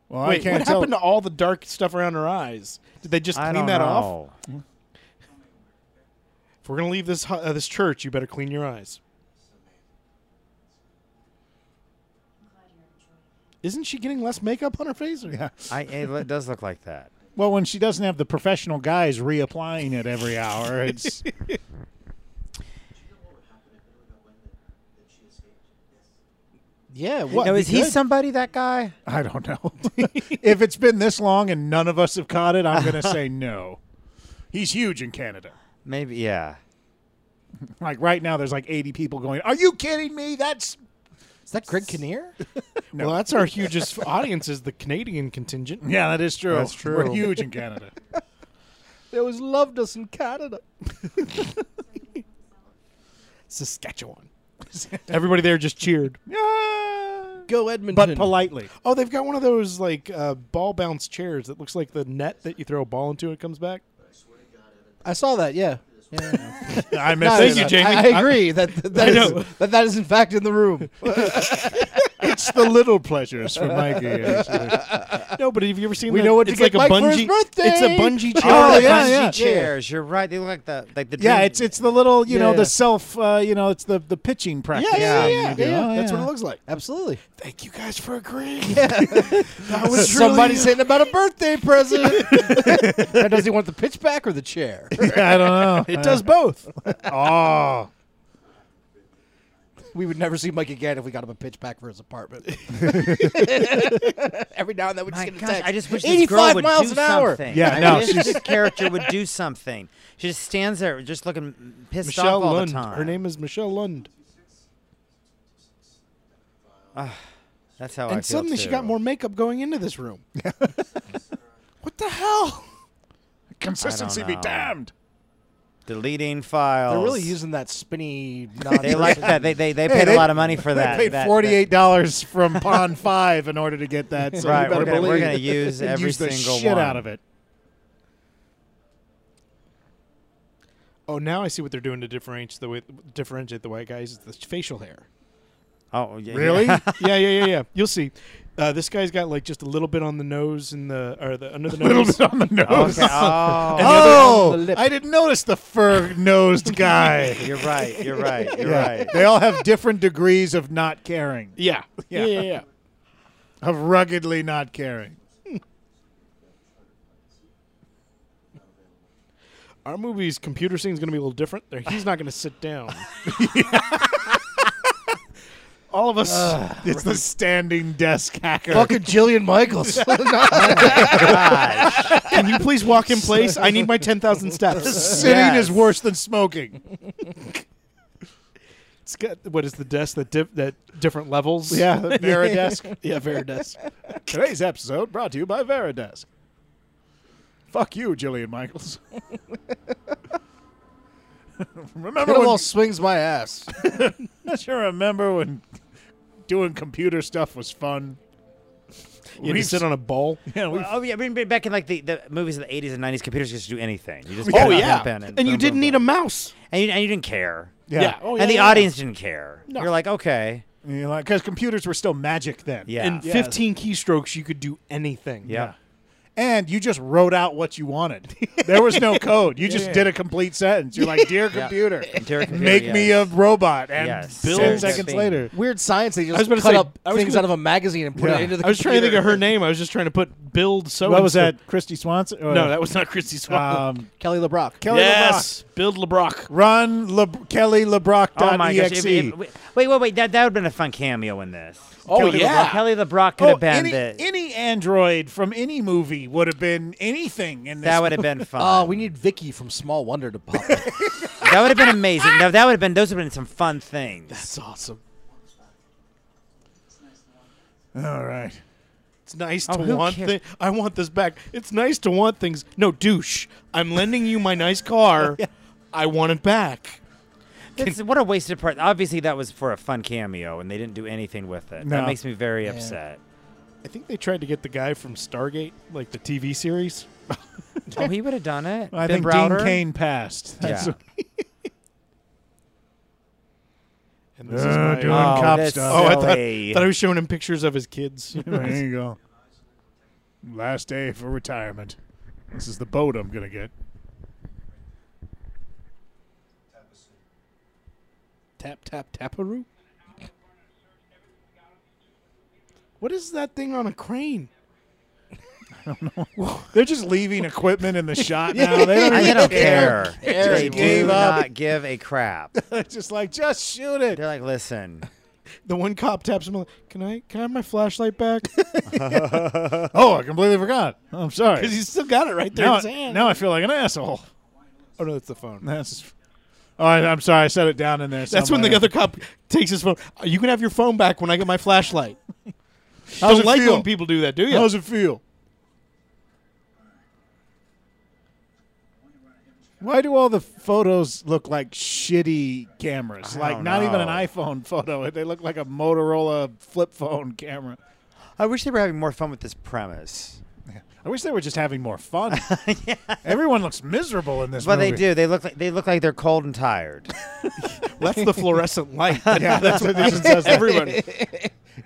Speaker 1: Well, I
Speaker 4: wait,
Speaker 1: can't
Speaker 4: what
Speaker 1: tell.
Speaker 4: happened to all the dark stuff around her eyes? Did they just
Speaker 6: I
Speaker 4: clean
Speaker 6: don't
Speaker 4: that off?
Speaker 6: know.
Speaker 4: If we're gonna leave this hu- uh, this church, you better clean your eyes. Isn't she getting less makeup on her face? Or?
Speaker 1: Yeah.
Speaker 6: I, it does look like that.
Speaker 1: Well, when she doesn't have the professional guys reapplying it every hour, it's
Speaker 3: Yeah. What?
Speaker 6: Now, is he
Speaker 3: Good.
Speaker 6: somebody? That guy?
Speaker 1: I don't know. if it's been this long and none of us have caught it, I'm going to say no. He's huge in Canada.
Speaker 6: Maybe. Yeah.
Speaker 1: Like right now, there's like 80 people going. Are you kidding me? That's
Speaker 3: Is that Greg Kinnear?
Speaker 4: Well, that's our hugest audience is the Canadian contingent.
Speaker 1: yeah, that is true.
Speaker 4: That's true.
Speaker 1: We're huge in Canada.
Speaker 3: they always loved us in Canada.
Speaker 4: Saskatchewan. Everybody there just cheered.
Speaker 3: Go Edmonton.
Speaker 1: but politely.
Speaker 4: Oh, they've got one of those like uh, ball bounce chairs that looks like the net that you throw a ball into and it comes back.
Speaker 3: I saw that. Yeah. Yeah.
Speaker 1: I missed
Speaker 4: Thank
Speaker 1: it.
Speaker 4: you, Jamie.
Speaker 3: I, I agree that that, that,
Speaker 4: know.
Speaker 3: is, that that is in fact in the room.
Speaker 1: It's the little pleasures for Mikey. It's-
Speaker 4: No, but have you ever seen?
Speaker 3: Uh, We
Speaker 4: the-
Speaker 3: know what to
Speaker 4: it's
Speaker 3: get
Speaker 4: like a
Speaker 3: Mike for his
Speaker 4: bungee. It's a
Speaker 3: birthday.
Speaker 4: bungee chair.
Speaker 1: Oh,
Speaker 6: the
Speaker 1: yeah,
Speaker 6: bungee
Speaker 1: yeah.
Speaker 6: chairs. You're right. They look like the like the.
Speaker 1: yeah,
Speaker 6: dream-
Speaker 1: it's it's the little you know
Speaker 3: Yeah.
Speaker 1: the self uh, you know it's the the pitching practice.
Speaker 4: yeah,
Speaker 1: thing
Speaker 4: yeah,
Speaker 1: you do.
Speaker 3: yeah,
Speaker 1: Oh,
Speaker 4: That's what it looks like.
Speaker 3: Absolutely.
Speaker 4: Thank you guys for agreeing.
Speaker 3: Somebody's hitting about a birthday present. Now, does he want the pitch back or the chair? Ah.
Speaker 1: I don't know. It does both. oh,
Speaker 3: We would never see Mike again if we got him a pitch back for his apartment. Every now and then we just
Speaker 6: My
Speaker 3: get a
Speaker 6: gosh,
Speaker 3: text.
Speaker 6: I just wish this
Speaker 3: 85
Speaker 6: girl would
Speaker 3: miles
Speaker 6: do
Speaker 3: an hour.
Speaker 6: something.
Speaker 1: Yeah,
Speaker 6: I
Speaker 1: no,
Speaker 6: wish
Speaker 1: she's-
Speaker 6: this character would do something. She just stands there, just looking pissed
Speaker 4: Michelle
Speaker 6: off all
Speaker 4: Lund.
Speaker 6: the time.
Speaker 4: Her name is Michelle Lund.
Speaker 6: That's how Oh, I feel
Speaker 4: and suddenly she
Speaker 6: too.
Speaker 4: got more makeup going into this room. what the hell?
Speaker 1: consistency be
Speaker 6: know.
Speaker 1: damned.
Speaker 6: deleting files.
Speaker 3: They're really using that spinny. non-
Speaker 6: Oh, They like that. They they, they paid
Speaker 1: they-
Speaker 6: a lot of money for that.
Speaker 1: I paid
Speaker 6: that-
Speaker 1: forty eight dollars from Pond Five in order to get that. So
Speaker 6: that- right,
Speaker 1: you better
Speaker 6: we're gonna,
Speaker 1: believe
Speaker 6: we're gonna use
Speaker 1: they
Speaker 6: every
Speaker 1: used the
Speaker 6: single
Speaker 1: shit
Speaker 6: one.
Speaker 1: out of it.
Speaker 4: Oh, now I see what they're doing to differentiate the way, differentiate the white guys. It's the facial hair.
Speaker 6: Oh, yeah,
Speaker 1: Really?
Speaker 6: yeah.
Speaker 4: yeah, yeah, yeah, yeah. You'll see. Uh, this guy's got like just a little bit on the nose and the or the under the
Speaker 1: A little
Speaker 4: nose.
Speaker 1: bit on the nose.
Speaker 6: Okay. Oh,
Speaker 3: on the
Speaker 1: Oh,
Speaker 3: lip.
Speaker 1: I didn't notice the fur nosed guy.
Speaker 6: you're right. You're right. You're
Speaker 1: Yeah.
Speaker 6: right.
Speaker 1: They all have different degrees of not caring,
Speaker 4: Yeah.
Speaker 1: Yeah.
Speaker 4: Yeah, yeah, yeah.
Speaker 1: of ruggedly not caring.
Speaker 4: Our movie's computer scene's going to be a little different. There, he's not going to sit down. All of us.
Speaker 1: It's the standing desk hacker.
Speaker 3: Fucking Jillian Michaels.
Speaker 4: Can you please walk in place? I need my 10,000 steps.
Speaker 1: Sitting
Speaker 6: Yes.
Speaker 1: is worse than smoking.
Speaker 4: It's got, what is the desk that dif- that different levels?
Speaker 1: Yeah, Veridesk.
Speaker 4: yeah, fair desk.
Speaker 1: Today's episode brought to you by Veridesk. Fuck you, Jillian Michaels. remember
Speaker 3: It
Speaker 1: when,
Speaker 3: all swings my ass.
Speaker 1: I sure remember when doing computer stuff was fun.
Speaker 4: You had to sit on a ball.
Speaker 1: Yeah, we
Speaker 6: Well, oh yeah, I mean, back in like the, the movies of the '80s and '90s, computers just do anything. You just
Speaker 4: Oh,
Speaker 6: put a
Speaker 4: yeah.
Speaker 6: pen pen
Speaker 4: And you
Speaker 6: boom,
Speaker 4: didn't
Speaker 6: boom,
Speaker 4: need a
Speaker 6: boom.
Speaker 4: mouse.
Speaker 6: and you, and you didn't care.
Speaker 1: yeah.
Speaker 4: yeah. Oh,
Speaker 6: and the
Speaker 4: yeah,
Speaker 6: audience didn't care.
Speaker 4: No.
Speaker 6: You're like, okay,
Speaker 1: And you're like, because computers were still magic then.
Speaker 6: yeah,
Speaker 4: In 15 keystrokes, you could do anything.
Speaker 6: yeah.
Speaker 1: and you just wrote out what you wanted. There was no code. You just
Speaker 6: yeah.
Speaker 1: did a complete sentence. You're like, "Dear computer,
Speaker 6: Dear computer,
Speaker 1: make me a
Speaker 6: yes.
Speaker 1: robot." And
Speaker 6: Yes.
Speaker 1: ten
Speaker 6: Build a
Speaker 1: seconds
Speaker 6: thing.
Speaker 1: later,
Speaker 3: Weird science. They just
Speaker 4: was about to
Speaker 3: cut
Speaker 4: say-
Speaker 3: up
Speaker 4: I was
Speaker 3: things
Speaker 4: gonna-
Speaker 3: out of a magazine and put
Speaker 1: Yeah.
Speaker 3: it into the.
Speaker 4: I was trying to think of her
Speaker 3: computer.
Speaker 4: name. I was just trying to put build so. uh,
Speaker 1: what was that? Christy Swanson?
Speaker 4: No, that was not Christy Swan.
Speaker 1: um,
Speaker 3: Kelly LeBrock.
Speaker 1: Kelly LeBrock.
Speaker 4: yes, build LeBrock.
Speaker 1: Run Le- Kelly LeBrock.
Speaker 6: Oh my gosh!
Speaker 1: exe.
Speaker 6: if- if- wait, wait, wait! That that would have been a fun cameo in this.
Speaker 4: Oh
Speaker 6: Kelly
Speaker 4: yeah,
Speaker 6: LeBrock, Kelly LeBrock could
Speaker 1: Oh,
Speaker 6: have been
Speaker 1: any,
Speaker 6: the-
Speaker 1: any android from any movie would have been anything in this.
Speaker 6: That would have been fun.
Speaker 3: Oh, we need Vicky from Small Wonder to pop. up.
Speaker 6: that would have been
Speaker 3: Ah.
Speaker 6: amazing. No, that would have been. Those would have been some fun things.
Speaker 4: That's awesome.
Speaker 1: movie. All right.
Speaker 4: It's nice
Speaker 6: Oh,
Speaker 4: to
Speaker 6: who
Speaker 4: want
Speaker 6: cares?
Speaker 4: things. I want this back. It's nice to want things. No, douche. I'm lending you my nice car. I want it back.
Speaker 6: It's, what a wasted part. Obviously, that was for a fun cameo, and they didn't do anything with it.
Speaker 1: No.
Speaker 6: That makes me very upset.
Speaker 4: I think they tried to get the guy from Stargate, like the TV series.
Speaker 6: Oh, he would have done it.
Speaker 1: I
Speaker 6: ben
Speaker 1: think
Speaker 6: Browder.
Speaker 1: Dean Kane passed. That's
Speaker 6: Yeah.
Speaker 4: And this is
Speaker 1: Uh,
Speaker 4: my,
Speaker 1: doing
Speaker 6: Oh,
Speaker 1: cop
Speaker 6: that's
Speaker 1: stuff.
Speaker 4: oh, I
Speaker 6: silly.
Speaker 4: thought, thought I was showing him pictures of his kids.
Speaker 1: there you go. Last day for retirement. This is the boat I'm gonna get.
Speaker 4: tap tap taparoo. What is that thing on a crane?
Speaker 1: They're just leaving equipment in the shot now. They don't,
Speaker 6: I
Speaker 1: even
Speaker 6: they don't care. They
Speaker 1: gave
Speaker 6: do
Speaker 1: up.
Speaker 6: not give a crap.
Speaker 1: They're just like, just shoot it.
Speaker 6: They're like, listen,
Speaker 4: The one cop taps him. like, Can I? Can I have my flashlight back?
Speaker 1: Oh, I completely forgot. I'm sorry.
Speaker 4: Because he's still got it right there in
Speaker 1: Now,
Speaker 4: his hand.
Speaker 1: now I feel like an asshole.
Speaker 4: Oh no, that's the phone.
Speaker 1: That's. Oh, I, I'm sorry. I set it down in there.
Speaker 4: That's when the
Speaker 1: somewhere.
Speaker 4: other cop takes his phone. "Uh, You can have your phone back when I get my flashlight.
Speaker 1: How's
Speaker 4: Don't
Speaker 1: it
Speaker 4: like
Speaker 1: feel?
Speaker 4: when people do that, do you?
Speaker 1: How's it feel? Why do all the photos look like shitty cameras? Like
Speaker 6: don't
Speaker 1: not even an
Speaker 6: know.
Speaker 1: iPhone photo. They look like a Motorola flip phone camera.
Speaker 6: I wish they were having more fun with this premise.
Speaker 1: I wish they were just having more fun. Everyone looks miserable in this
Speaker 6: But they
Speaker 1: movie.
Speaker 6: do. They look like they look like they're cold and tired.
Speaker 4: that's the fluorescent light.
Speaker 1: Yeah, that's what this one says.
Speaker 4: Everyone,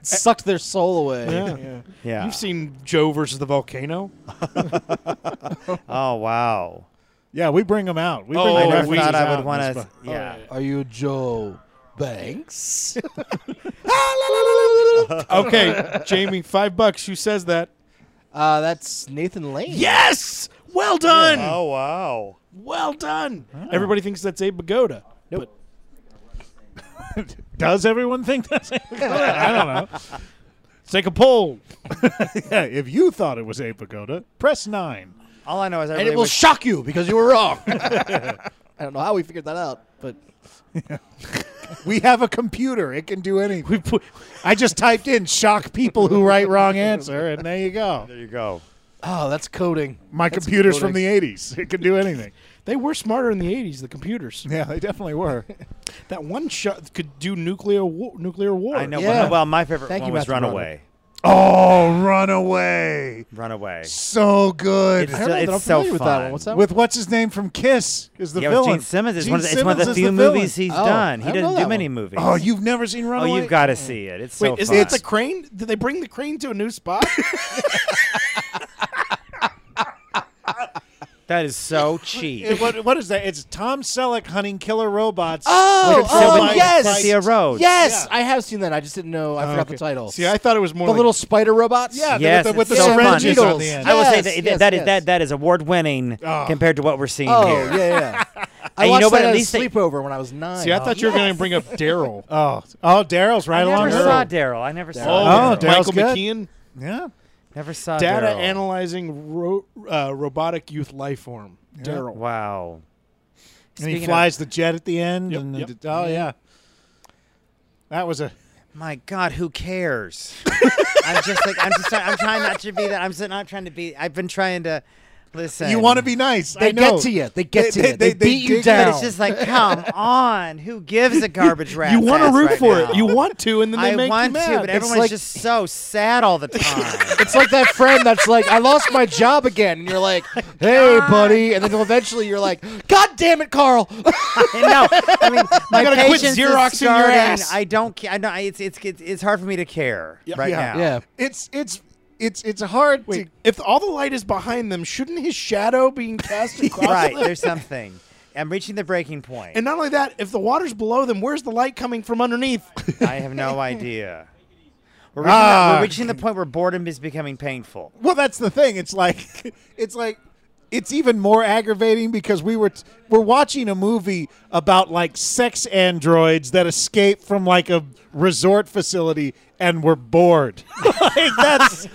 Speaker 3: Sucked their soul away.
Speaker 6: Yeah.
Speaker 4: you've seen Joe versus the volcano.
Speaker 6: oh wow.
Speaker 1: Yeah, we bring them out. We bring
Speaker 4: Oh,
Speaker 1: the
Speaker 6: I never
Speaker 1: references
Speaker 6: thought
Speaker 1: out
Speaker 6: I
Speaker 1: in
Speaker 6: would want
Speaker 1: this
Speaker 6: to.
Speaker 1: book.
Speaker 6: Yeah.
Speaker 3: Are you Joe Banks?
Speaker 4: Okay, Jamie, five bucks. Who says that?
Speaker 3: uh, that's Nathan Lane.
Speaker 4: Yes. Well done.
Speaker 6: wow.
Speaker 4: Well done. Everybody thinks that's Abe Pagoda. Nope.
Speaker 1: Does everyone think that's? I don't know.
Speaker 4: Let's take a poll.
Speaker 1: Yeah, if you thought it was a pagoda, press nine.
Speaker 6: All I know is I
Speaker 3: And
Speaker 6: really
Speaker 3: it will
Speaker 6: wish.
Speaker 3: shock you because you were wrong. I don't know how we figured that out, but
Speaker 1: We have a computer; it can do anything.
Speaker 4: We put,
Speaker 1: I just typed in shock people who write wrong answer, and there you go.
Speaker 6: there you go.
Speaker 3: oh, that's coding.
Speaker 1: My computer's from the 80s. It can do anything.
Speaker 4: they were smarter in the '80s. The computers.
Speaker 1: Yeah, they definitely were.
Speaker 4: That one shot could do nuclear war, nuclear war.
Speaker 6: I know.
Speaker 3: Yeah.
Speaker 6: Well, well, my favorite
Speaker 3: Thank
Speaker 6: one
Speaker 3: you,
Speaker 6: was
Speaker 3: Matthew
Speaker 6: Runaway.
Speaker 1: Oh, Runaway.
Speaker 6: Runaway.
Speaker 1: So good.
Speaker 6: It's,
Speaker 3: I don't know
Speaker 6: it's
Speaker 3: that I'm
Speaker 6: so
Speaker 3: familiar
Speaker 6: fun.
Speaker 3: with that one. What's that
Speaker 1: With what's his name from Kiss is the
Speaker 6: yeah, with
Speaker 1: villain.
Speaker 6: Gene Simmons. It's,
Speaker 1: Gene
Speaker 6: one, of the, it's one of the
Speaker 1: Simmons is
Speaker 6: few
Speaker 1: villain.
Speaker 6: movies he's
Speaker 3: Oh,
Speaker 6: done.
Speaker 3: I
Speaker 6: He
Speaker 3: don't know
Speaker 6: doesn't do
Speaker 3: that
Speaker 6: many
Speaker 3: one.
Speaker 6: movies.
Speaker 1: Oh, you've never seen
Speaker 6: Oh,
Speaker 1: Runaway?
Speaker 6: you've got to see it. It's
Speaker 4: Wait,
Speaker 6: so
Speaker 4: is
Speaker 6: fun.
Speaker 4: it the crane? Did they bring the crane to a new spot?
Speaker 6: that is so cheap.
Speaker 1: It- what, what is that? It's Tom Selleck hunting killer robots.
Speaker 6: Ah,
Speaker 3: Oh,
Speaker 1: with
Speaker 3: oh,
Speaker 1: somebody
Speaker 3: yes.
Speaker 1: fights-
Speaker 6: Cynthia Rhodes.
Speaker 3: Yes, I have seen that. I just didn't know. I forgot the title.
Speaker 4: Oh, See, I thought it was more
Speaker 3: the
Speaker 4: like
Speaker 3: little spider robots.
Speaker 1: Yeah,
Speaker 6: Yes,
Speaker 1: with the, with the
Speaker 6: it's so
Speaker 1: syringes
Speaker 6: fun.
Speaker 1: on the end.
Speaker 6: I will say
Speaker 3: Yes, yes,
Speaker 6: that, that is
Speaker 3: yes.
Speaker 6: that that is award winning
Speaker 1: Oh.
Speaker 6: compared to what we're seeing
Speaker 3: Oh
Speaker 6: here.
Speaker 3: yeah, yeah. I
Speaker 6: And you
Speaker 3: watched
Speaker 6: know what?
Speaker 3: that
Speaker 6: At
Speaker 3: at
Speaker 6: least
Speaker 3: a
Speaker 6: they-
Speaker 3: sleepover when I was nine.
Speaker 4: See, I thought you were going to bring up Daryl.
Speaker 1: Oh, oh, Daryl's right
Speaker 6: I
Speaker 1: along.
Speaker 6: never
Speaker 1: with
Speaker 6: saw
Speaker 1: Earl.
Speaker 6: Daryl. I never saw.
Speaker 4: Oh,
Speaker 1: Oh,
Speaker 6: Daryl.
Speaker 1: Daryl's
Speaker 4: Michael
Speaker 1: good.
Speaker 4: McKeon,
Speaker 1: Yeah.
Speaker 6: Never saw
Speaker 4: data
Speaker 6: Daryl.
Speaker 4: analyzing ro- uh, robotic youth life form. Daryl.
Speaker 1: And
Speaker 6: Wow. Speaking
Speaker 1: he
Speaker 6: of-
Speaker 1: flies the jet at the end.
Speaker 4: Yep,
Speaker 1: and
Speaker 4: yep.
Speaker 1: the- oh yeah, that was a.
Speaker 6: My God, who cares? I'm just like I'm just try- I'm trying not to be that. I'm s- not trying to be. I've been trying to listen.
Speaker 1: You want to be nice.
Speaker 3: They
Speaker 1: I know.
Speaker 3: get to you. They
Speaker 1: They-
Speaker 3: get to
Speaker 1: they-
Speaker 3: you. They,
Speaker 1: they- they
Speaker 3: beat you
Speaker 1: dig it.
Speaker 6: but
Speaker 3: down.
Speaker 6: it's just like, come on. Who gives a garbage rat?
Speaker 4: You want to
Speaker 6: ass
Speaker 4: root
Speaker 6: right
Speaker 4: for
Speaker 6: now?
Speaker 4: it. You want to, and then they
Speaker 6: I
Speaker 4: make
Speaker 6: want
Speaker 4: you mad.
Speaker 6: to, but everyone's
Speaker 3: like-
Speaker 6: just so sad all the time.
Speaker 3: It's like that friend that's like, I lost my job again, and you're like, Hey, buddy, and then eventually you're like, God damn it, Carl!
Speaker 6: no, I mean my
Speaker 4: gotta quit
Speaker 6: patience is
Speaker 4: Xeroxing your
Speaker 6: starting.
Speaker 4: ass.
Speaker 6: I don't. ca- I know it's it's it's hard for me to care right
Speaker 1: yeah.
Speaker 6: now.
Speaker 3: yeah,
Speaker 1: It's it's it's it's hard
Speaker 4: Wait,
Speaker 1: to
Speaker 4: if all the light is behind them, shouldn't his shadow being cast across
Speaker 6: right,
Speaker 4: them?
Speaker 6: there's something. I'm reaching the breaking point.
Speaker 4: And not only that, if the water's below them, where's the light coming from underneath?
Speaker 6: I have no idea. We're reaching, that- we're reaching the point where boredom is becoming painful.
Speaker 1: Well, that's the thing. It's like it's like it's even more aggravating because we were t- we're watching a movie about like sex androids that escape from like a resort facility and we're bored. like that's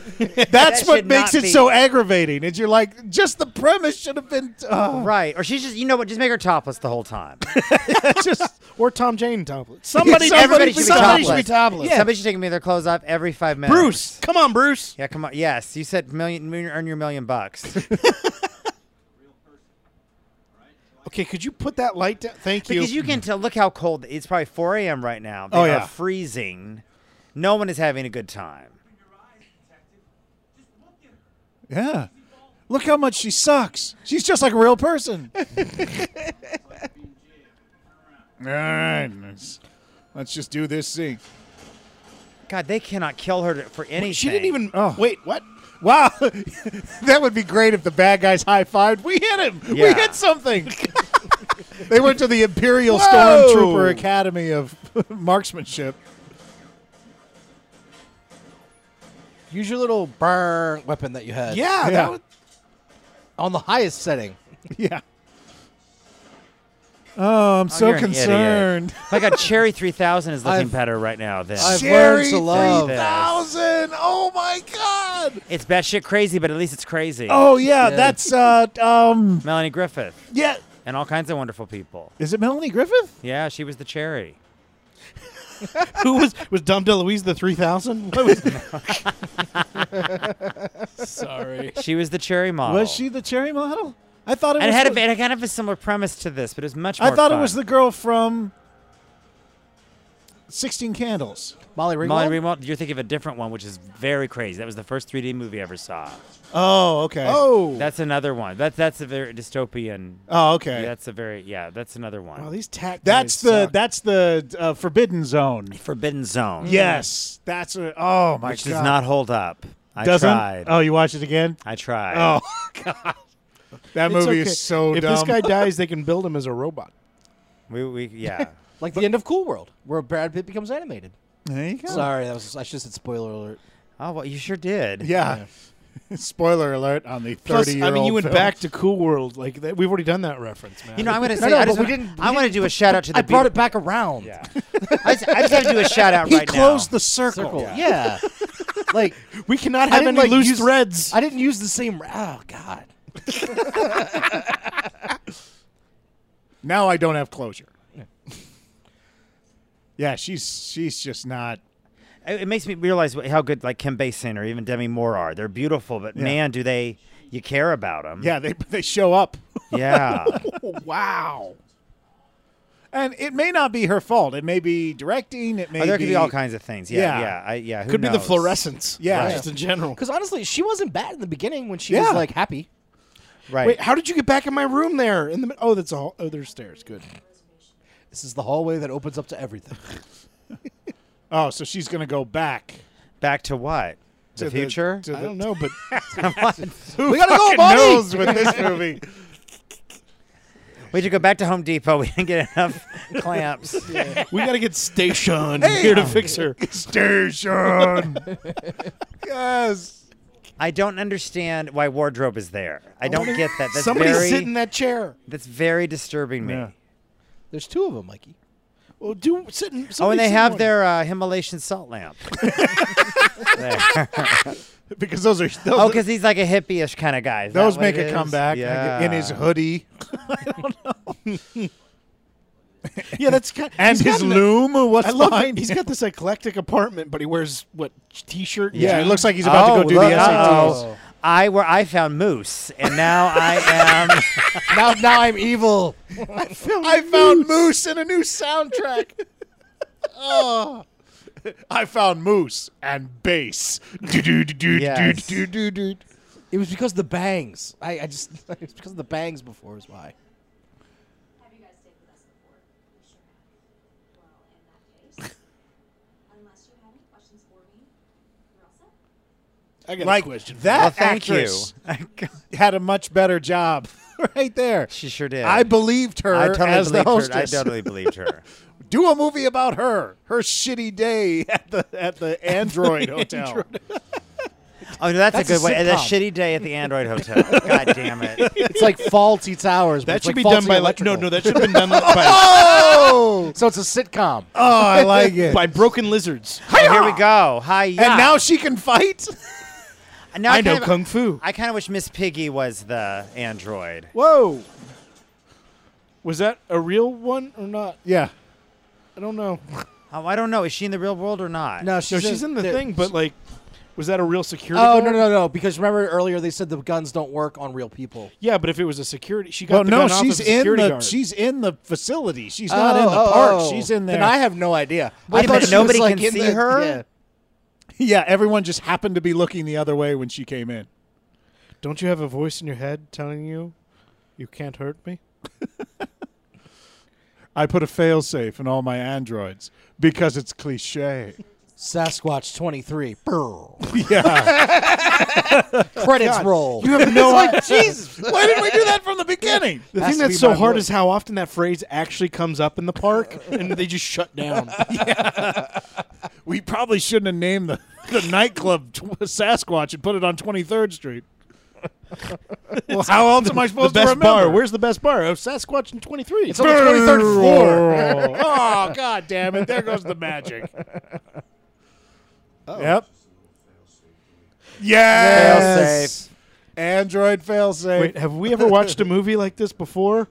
Speaker 1: that's
Speaker 6: That
Speaker 1: what
Speaker 6: should
Speaker 1: makes it
Speaker 6: not be-
Speaker 1: so aggravating. Is you're like just the premise should have been uh,
Speaker 6: Right. Or she's just, you know what, just make her topless the whole time.
Speaker 1: just
Speaker 4: or Tom Jane toplets.
Speaker 1: somebody
Speaker 6: Everybody should be
Speaker 4: somebody
Speaker 6: topless.
Speaker 4: should be topless.
Speaker 6: Yeah. Somebody should take me their clothes off every five minutes.
Speaker 4: Bruce, come on, Bruce.
Speaker 6: Yeah, come on. Yes, you said million, earn your million bucks.
Speaker 4: Okay, could you put that light down? Thank you.
Speaker 6: Because you can tell. Look how cold it's probably 4 a.m. right now. They
Speaker 1: Oh,
Speaker 6: are
Speaker 1: yeah.
Speaker 6: freezing. No one is having a good time.
Speaker 1: yeah. Look how much she sucks. She's just like a real person. All right, let's, let's just do this scene.
Speaker 6: God, they cannot kill her to, for anything.
Speaker 4: she didn't even.
Speaker 1: Oh.
Speaker 4: Wait, what?
Speaker 1: Wow, that would be great if the bad guys high fived. We hit him. We
Speaker 6: Yeah.
Speaker 1: hit something. they went to the Imperial Stormtrooper Academy of Marksmanship.
Speaker 3: Use your little burr weapon that you had.
Speaker 4: Yeah,
Speaker 1: Yeah.
Speaker 4: That was,
Speaker 3: On the highest setting.
Speaker 1: Yeah. Oh, I'm
Speaker 6: Oh,
Speaker 1: so
Speaker 6: you're an idiot.
Speaker 1: concerned.
Speaker 6: Like a Cherry 3000 is looking
Speaker 3: I've-
Speaker 6: better right now. Then
Speaker 3: I've
Speaker 1: Jerry
Speaker 3: learned to love.
Speaker 6: Breathe it.
Speaker 1: Thousand. Oh my God.
Speaker 6: it's batshit crazy, but at least it's crazy.
Speaker 1: Oh yeah,
Speaker 3: Yeah.
Speaker 1: that's uh um
Speaker 6: Melanie Griffith
Speaker 1: yeah.
Speaker 6: and all kinds of wonderful people.
Speaker 1: Is it Melanie Griffith?
Speaker 6: Yeah, she was the cherry.
Speaker 4: who was was Dom DeLuise the three thousand? What was
Speaker 8: Sorry.
Speaker 6: She was the cherry
Speaker 4: Oh.
Speaker 6: model.
Speaker 1: Was she the cherry model? I thought it
Speaker 6: And
Speaker 1: was.
Speaker 6: it had,
Speaker 1: the-
Speaker 6: a, it had kind of a similar premise to this, but it was much more.
Speaker 1: I thought
Speaker 6: fun.
Speaker 1: it was the girl from Sixteen Candles.
Speaker 3: Molly Ringwald.
Speaker 6: Molly Ringwald. You're thinking of a different one, which is very crazy. That was the first 3D movie I ever saw.
Speaker 1: Oh, okay.
Speaker 4: oh,
Speaker 6: That's another one. That's that's a very dystopian.
Speaker 1: Oh, okay.
Speaker 6: That's a very yeah. That's another one.
Speaker 4: wow, Oh, these tact.
Speaker 1: That's
Speaker 4: guys
Speaker 1: the
Speaker 4: suck.
Speaker 1: that's the uh, Forbidden Zone.
Speaker 6: Forbidden Zone.
Speaker 1: Yes, that's a, oh my
Speaker 6: which
Speaker 1: god.
Speaker 6: does not hold up. I
Speaker 1: Doesn't?
Speaker 6: tried.
Speaker 1: Oh, you watched it again?
Speaker 6: I tried.
Speaker 1: Oh god, that
Speaker 4: It's
Speaker 1: movie
Speaker 4: okay.
Speaker 1: is so
Speaker 4: If
Speaker 1: dumb.
Speaker 4: this guy dies, they can build him as a robot.
Speaker 6: we we yeah.
Speaker 3: Like the end of Cool World, where Brad Pitt becomes animated.
Speaker 1: there you go.
Speaker 3: Sorry, that was I should have said spoiler alert.
Speaker 6: oh well, you sure did.
Speaker 1: Yeah. Spoiler alert on the
Speaker 4: Plus,
Speaker 1: thirty-year-old.
Speaker 4: I mean, you went
Speaker 1: film.
Speaker 4: back to Cool World. Like that, we've already done that reference, man.
Speaker 6: You know, I'm gonna
Speaker 3: No,
Speaker 6: say
Speaker 3: no,
Speaker 6: I
Speaker 3: but
Speaker 6: just
Speaker 3: we
Speaker 6: wanna-
Speaker 3: didn't- we
Speaker 6: I want to do a shout out to the.
Speaker 3: I brought
Speaker 6: Beat-
Speaker 3: it back around.
Speaker 6: Yeah. I just, I just have to do a shout out
Speaker 1: He
Speaker 6: right
Speaker 1: closed
Speaker 6: now.
Speaker 1: the circle.
Speaker 3: Circle. Oh, Yeah. like
Speaker 4: we cannot
Speaker 3: I
Speaker 4: have
Speaker 3: didn't
Speaker 4: any
Speaker 3: like
Speaker 4: loose
Speaker 3: use-
Speaker 4: threads.
Speaker 3: I didn't use the same. Oh God.
Speaker 1: Now I don't have closure. yeah, she's she's just not.
Speaker 6: It, it makes me realize what, how good like Kim Basinger or even Demi Moore are. They're beautiful, but man, do they you care about them?
Speaker 1: Yeah, they they show up,
Speaker 6: Yeah. Oh,
Speaker 4: Oh, wow.
Speaker 1: and it may not be her fault. It may be directing. It may
Speaker 6: Oh, there
Speaker 1: be
Speaker 6: could be all kinds of things. Yeah.
Speaker 1: Yeah.
Speaker 6: Yeah. I, yeah. Who
Speaker 4: Could be the
Speaker 6: knows?
Speaker 4: fluorescence.
Speaker 1: Yeah.
Speaker 4: just in general.
Speaker 3: Because honestly, she wasn't bad in the beginning when she
Speaker 1: Yeah.
Speaker 3: was like happy.
Speaker 6: Right.
Speaker 4: Wait, how did you get back in my room there? In the mi- oh, that's all. Oh, there's stairs. Good.
Speaker 3: This is the hallway that opens up to everything.
Speaker 1: Oh, so she's gonna go back
Speaker 6: Back to what? The
Speaker 1: to
Speaker 6: future?
Speaker 1: to
Speaker 4: I
Speaker 1: the-
Speaker 4: don't know, but
Speaker 1: we gotta go, buddy. Knows with this movie.
Speaker 6: we had to go back to Home Depot. We didn't get enough clamps.
Speaker 4: we got to get Station here to fix her.
Speaker 1: Station. yes.
Speaker 6: I don't understand why wardrobe is there. I don't get that. That's
Speaker 4: Somebody
Speaker 6: very,
Speaker 4: sit in that chair.
Speaker 6: That's very disturbing me.
Speaker 1: Yeah.
Speaker 3: There's two of them, Mikey.
Speaker 4: Well, do sit in.
Speaker 6: Oh,
Speaker 4: somebody
Speaker 6: and they
Speaker 4: sit in
Speaker 6: have
Speaker 4: one.
Speaker 6: their uh, Himalayan salt lamp. There.
Speaker 1: Because those are those,
Speaker 6: Oh, because he's like a hippie-ish kind of guy. Is that
Speaker 1: those
Speaker 6: what
Speaker 1: make
Speaker 6: it
Speaker 1: a
Speaker 6: is?
Speaker 1: comeback I
Speaker 6: Yeah.
Speaker 1: gu- in his hoodie
Speaker 4: Yeah, that's kind.
Speaker 1: and
Speaker 4: he's
Speaker 1: his
Speaker 4: got an-
Speaker 1: loom. What's
Speaker 4: I love.
Speaker 1: behind?
Speaker 4: He's
Speaker 1: him?
Speaker 4: got this eclectic apartment, but he wears what t-shirt?
Speaker 1: yeah, it looks like he's about to
Speaker 6: Oh,
Speaker 1: go do
Speaker 6: look,
Speaker 1: the SATs.
Speaker 6: uh-oh. I where I found moose, and now I
Speaker 3: Now, now I'm evil.
Speaker 1: I found moose in a new soundtrack. oh. I found moose and bass.
Speaker 6: Yes.
Speaker 3: It was because of the bangs. I, I just it was because of the bangs before is why.
Speaker 12: Have you guys stayed with us before? We sure have. Well, in that case, unless you have any questions for me, we're all set.
Speaker 4: I got
Speaker 1: like
Speaker 4: a question.
Speaker 1: that
Speaker 6: Well, thank you.
Speaker 1: actress had a much better job right there.
Speaker 6: She sure did.
Speaker 1: I believed her
Speaker 6: I totally
Speaker 1: as the
Speaker 6: believed her. I
Speaker 1: hostess.
Speaker 6: totally believed her.
Speaker 1: Do a movie about her, her shitty day at the at the Android Hotel.
Speaker 6: Oh, no, that's,
Speaker 3: That's
Speaker 6: a
Speaker 3: a
Speaker 6: good way. That
Speaker 3: sitcom.
Speaker 6: shitty day at the Android Hotel. God damn it.
Speaker 3: It's like faulty towers. But
Speaker 2: That
Speaker 3: it's
Speaker 2: should be
Speaker 3: like
Speaker 2: done
Speaker 3: faulty
Speaker 2: by like
Speaker 3: electrical.
Speaker 2: no, no. That should have been done by,
Speaker 3: Oh, so it's a sitcom.
Speaker 4: Uh,
Speaker 1: Oh, I like it.
Speaker 2: by broken lizards.
Speaker 6: Here we go. Hi.
Speaker 1: And now she can fight.
Speaker 6: now
Speaker 2: I know
Speaker 6: kind of-
Speaker 2: kung fu.
Speaker 6: I kind of wish Miss Piggy was the android.
Speaker 4: Whoa. Was that a real one or not?
Speaker 1: Yeah.
Speaker 4: I don't know.
Speaker 6: Oh, I don't know. Is she in the real world or not?
Speaker 3: No,
Speaker 4: No,
Speaker 3: she's,
Speaker 4: she's in the
Speaker 3: there-
Speaker 4: thing, but like, was that a real security?
Speaker 3: Oh
Speaker 4: guard?
Speaker 3: no no no! Because remember earlier they said the guns don't work on real people.
Speaker 4: Yeah, but if it was a security, she got
Speaker 1: Well,
Speaker 4: the
Speaker 1: no,
Speaker 4: gun off
Speaker 1: she's
Speaker 4: of a
Speaker 1: in the
Speaker 4: security guard.
Speaker 1: she's in the facility. She's not in the
Speaker 3: Oh, oh,
Speaker 1: park.
Speaker 3: oh.
Speaker 1: She's in there.
Speaker 3: Then I have no idea.
Speaker 6: Wait
Speaker 3: I
Speaker 6: a
Speaker 3: thought
Speaker 6: minute,
Speaker 3: she
Speaker 6: nobody
Speaker 3: was, like,
Speaker 6: can
Speaker 3: in
Speaker 6: see
Speaker 3: the-
Speaker 6: her?
Speaker 3: yeah.
Speaker 1: yeah, everyone just happened to be looking the other way when she came in.
Speaker 4: Don't you have a voice in your head telling you you can't hurt me?
Speaker 1: I put a failsafe in all my androids because it's cliche.
Speaker 3: Sasquatch twenty three.
Speaker 1: Yeah.
Speaker 3: Credits roll.
Speaker 4: You have no idea.
Speaker 1: Jesus. Why didn't we do that from the beginning?
Speaker 4: The
Speaker 3: Has
Speaker 4: thing
Speaker 3: to be
Speaker 4: that's so
Speaker 3: my
Speaker 4: hard
Speaker 3: voice.
Speaker 4: is how often that phrase actually comes up in the park, and they just shut down.
Speaker 1: We probably shouldn't have named the, the nightclub tw- Sasquatch and put it on 23rd Street. well, how else am I
Speaker 4: the
Speaker 1: supposed to
Speaker 4: best
Speaker 1: remember?
Speaker 4: bar. Where's the best bar? Oh, Sasquatch and Twenty Three.
Speaker 3: It's on the twenty third floor.
Speaker 1: oh, god damn it. There goes the magic. Yep. Yes. Android failsafe.
Speaker 4: Wait, have we ever watched a movie like this before?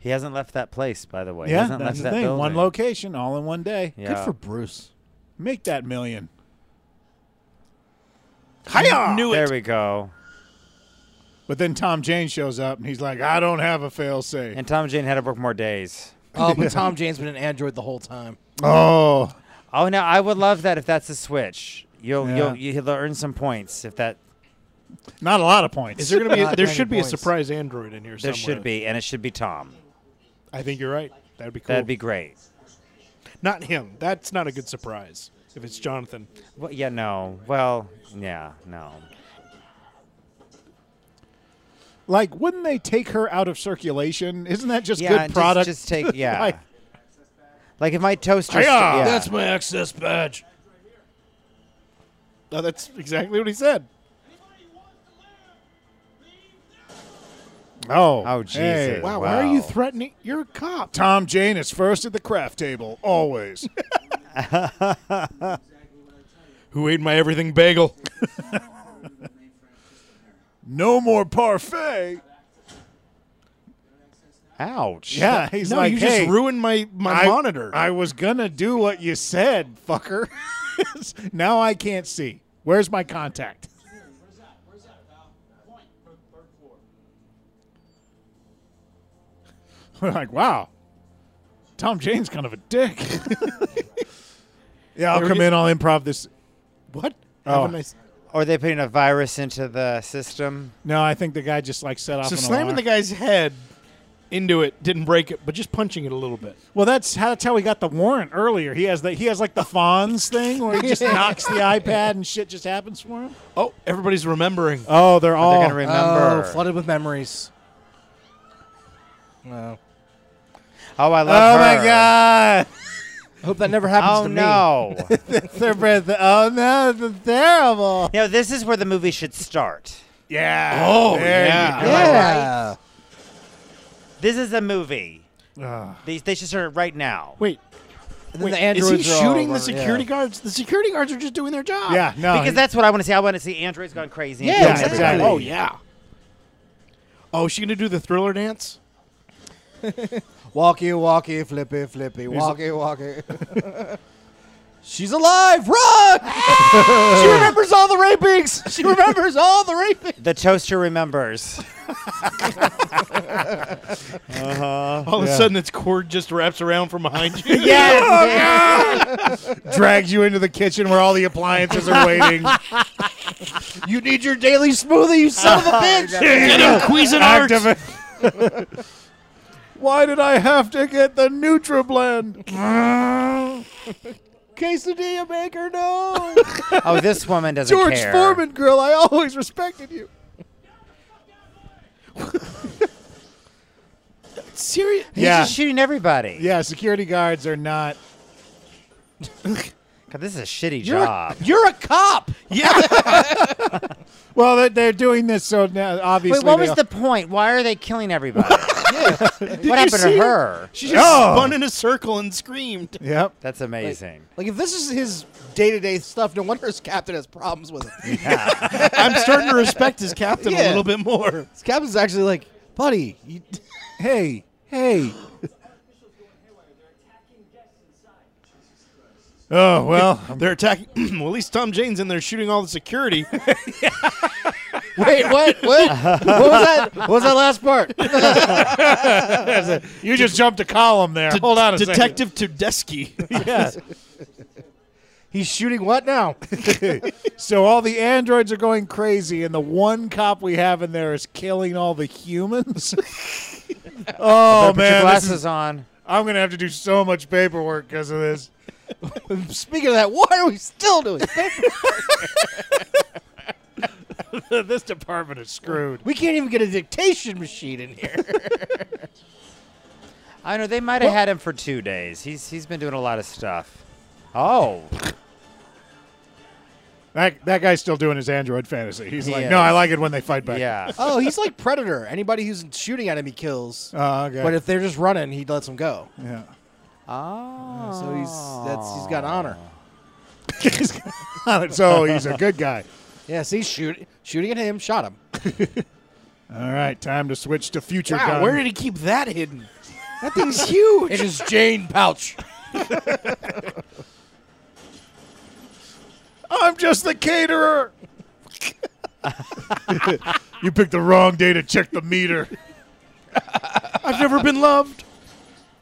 Speaker 6: He hasn't left that place, by the way. he
Speaker 1: yeah,
Speaker 6: hasn't
Speaker 1: that's
Speaker 6: left
Speaker 1: the
Speaker 6: that
Speaker 1: thing.
Speaker 6: Building.
Speaker 1: One location, all in one day.
Speaker 6: Yeah.
Speaker 3: Good for Bruce.
Speaker 1: Make that million.
Speaker 8: Knew
Speaker 6: there
Speaker 8: it.
Speaker 6: we go.
Speaker 1: But then Tom Jane shows up and he's like, I don't have a failsafe.
Speaker 6: And Tom and Jane had to work more days.
Speaker 3: Oh, but Tom Jane's been an android the whole time.
Speaker 1: Oh.
Speaker 6: Oh no, I would love that if that's a switch. You'll
Speaker 1: Yeah.
Speaker 6: you'll you'll earn some points if that
Speaker 1: Not a lot of points.
Speaker 4: Is there gonna be?
Speaker 3: Not
Speaker 4: there
Speaker 3: many
Speaker 4: should be
Speaker 3: points.
Speaker 4: a surprise android in here somewhere.
Speaker 6: there should be, and it should be Tom.
Speaker 4: I think you're right. That'd be cool.
Speaker 6: That'd be great.
Speaker 4: not him. That's not a good surprise. If it's Jonathan,
Speaker 6: Well, yeah, no. Well, yeah, no.
Speaker 1: like, wouldn't they take her out of circulation? Isn't that just
Speaker 6: Yeah,
Speaker 1: good
Speaker 6: and just-
Speaker 1: product?
Speaker 6: Just, take yeah.
Speaker 1: Like-
Speaker 6: like, if my toaster.
Speaker 1: Hi-yah!
Speaker 6: yeah.
Speaker 8: That's my access badge.
Speaker 4: oh, that's exactly what he said.
Speaker 1: oh.
Speaker 6: Oh, Jesus.
Speaker 1: Hey.
Speaker 6: Wow.
Speaker 4: Why are you threatening? You're a cop.
Speaker 1: Tom Jane is first at the craft table, always.
Speaker 4: Who ate my everything bagel?
Speaker 1: no more parfait.
Speaker 6: Ouch.
Speaker 1: Yeah, he's
Speaker 4: no,
Speaker 1: like,
Speaker 4: you
Speaker 1: hey,
Speaker 4: just ruined my my
Speaker 1: I,
Speaker 4: monitor.
Speaker 1: I was gonna do what you said, fucker. now I can't see. Where's my contact?
Speaker 9: Where's that? Where's that, pal? Point. Third, third floor.
Speaker 1: We're like, wow, Tom Jane's kind of a dick. yeah, I'll come in. I'll improv this.
Speaker 4: what?
Speaker 1: Oh.
Speaker 4: Have a nice-
Speaker 6: Or they putting a virus into the system.
Speaker 1: No, I think the guy just like set off.
Speaker 4: So
Speaker 1: an
Speaker 4: slamming
Speaker 1: alarm.
Speaker 4: the guy's head into it didn't break it, but just punching it a little bit.
Speaker 1: Well, that's how, that's how he got the warrant earlier. He has the he has like the Fonz thing where he just knocks the iPad and shit just happens for him.
Speaker 4: Oh, everybody's remembering.
Speaker 1: Oh, they're all
Speaker 6: They're gonna remember.
Speaker 3: Oh, flooded with memories. No.
Speaker 6: Oh, I love
Speaker 1: Oh
Speaker 6: her.
Speaker 1: my god!
Speaker 3: I hope that never happens
Speaker 6: Oh
Speaker 3: to me.
Speaker 6: no.
Speaker 1: Their breath. Oh no, that's terrible.
Speaker 6: you know, this is where the movie should start.
Speaker 1: Yeah. Oh yeah.
Speaker 3: Yeah.
Speaker 6: This is a movie. They, they should start it right now.
Speaker 4: Wait,
Speaker 3: And then
Speaker 4: wait
Speaker 3: the
Speaker 4: is he
Speaker 3: androids are all
Speaker 4: shooting the
Speaker 3: over- yeah.
Speaker 4: security guards? The security guards are just doing their job.
Speaker 1: Yeah. No.
Speaker 6: because that's what I want to see. I want to see Android's gone crazy. and
Speaker 3: Yeah,
Speaker 6: killing
Speaker 1: exactly.
Speaker 6: everybody.
Speaker 4: Oh yeah. Oh, is she gonna do the thriller dance?
Speaker 3: Walkie, walkie, flippy, flippy, walkie, walkie. She's alive! Run! she remembers all the rapings. She remembers all the rapings.
Speaker 6: The toaster remembers.
Speaker 4: All of a sudden, its cord just wraps around from behind you.
Speaker 6: yes.
Speaker 1: drags you into the kitchen where all the appliances are waiting.
Speaker 3: You need your daily smoothie, you son of a bitch.
Speaker 8: Get him, Cuisinart.
Speaker 1: Activate. Why did I have to get the NutriBlend?
Speaker 7: Quesadilla maker, no.
Speaker 6: Oh, this woman doesn't
Speaker 7: George
Speaker 6: care.
Speaker 7: Foreman grill, I always respected you.
Speaker 4: Serious?
Speaker 6: He's
Speaker 1: Yeah.
Speaker 6: just shooting everybody.
Speaker 1: yeah, security guards are not.
Speaker 6: God, this is a shitty
Speaker 7: You're,
Speaker 6: job.
Speaker 7: you're a cop.
Speaker 1: Well, they're, they're doing this so now obviously.
Speaker 6: Wait, what
Speaker 1: they
Speaker 6: was
Speaker 1: all-
Speaker 6: the point? Why are they killing everybody? what happened
Speaker 4: see
Speaker 6: to
Speaker 4: it?
Speaker 6: her?
Speaker 4: She just
Speaker 1: Oh.
Speaker 4: spun in a circle and screamed.
Speaker 1: Yep.
Speaker 6: That's amazing.
Speaker 7: Like if this is his day-to-day stuff, no wonder his captain has problems with it.
Speaker 4: I'm starting to respect his captain
Speaker 7: Yeah.
Speaker 4: a little bit more.
Speaker 7: his captain's actually like, buddy, you,
Speaker 1: Hey, hey. Oh well,
Speaker 4: They're attacking. well, at least Tom Jane's in there shooting all the security.
Speaker 7: wait, what? What? what was that? What was that last part?
Speaker 1: you just jumped a column there. Hold on a second.
Speaker 4: Detective Tedeschi.
Speaker 7: He's shooting what now?
Speaker 1: So all the androids are going crazy, and the one cop we have in there is killing all the humans. oh
Speaker 7: Oh,
Speaker 6: Put your
Speaker 1: man, this
Speaker 6: glasses
Speaker 1: is-
Speaker 6: on.
Speaker 1: I'm gonna have to do so much paperwork because of this.
Speaker 7: Speaking of that, why are we still doing? this?
Speaker 1: this department is screwed.
Speaker 7: We can't even get a dictation machine in here.
Speaker 6: I know they might have had him for two days. He's he's been doing a lot of stuff. Oh,
Speaker 1: That that guy's still doing his android fantasy. He's
Speaker 6: He
Speaker 1: like,
Speaker 6: is.
Speaker 1: no, I like it when they fight back.
Speaker 6: yeah.
Speaker 7: oh, he's like Predator. Anybody who's shooting at him, he kills.
Speaker 1: Oh, okay.
Speaker 7: But if they're just running, he lets them go.
Speaker 1: yeah.
Speaker 6: Oh,
Speaker 7: So he's that's he's got honor.
Speaker 1: so he's a good guy.
Speaker 7: Yeah, see, shoot, shooting at him, shot him.
Speaker 1: All right, time to switch to future
Speaker 4: wow,
Speaker 1: gun.
Speaker 4: where did he keep that hidden?
Speaker 7: That thing's huge. It is Jane pouch.
Speaker 1: I'm just the caterer. you picked the wrong day to check the meter.
Speaker 4: I've never been loved.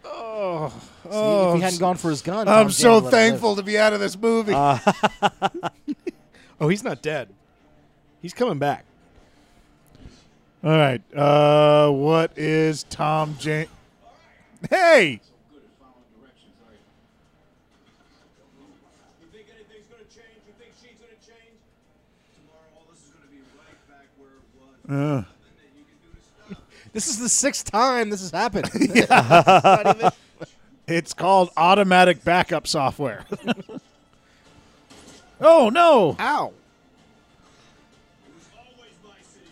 Speaker 7: Oh, if he hadn't gone for his gun, Tom
Speaker 1: I'm
Speaker 7: Jane would
Speaker 1: so
Speaker 7: let him live.
Speaker 1: thankful to be out of this movie.
Speaker 4: Oh, he's not dead. He's coming back.
Speaker 1: All right. Uh, what is Tom Jane? Hey,
Speaker 9: You think anything's gonna change? You think she's gonna change? Tomorrow, all this is gonna be right back where it was. Nothing that you can do to stop it.
Speaker 7: This is the sixth time this has happened.
Speaker 1: it's called automatic backup software. oh no!
Speaker 4: Ow.
Speaker 9: It was always my city,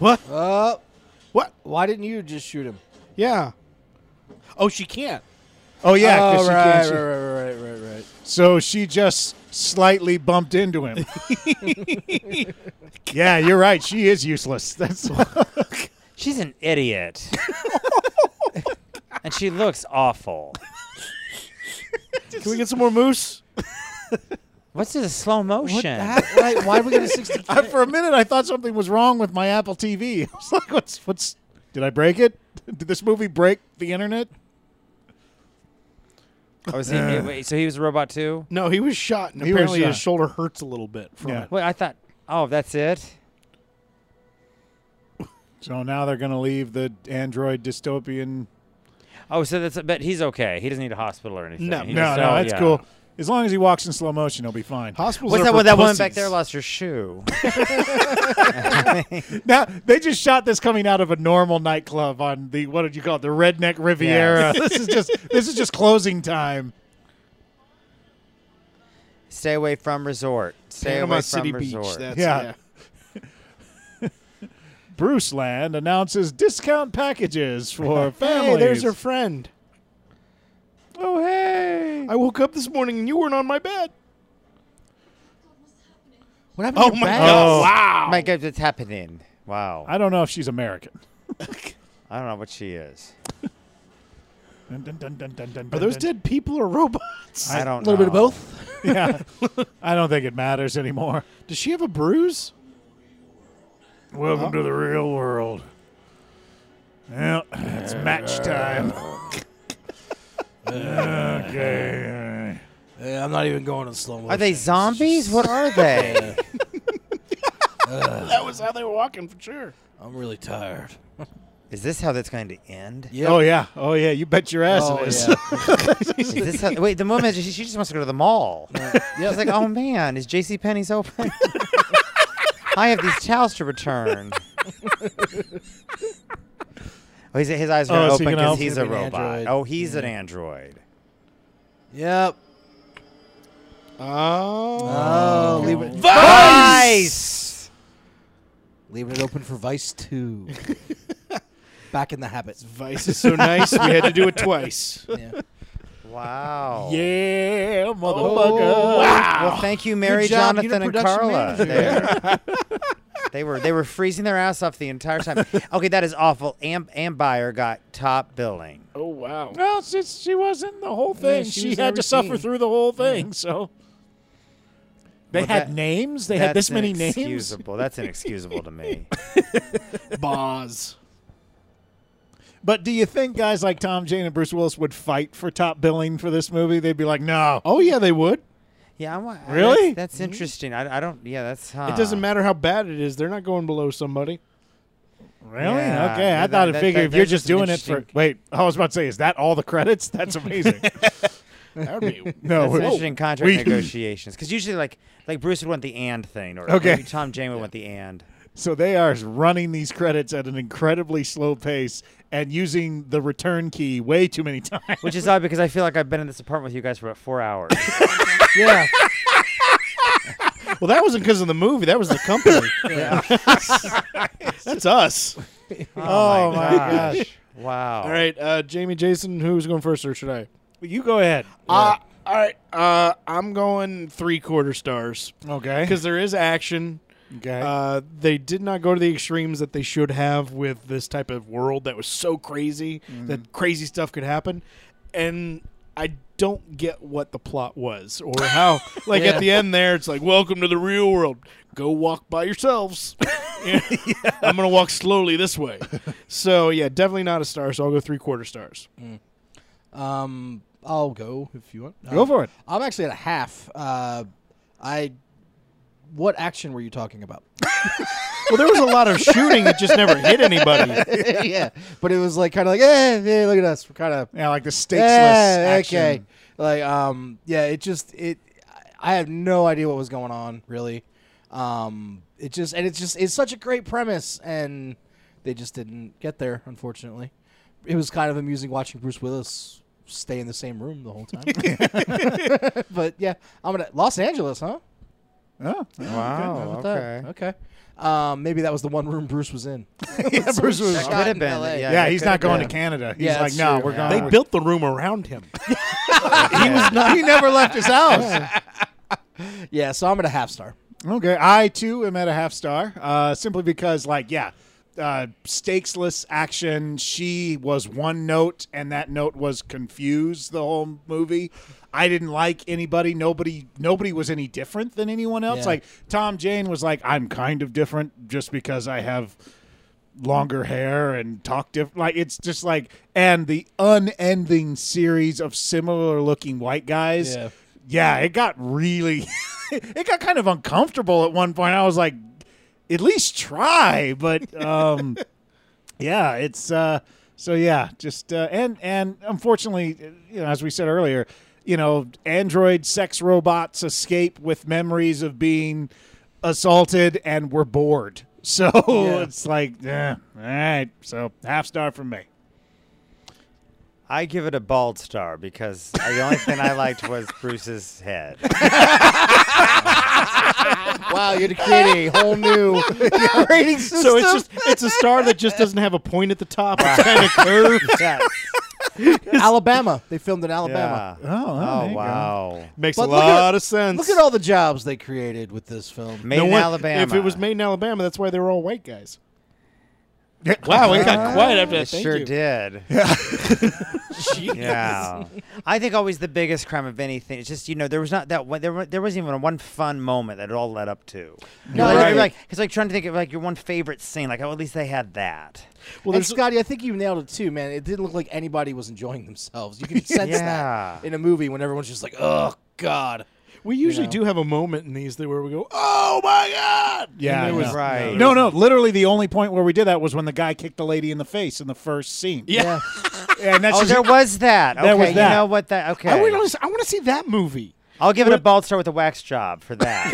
Speaker 9: Roy.
Speaker 7: Uh,
Speaker 4: What?
Speaker 7: Why didn't you just shoot him?
Speaker 4: Yeah. Oh, she can't.
Speaker 1: Oh yeah, 'cause
Speaker 7: oh,
Speaker 1: she
Speaker 7: right,
Speaker 1: can't-
Speaker 7: right, right, right, right, right.
Speaker 1: so she just slightly bumped into him. yeah, you're right. She is useless. That's
Speaker 6: She's an idiot. and she looks awful.
Speaker 4: Can we get some more moose?
Speaker 6: What's this slow motion?
Speaker 7: Why, why are we going to 60?
Speaker 1: I, for a minute, I thought something was wrong with my Apple TV. I was like, "What's what's? Did I break it? Did this movie break the internet?"
Speaker 6: oh, is he,
Speaker 7: Uh.
Speaker 6: wait, so he was a robot too?
Speaker 4: No, he was shot, and
Speaker 1: He was
Speaker 4: apparently
Speaker 1: shot.
Speaker 4: his shoulder hurts a little bit from
Speaker 1: Yeah.
Speaker 4: it.
Speaker 6: Wait, I thought. Oh, that's it.
Speaker 1: So now they're going to leave the android dystopian.
Speaker 6: Oh, so that's. But he's okay. He doesn't need a hospital or anything.
Speaker 4: No,
Speaker 6: He's
Speaker 1: No,
Speaker 6: so-
Speaker 1: no, that's
Speaker 6: yeah.
Speaker 1: cool. As long as he walks in slow motion, he'll be fine.
Speaker 4: Hospitals
Speaker 6: What's
Speaker 4: are
Speaker 6: that?
Speaker 4: for
Speaker 6: Well, that woman back
Speaker 4: pussies.
Speaker 6: there lost her shoe.
Speaker 1: Now they just shot this coming out of a normal nightclub on the what did you call it? The Redneck Riviera. this is just this is just closing time.
Speaker 6: Stay away from resort. Stay
Speaker 4: Panama
Speaker 6: away from
Speaker 4: City Beach.
Speaker 6: resort.
Speaker 4: That's,
Speaker 1: Yeah.
Speaker 4: yeah.
Speaker 1: Bruce Land announces discount packages for families.
Speaker 4: Hey, there's her friend.
Speaker 1: oh hey.
Speaker 4: I woke up this morning and you weren't on my bed.
Speaker 7: What happened
Speaker 4: Oh
Speaker 7: to
Speaker 4: my
Speaker 7: your back?
Speaker 4: god!
Speaker 1: Oh.
Speaker 4: Wow.
Speaker 6: My God, it's happening. Wow.
Speaker 1: I don't know if she's American.
Speaker 6: I don't know what she is.
Speaker 1: Dun, dun, dun, dun, dun, dun,
Speaker 4: Are
Speaker 1: dun,
Speaker 4: those
Speaker 1: dun.
Speaker 4: dead people or robots?
Speaker 6: I don't.
Speaker 7: A little bit of
Speaker 6: know.
Speaker 7: both.
Speaker 1: Yeah. I don't think it matters anymore.
Speaker 4: Does she have a bruise?
Speaker 1: Welcome to the real world. Well, it's match time. okay.
Speaker 7: I'm not even going in slow motion.
Speaker 6: Are they zombies? What are they?
Speaker 4: That was how they were walking for sure.
Speaker 7: I'm really tired.
Speaker 6: Is this how that's going to end?
Speaker 1: Oh yeah. Oh yeah. You bet your ass
Speaker 6: Oh,
Speaker 1: it is.
Speaker 6: Is this how, wait, the woman she, she just wants to go to the mall. She's like, oh man, is J.C. Penney's open? I have these towels to return. oh, his, his eyes are
Speaker 2: Oh,
Speaker 6: open
Speaker 2: is he
Speaker 6: 'cause open
Speaker 2: gonna
Speaker 6: because
Speaker 2: help?
Speaker 6: he's a
Speaker 2: He's gonna be an
Speaker 6: robot.
Speaker 2: android.
Speaker 6: Oh, he's an android.
Speaker 3: Yep.
Speaker 4: Oh.
Speaker 3: Oh, leave it.
Speaker 6: Vice!
Speaker 3: Leaving it open for Vice 2. Back in the habit.
Speaker 4: Vice is so nice, we had to do it twice.
Speaker 3: Yeah.
Speaker 6: Wow.
Speaker 1: Yeah, motherfucker.
Speaker 6: Well, thank you, Mary,
Speaker 3: Good job,
Speaker 6: Jonathan,
Speaker 3: you're
Speaker 6: and
Speaker 3: the production
Speaker 6: Carla.
Speaker 3: manager.
Speaker 6: there. they were they were freezing their ass off the entire time. Okay, that is awful. Am Am Buyer got top billing.
Speaker 4: Oh, wow.
Speaker 1: No, since she was in the whole thing,
Speaker 4: she
Speaker 1: she,
Speaker 4: was in
Speaker 1: had to
Speaker 4: every
Speaker 1: suffer
Speaker 4: scene.
Speaker 1: through the whole thing. So they
Speaker 6: Well,
Speaker 1: had
Speaker 6: that-
Speaker 1: names. They had
Speaker 6: That's
Speaker 1: this many names.
Speaker 6: inexcusable. That's inexcusable to me.
Speaker 4: Boz.
Speaker 1: But do you think guys like Tom Jane and Bruce Willis would fight for top billing for this movie? They'd be like, no.
Speaker 4: Oh, yeah, they would.
Speaker 6: Yeah, I want. I-
Speaker 1: Really?
Speaker 6: That's, that's interesting. I, I don't. Yeah, that's. Huh.
Speaker 4: It doesn't matter how bad it is, they're not going below somebody.
Speaker 1: Really?
Speaker 6: Yeah,
Speaker 1: okay. I
Speaker 6: that-
Speaker 1: thought I
Speaker 6: that-
Speaker 1: figured
Speaker 6: that-
Speaker 1: if you're
Speaker 6: that's
Speaker 1: just
Speaker 6: just
Speaker 1: doing it
Speaker 6: interesting.
Speaker 1: for. Wait, I was about to say, is that all the credits? That's amazing.
Speaker 4: That would be.
Speaker 1: no.
Speaker 6: That's
Speaker 1: we- Oh,
Speaker 6: interesting contract
Speaker 1: we-
Speaker 6: negotiations because usually like like Bruce would want the and thing or
Speaker 1: Okay.
Speaker 6: maybe Tom Jane would want the and.
Speaker 1: So they are running these credits at an incredibly slow pace and using the return key way too many times.
Speaker 6: Which is odd because I feel like I've been in this apartment with you guys for about four hours.
Speaker 3: Yeah.
Speaker 4: well, that wasn't because of the movie. That was the company. That's us.
Speaker 6: Oh,
Speaker 1: my
Speaker 6: gosh. Wow.
Speaker 4: All right, uh, Jamie, Jason, who's going first, or should I?
Speaker 1: you go ahead.
Speaker 4: Uh, all right, uh, I'm going three quarter stars
Speaker 1: Okay.
Speaker 4: because there is action.
Speaker 1: Okay.
Speaker 4: Uh, they did not go to the extremes that they should have with this type of world that was so crazy that crazy stuff could happen, and I don't get what the plot was or how. like at the end there, it's like welcome to the real world. Go walk by yourselves. I'm gonna walk slowly this way. So yeah, definitely not a star. So I'll go three quarter stars.
Speaker 3: Um, I'll go if you want. Um,
Speaker 1: Go for it.
Speaker 3: I'm actually at a half. Uh, I. What action were you talking about?
Speaker 4: Well, there was a lot of shooting that just never hit anybody.
Speaker 3: yeah, but it was like kind of like, eh, hey, look at us. We're kind of
Speaker 1: Yeah, like the stakesless
Speaker 3: yeah,
Speaker 1: action.
Speaker 3: okay. Like, um, yeah, it just it. I have no idea what was going on really. Um, it just and it's just it's such a great premise, and they just didn't get there. Unfortunately, it was kind of amusing watching Bruce Willis stay in the same room the whole time. but yeah, I'm gonna Los Angeles, huh?
Speaker 1: Oh, yeah, okay.
Speaker 6: Wow. Okay.
Speaker 3: Okay. Um, maybe that was the one room Bruce was in.
Speaker 1: yeah, Bruce was-
Speaker 6: That
Speaker 1: yeah,
Speaker 6: could have been.
Speaker 7: LA.
Speaker 6: Yeah, that
Speaker 1: he's
Speaker 6: could
Speaker 1: not
Speaker 6: have
Speaker 1: going
Speaker 6: been.
Speaker 1: to Canada. He's
Speaker 3: Yeah,
Speaker 1: like,
Speaker 3: that's
Speaker 1: no,
Speaker 3: true.
Speaker 1: we're
Speaker 3: Yeah.
Speaker 1: going.
Speaker 4: They
Speaker 1: with-
Speaker 4: built the room around him.
Speaker 1: he was not. He never left his house.
Speaker 3: Yeah, so I'm at a half star.
Speaker 1: okay, I too am at a half star, uh, simply because, like, yeah, uh, stakesless action. She was one note, and that note was confused the whole movie. I didn't like anybody. Nobody, nobody was any different than anyone else.
Speaker 3: Yeah.
Speaker 1: Like Tom Jane was like, I'm kind of different just because I have longer hair and talk different. Like it's just like and the unending series of similar looking white guys.
Speaker 3: Yeah.
Speaker 1: Yeah, it got really, it got kind of uncomfortable at one point. I was like, at least try, but um, yeah, it's uh, so yeah, just uh, and and unfortunately, you know, as we said earlier, you know, android sex robots escape with memories of being assaulted and were bored. So it's like, yeah, all right. So half star from me.
Speaker 6: I give it a bald star because the only thing I liked was Bruce's head.
Speaker 3: Wow, you had to create a whole new rating system.
Speaker 4: So it's just it's a star that just doesn't have a point at the top. It's kind of curved.
Speaker 6: Yes.
Speaker 3: Alabama. They filmed in
Speaker 6: Yeah.
Speaker 3: Alabama.
Speaker 1: Oh, oh, there you go.
Speaker 6: wow.
Speaker 4: Makes
Speaker 3: But
Speaker 4: a
Speaker 3: look at-
Speaker 4: lot of sense.
Speaker 3: Look at all the jobs they created with this film.
Speaker 6: Made
Speaker 4: No
Speaker 6: in
Speaker 4: one-
Speaker 6: Alabama.
Speaker 4: If it was made in Alabama, that's why they were all white guys. Wow, it got quiet after
Speaker 6: It
Speaker 4: that. Thank
Speaker 6: sure
Speaker 4: you.
Speaker 6: did. Yeah, I think always the biggest crime of anything. It's just you know there was not that one, there wa- there wasn't even one fun moment that it all led up to. No, like,
Speaker 4: Right.
Speaker 6: like it's like trying to think of like your one favorite scene. Like oh, at least they had that.
Speaker 3: Well, and Scotty, I think you nailed it too, man. It didn't look like anybody was enjoying themselves. You can sense
Speaker 6: Yeah.
Speaker 3: that in a movie when everyone's just like, "Oh God."
Speaker 4: We usually do have a moment in these that where we go, "Oh my god!"
Speaker 1: Yeah,
Speaker 4: And there
Speaker 1: I
Speaker 4: was-
Speaker 1: know.
Speaker 6: Right.
Speaker 1: No, no. Literally, the only point where we did that was when the guy kicked the lady in the face in the first scene.
Speaker 4: Yeah.
Speaker 1: and that's
Speaker 6: Oh,
Speaker 1: just-
Speaker 6: there was that.
Speaker 1: There
Speaker 6: okay,
Speaker 1: was that.
Speaker 6: you know what? That okay.
Speaker 4: I want to. I want to see that movie.
Speaker 6: I'll give it a bald star with a wax job for that.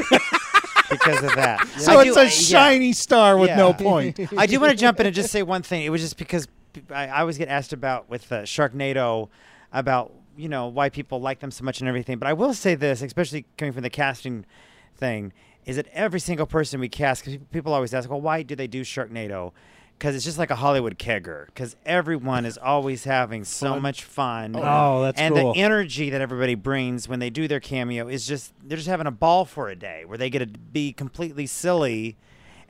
Speaker 6: because of that.
Speaker 1: So
Speaker 6: I
Speaker 1: it's
Speaker 6: do-
Speaker 1: a
Speaker 6: yeah.
Speaker 1: shiny star with no
Speaker 6: Yeah.
Speaker 1: point.
Speaker 6: I do want to jump in and just say one thing. It was just because I, I always get asked about with uh, Sharknado about you know why people like them so much and everything. But I will say this, especially coming from the casting thing, is that every single person we cast, 'cause people always ask, well, why do they do Sharknado? Because it's just like a Hollywood kegger. Because everyone is always having so much fun.
Speaker 2: Oh, that's
Speaker 6: and
Speaker 2: cool.
Speaker 6: the energy that everybody brings when they do their cameo is just they're just having a ball for a day where they get to be completely silly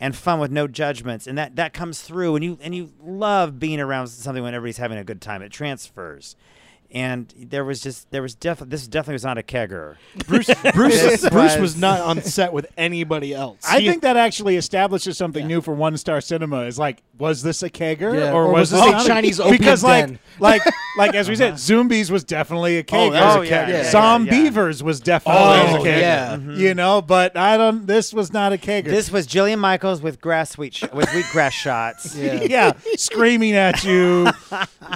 Speaker 6: and fun with no judgments and that that comes through and you and you love being around something when everybody's having a good time it transfers and there was just there was definitely this definitely was not a kegger
Speaker 4: Bruce Bruce,
Speaker 6: This
Speaker 4: Bruce
Speaker 6: was-
Speaker 4: was not on set with anybody else.
Speaker 1: I
Speaker 4: He-
Speaker 1: think that actually establishes something new for one star cinema. Is like, was this a kegger
Speaker 3: Yeah,
Speaker 1: or,
Speaker 3: or
Speaker 1: was,
Speaker 3: was
Speaker 1: this
Speaker 3: this a
Speaker 1: not
Speaker 3: Chinese opium
Speaker 1: Because like,
Speaker 3: den?
Speaker 1: like, like as we said, Zombies was definitely a kegger.
Speaker 6: that was a Uh-huh. Oh, yeah, kegger. yeah, yeah,
Speaker 1: Some
Speaker 6: yeah.
Speaker 1: Beavers was definitely
Speaker 3: Oh,
Speaker 1: a kegger.
Speaker 3: yeah.
Speaker 1: You know, but I don't. This was not a kegger.
Speaker 6: this was Jillian Michaels with grass wheat sh- with wheatgrass shots
Speaker 3: Yeah.
Speaker 1: yeah, screaming at you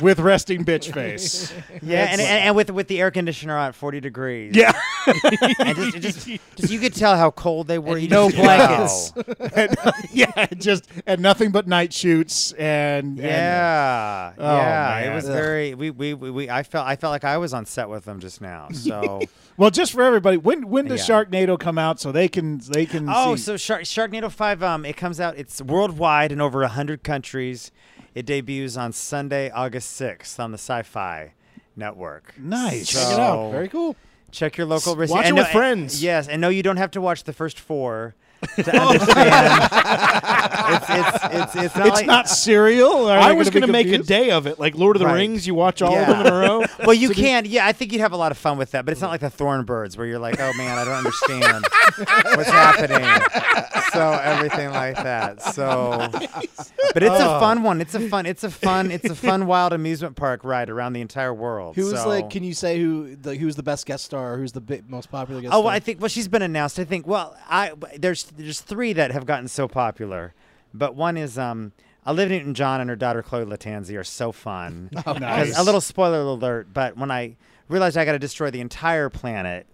Speaker 1: with resting bitch face.
Speaker 6: Yeah, and, and, and with with the air conditioner on at forty degrees.
Speaker 1: Yeah.
Speaker 6: and just, it just, just- you could tell how cold they were.
Speaker 3: And
Speaker 6: You
Speaker 1: no
Speaker 6: just- wow.
Speaker 1: blankets. And- yeah, just and nothing but night shoots and and-
Speaker 6: Yeah,
Speaker 1: Oh,
Speaker 6: yeah.
Speaker 1: man.
Speaker 6: It was
Speaker 1: Ugh.
Speaker 6: very. We, we we we. I felt I felt like I was on set with them just now. So
Speaker 1: well, just for everybody, when when does
Speaker 6: Yeah.
Speaker 1: Sharknado come out so they can they can
Speaker 6: oh,
Speaker 1: see?
Speaker 6: so Shark Sharknado Five. Um, it comes out. It's worldwide in over hundred countries. It debuts on Sunday, August sixth, on the Sci-Fi Network.
Speaker 1: nice.
Speaker 6: So,
Speaker 1: Check it out. Very
Speaker 3: cool.
Speaker 6: Check your local. Watch
Speaker 4: it with friends.
Speaker 6: yes, and no, you don't have to watch the first four to
Speaker 1: Oh.
Speaker 6: understand. it's, it's, it's, it's not.
Speaker 1: It's
Speaker 6: like,
Speaker 1: not serial. Are
Speaker 4: I
Speaker 1: they
Speaker 4: was
Speaker 1: gonna
Speaker 4: going
Speaker 1: be
Speaker 4: to make a
Speaker 1: confused?
Speaker 4: day of it, like Lord of the
Speaker 6: Right.
Speaker 4: Rings. You watch all
Speaker 6: Yeah.
Speaker 4: of them in a row.
Speaker 6: Well, you can. Yeah, I think you'd have a lot of fun with that, but it's not like the Thorn Birds where you're like, oh man, I don't understand what's happening. So everything like that. So, but it's
Speaker 4: Oh.
Speaker 6: a fun one. It's a fun. It's a fun. It's a fun wild amusement park ride around the entire world.
Speaker 3: Who's
Speaker 6: so.
Speaker 3: like? Can you say who the who's the best guest star? Or who's the bi- most popular guest?
Speaker 6: Oh,
Speaker 3: star?
Speaker 6: well, I think well she's been announced. I think well I there's there's three that have gotten so popular, but one is um Olivia Newton John and her daughter Chloe Latanzi are so fun. Oh,
Speaker 1: nice.
Speaker 6: A little spoiler alert, but when I realized I got to destroy the entire planet,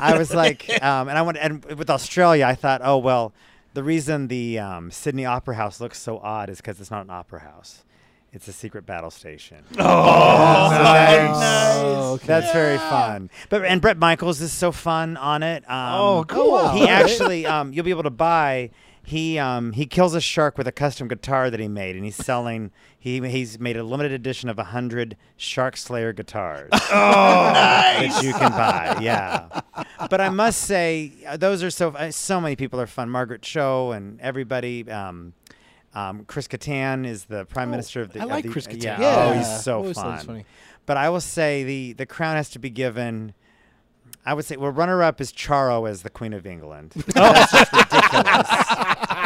Speaker 6: I was like, um, and I went and with Australia, I thought, oh well, the reason the um, Sydney Opera House looks so odd is because it's not an opera house. It's a secret battle station.
Speaker 3: Oh, okay.
Speaker 6: That's very fun. But and Brett Michaels is so fun on it. Um, oh,
Speaker 3: cool. wow.
Speaker 6: He actually, um, you'll be able to buy. He um, he kills a shark with a custom guitar that he made, and he's selling. He he's made a limited edition of hundred Shark Slayer guitars that you can buy. Yeah, but I must say uh, those are so uh, so many people are fun. Margaret Cho and everybody. Um, um, Chris Kattan is the prime minister of the.
Speaker 4: Oh, I
Speaker 6: of
Speaker 4: like
Speaker 6: the-
Speaker 4: Chris
Speaker 6: Yeah.
Speaker 4: Kattan.
Speaker 6: Oh,
Speaker 3: Yeah.
Speaker 6: he's so
Speaker 3: Always thought he
Speaker 6: fun.
Speaker 3: was funny.
Speaker 6: But I will say the the crown has to be given. I would say well, runner up is Charo as the Queen of England. That's just ridiculous.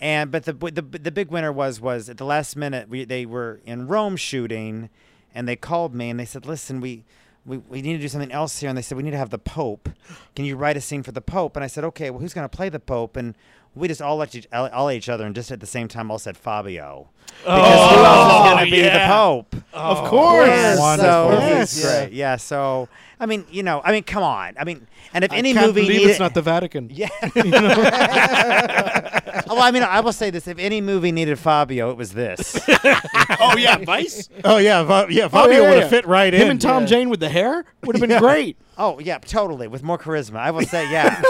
Speaker 6: and but the, the the big winner was was at the last minute we, they were in Rome shooting, and they called me and they said, listen, we. We, we need to do something else here. And they said, We need to have the Pope. Can you write a scene for the Pope? And I said, Okay, well, who's going to play the Pope? And we just all looked at each, all, all at each other and just at the same time all said Fabio. Because who else is going to be the Pope?
Speaker 4: Oh, Of course.
Speaker 6: Yeah, So,
Speaker 1: Wonderful.
Speaker 6: that's
Speaker 3: Yes.
Speaker 6: great. Yeah. So I mean, you know, I mean, come on. I mean, and if
Speaker 4: I
Speaker 6: any
Speaker 4: can't
Speaker 6: movie
Speaker 4: believe
Speaker 6: needed,
Speaker 4: it's not the Vatican.
Speaker 6: yeah. well, I mean, I will say this: if any movie needed Fabio, it was this.
Speaker 4: Oh yeah, Vice.
Speaker 1: Oh yeah, Va- yeah. Fabio
Speaker 4: yeah,
Speaker 1: would have
Speaker 4: yeah.
Speaker 1: fit right in.
Speaker 4: Him and Tom Jane with the hair would have been great.
Speaker 6: oh yeah, totally. With more charisma, I will say, yeah.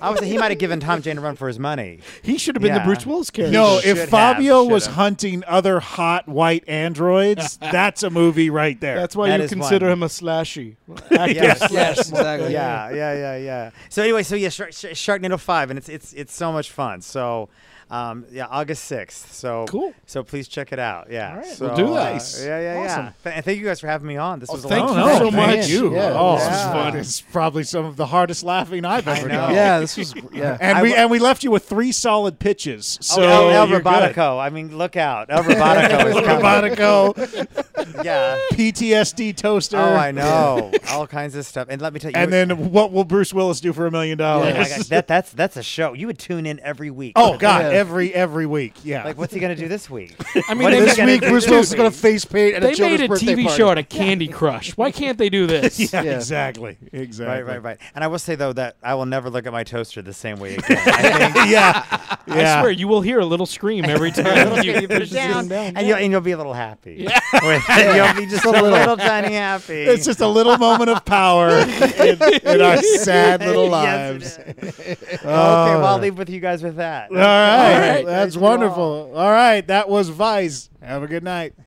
Speaker 6: I would say he might have given Tom Jane a run for his money.
Speaker 4: He should have been
Speaker 6: Yeah.
Speaker 4: the Bruce Willis character.
Speaker 1: No,
Speaker 6: Should
Speaker 1: if
Speaker 6: have,
Speaker 1: Fabio
Speaker 6: should
Speaker 1: was
Speaker 6: have.
Speaker 1: hunting other hot white androids, that's a movie right there.
Speaker 4: That's why
Speaker 6: That
Speaker 4: you
Speaker 6: is
Speaker 4: consider
Speaker 6: one.
Speaker 4: him a slashy. Actor.
Speaker 6: Yes.
Speaker 3: yes, exactly.
Speaker 6: yeah, yeah, yeah, yeah. So anyway, so yeah, Shark, Sharknado Five, and it's it's it's so much fun. So Um, yeah, August sixth. So
Speaker 4: Cool.
Speaker 6: So please check it out. Yeah,
Speaker 4: right,
Speaker 6: so,
Speaker 4: we'll do that.
Speaker 6: uh,
Speaker 4: Nice.
Speaker 6: yeah, yeah,
Speaker 4: Awesome. Oh,
Speaker 6: yeah. Th- and thank you guys for having me on. This was a
Speaker 4: thank
Speaker 6: lot
Speaker 4: you
Speaker 6: of fun.
Speaker 4: so much.
Speaker 1: You.
Speaker 4: Yeah.
Speaker 1: Oh, this is
Speaker 6: Oh, Yeah.
Speaker 1: fun. It's probably some of the hardest laughing I've ever
Speaker 6: know.
Speaker 1: done.
Speaker 3: Yeah, this was yeah.
Speaker 1: And
Speaker 6: I
Speaker 1: we
Speaker 6: wa-
Speaker 1: and we left you with three solid pitches. So
Speaker 6: oh, El, El
Speaker 1: you're
Speaker 6: Robotico. I mean, look out, El Robotico is
Speaker 1: good.
Speaker 6: coming.
Speaker 1: Robotico,
Speaker 6: Yeah.
Speaker 1: PTSD toaster.
Speaker 6: Oh, I know. All kinds of stuff. And let me tell you.
Speaker 1: And then what will Bruce Willis do for a million
Speaker 6: Oh my
Speaker 1: dollars?
Speaker 6: God, that that's that's a show. You would tune in every week.
Speaker 1: Oh God!
Speaker 7: Yeah.
Speaker 1: Every every week, yeah.
Speaker 6: Like, what's he gonna do this week?
Speaker 4: I mean,
Speaker 6: What
Speaker 4: they
Speaker 6: is he
Speaker 7: this
Speaker 6: gonna
Speaker 7: week,
Speaker 6: do
Speaker 7: Bruce
Speaker 6: this
Speaker 7: Willis is
Speaker 6: week?
Speaker 7: going to face paint at a
Speaker 8: They made
Speaker 7: children's
Speaker 8: a
Speaker 7: birthday
Speaker 8: TV
Speaker 7: party.
Speaker 8: show out of Candy Crush. Why can't they do this?
Speaker 1: yeah,
Speaker 7: Yeah.
Speaker 1: exactly, exactly.
Speaker 6: Right, right, right. And I will say though that I will never look at my toaster the same way again. I think
Speaker 1: yeah, yeah.
Speaker 8: I swear, you will hear a little scream every time you push this thing down.
Speaker 6: and you'll and you'll be a little happy. With- you'll be just a little, tiny happy.
Speaker 1: It's just a little moment of power in, in our sad little lives. Uh.
Speaker 6: Yes, it is. okay, well I'll leave with you guys with that.
Speaker 1: All right.
Speaker 8: All right.
Speaker 1: That's
Speaker 6: Thank you all.
Speaker 1: wonderful. All right. That was Vice. Have a good night.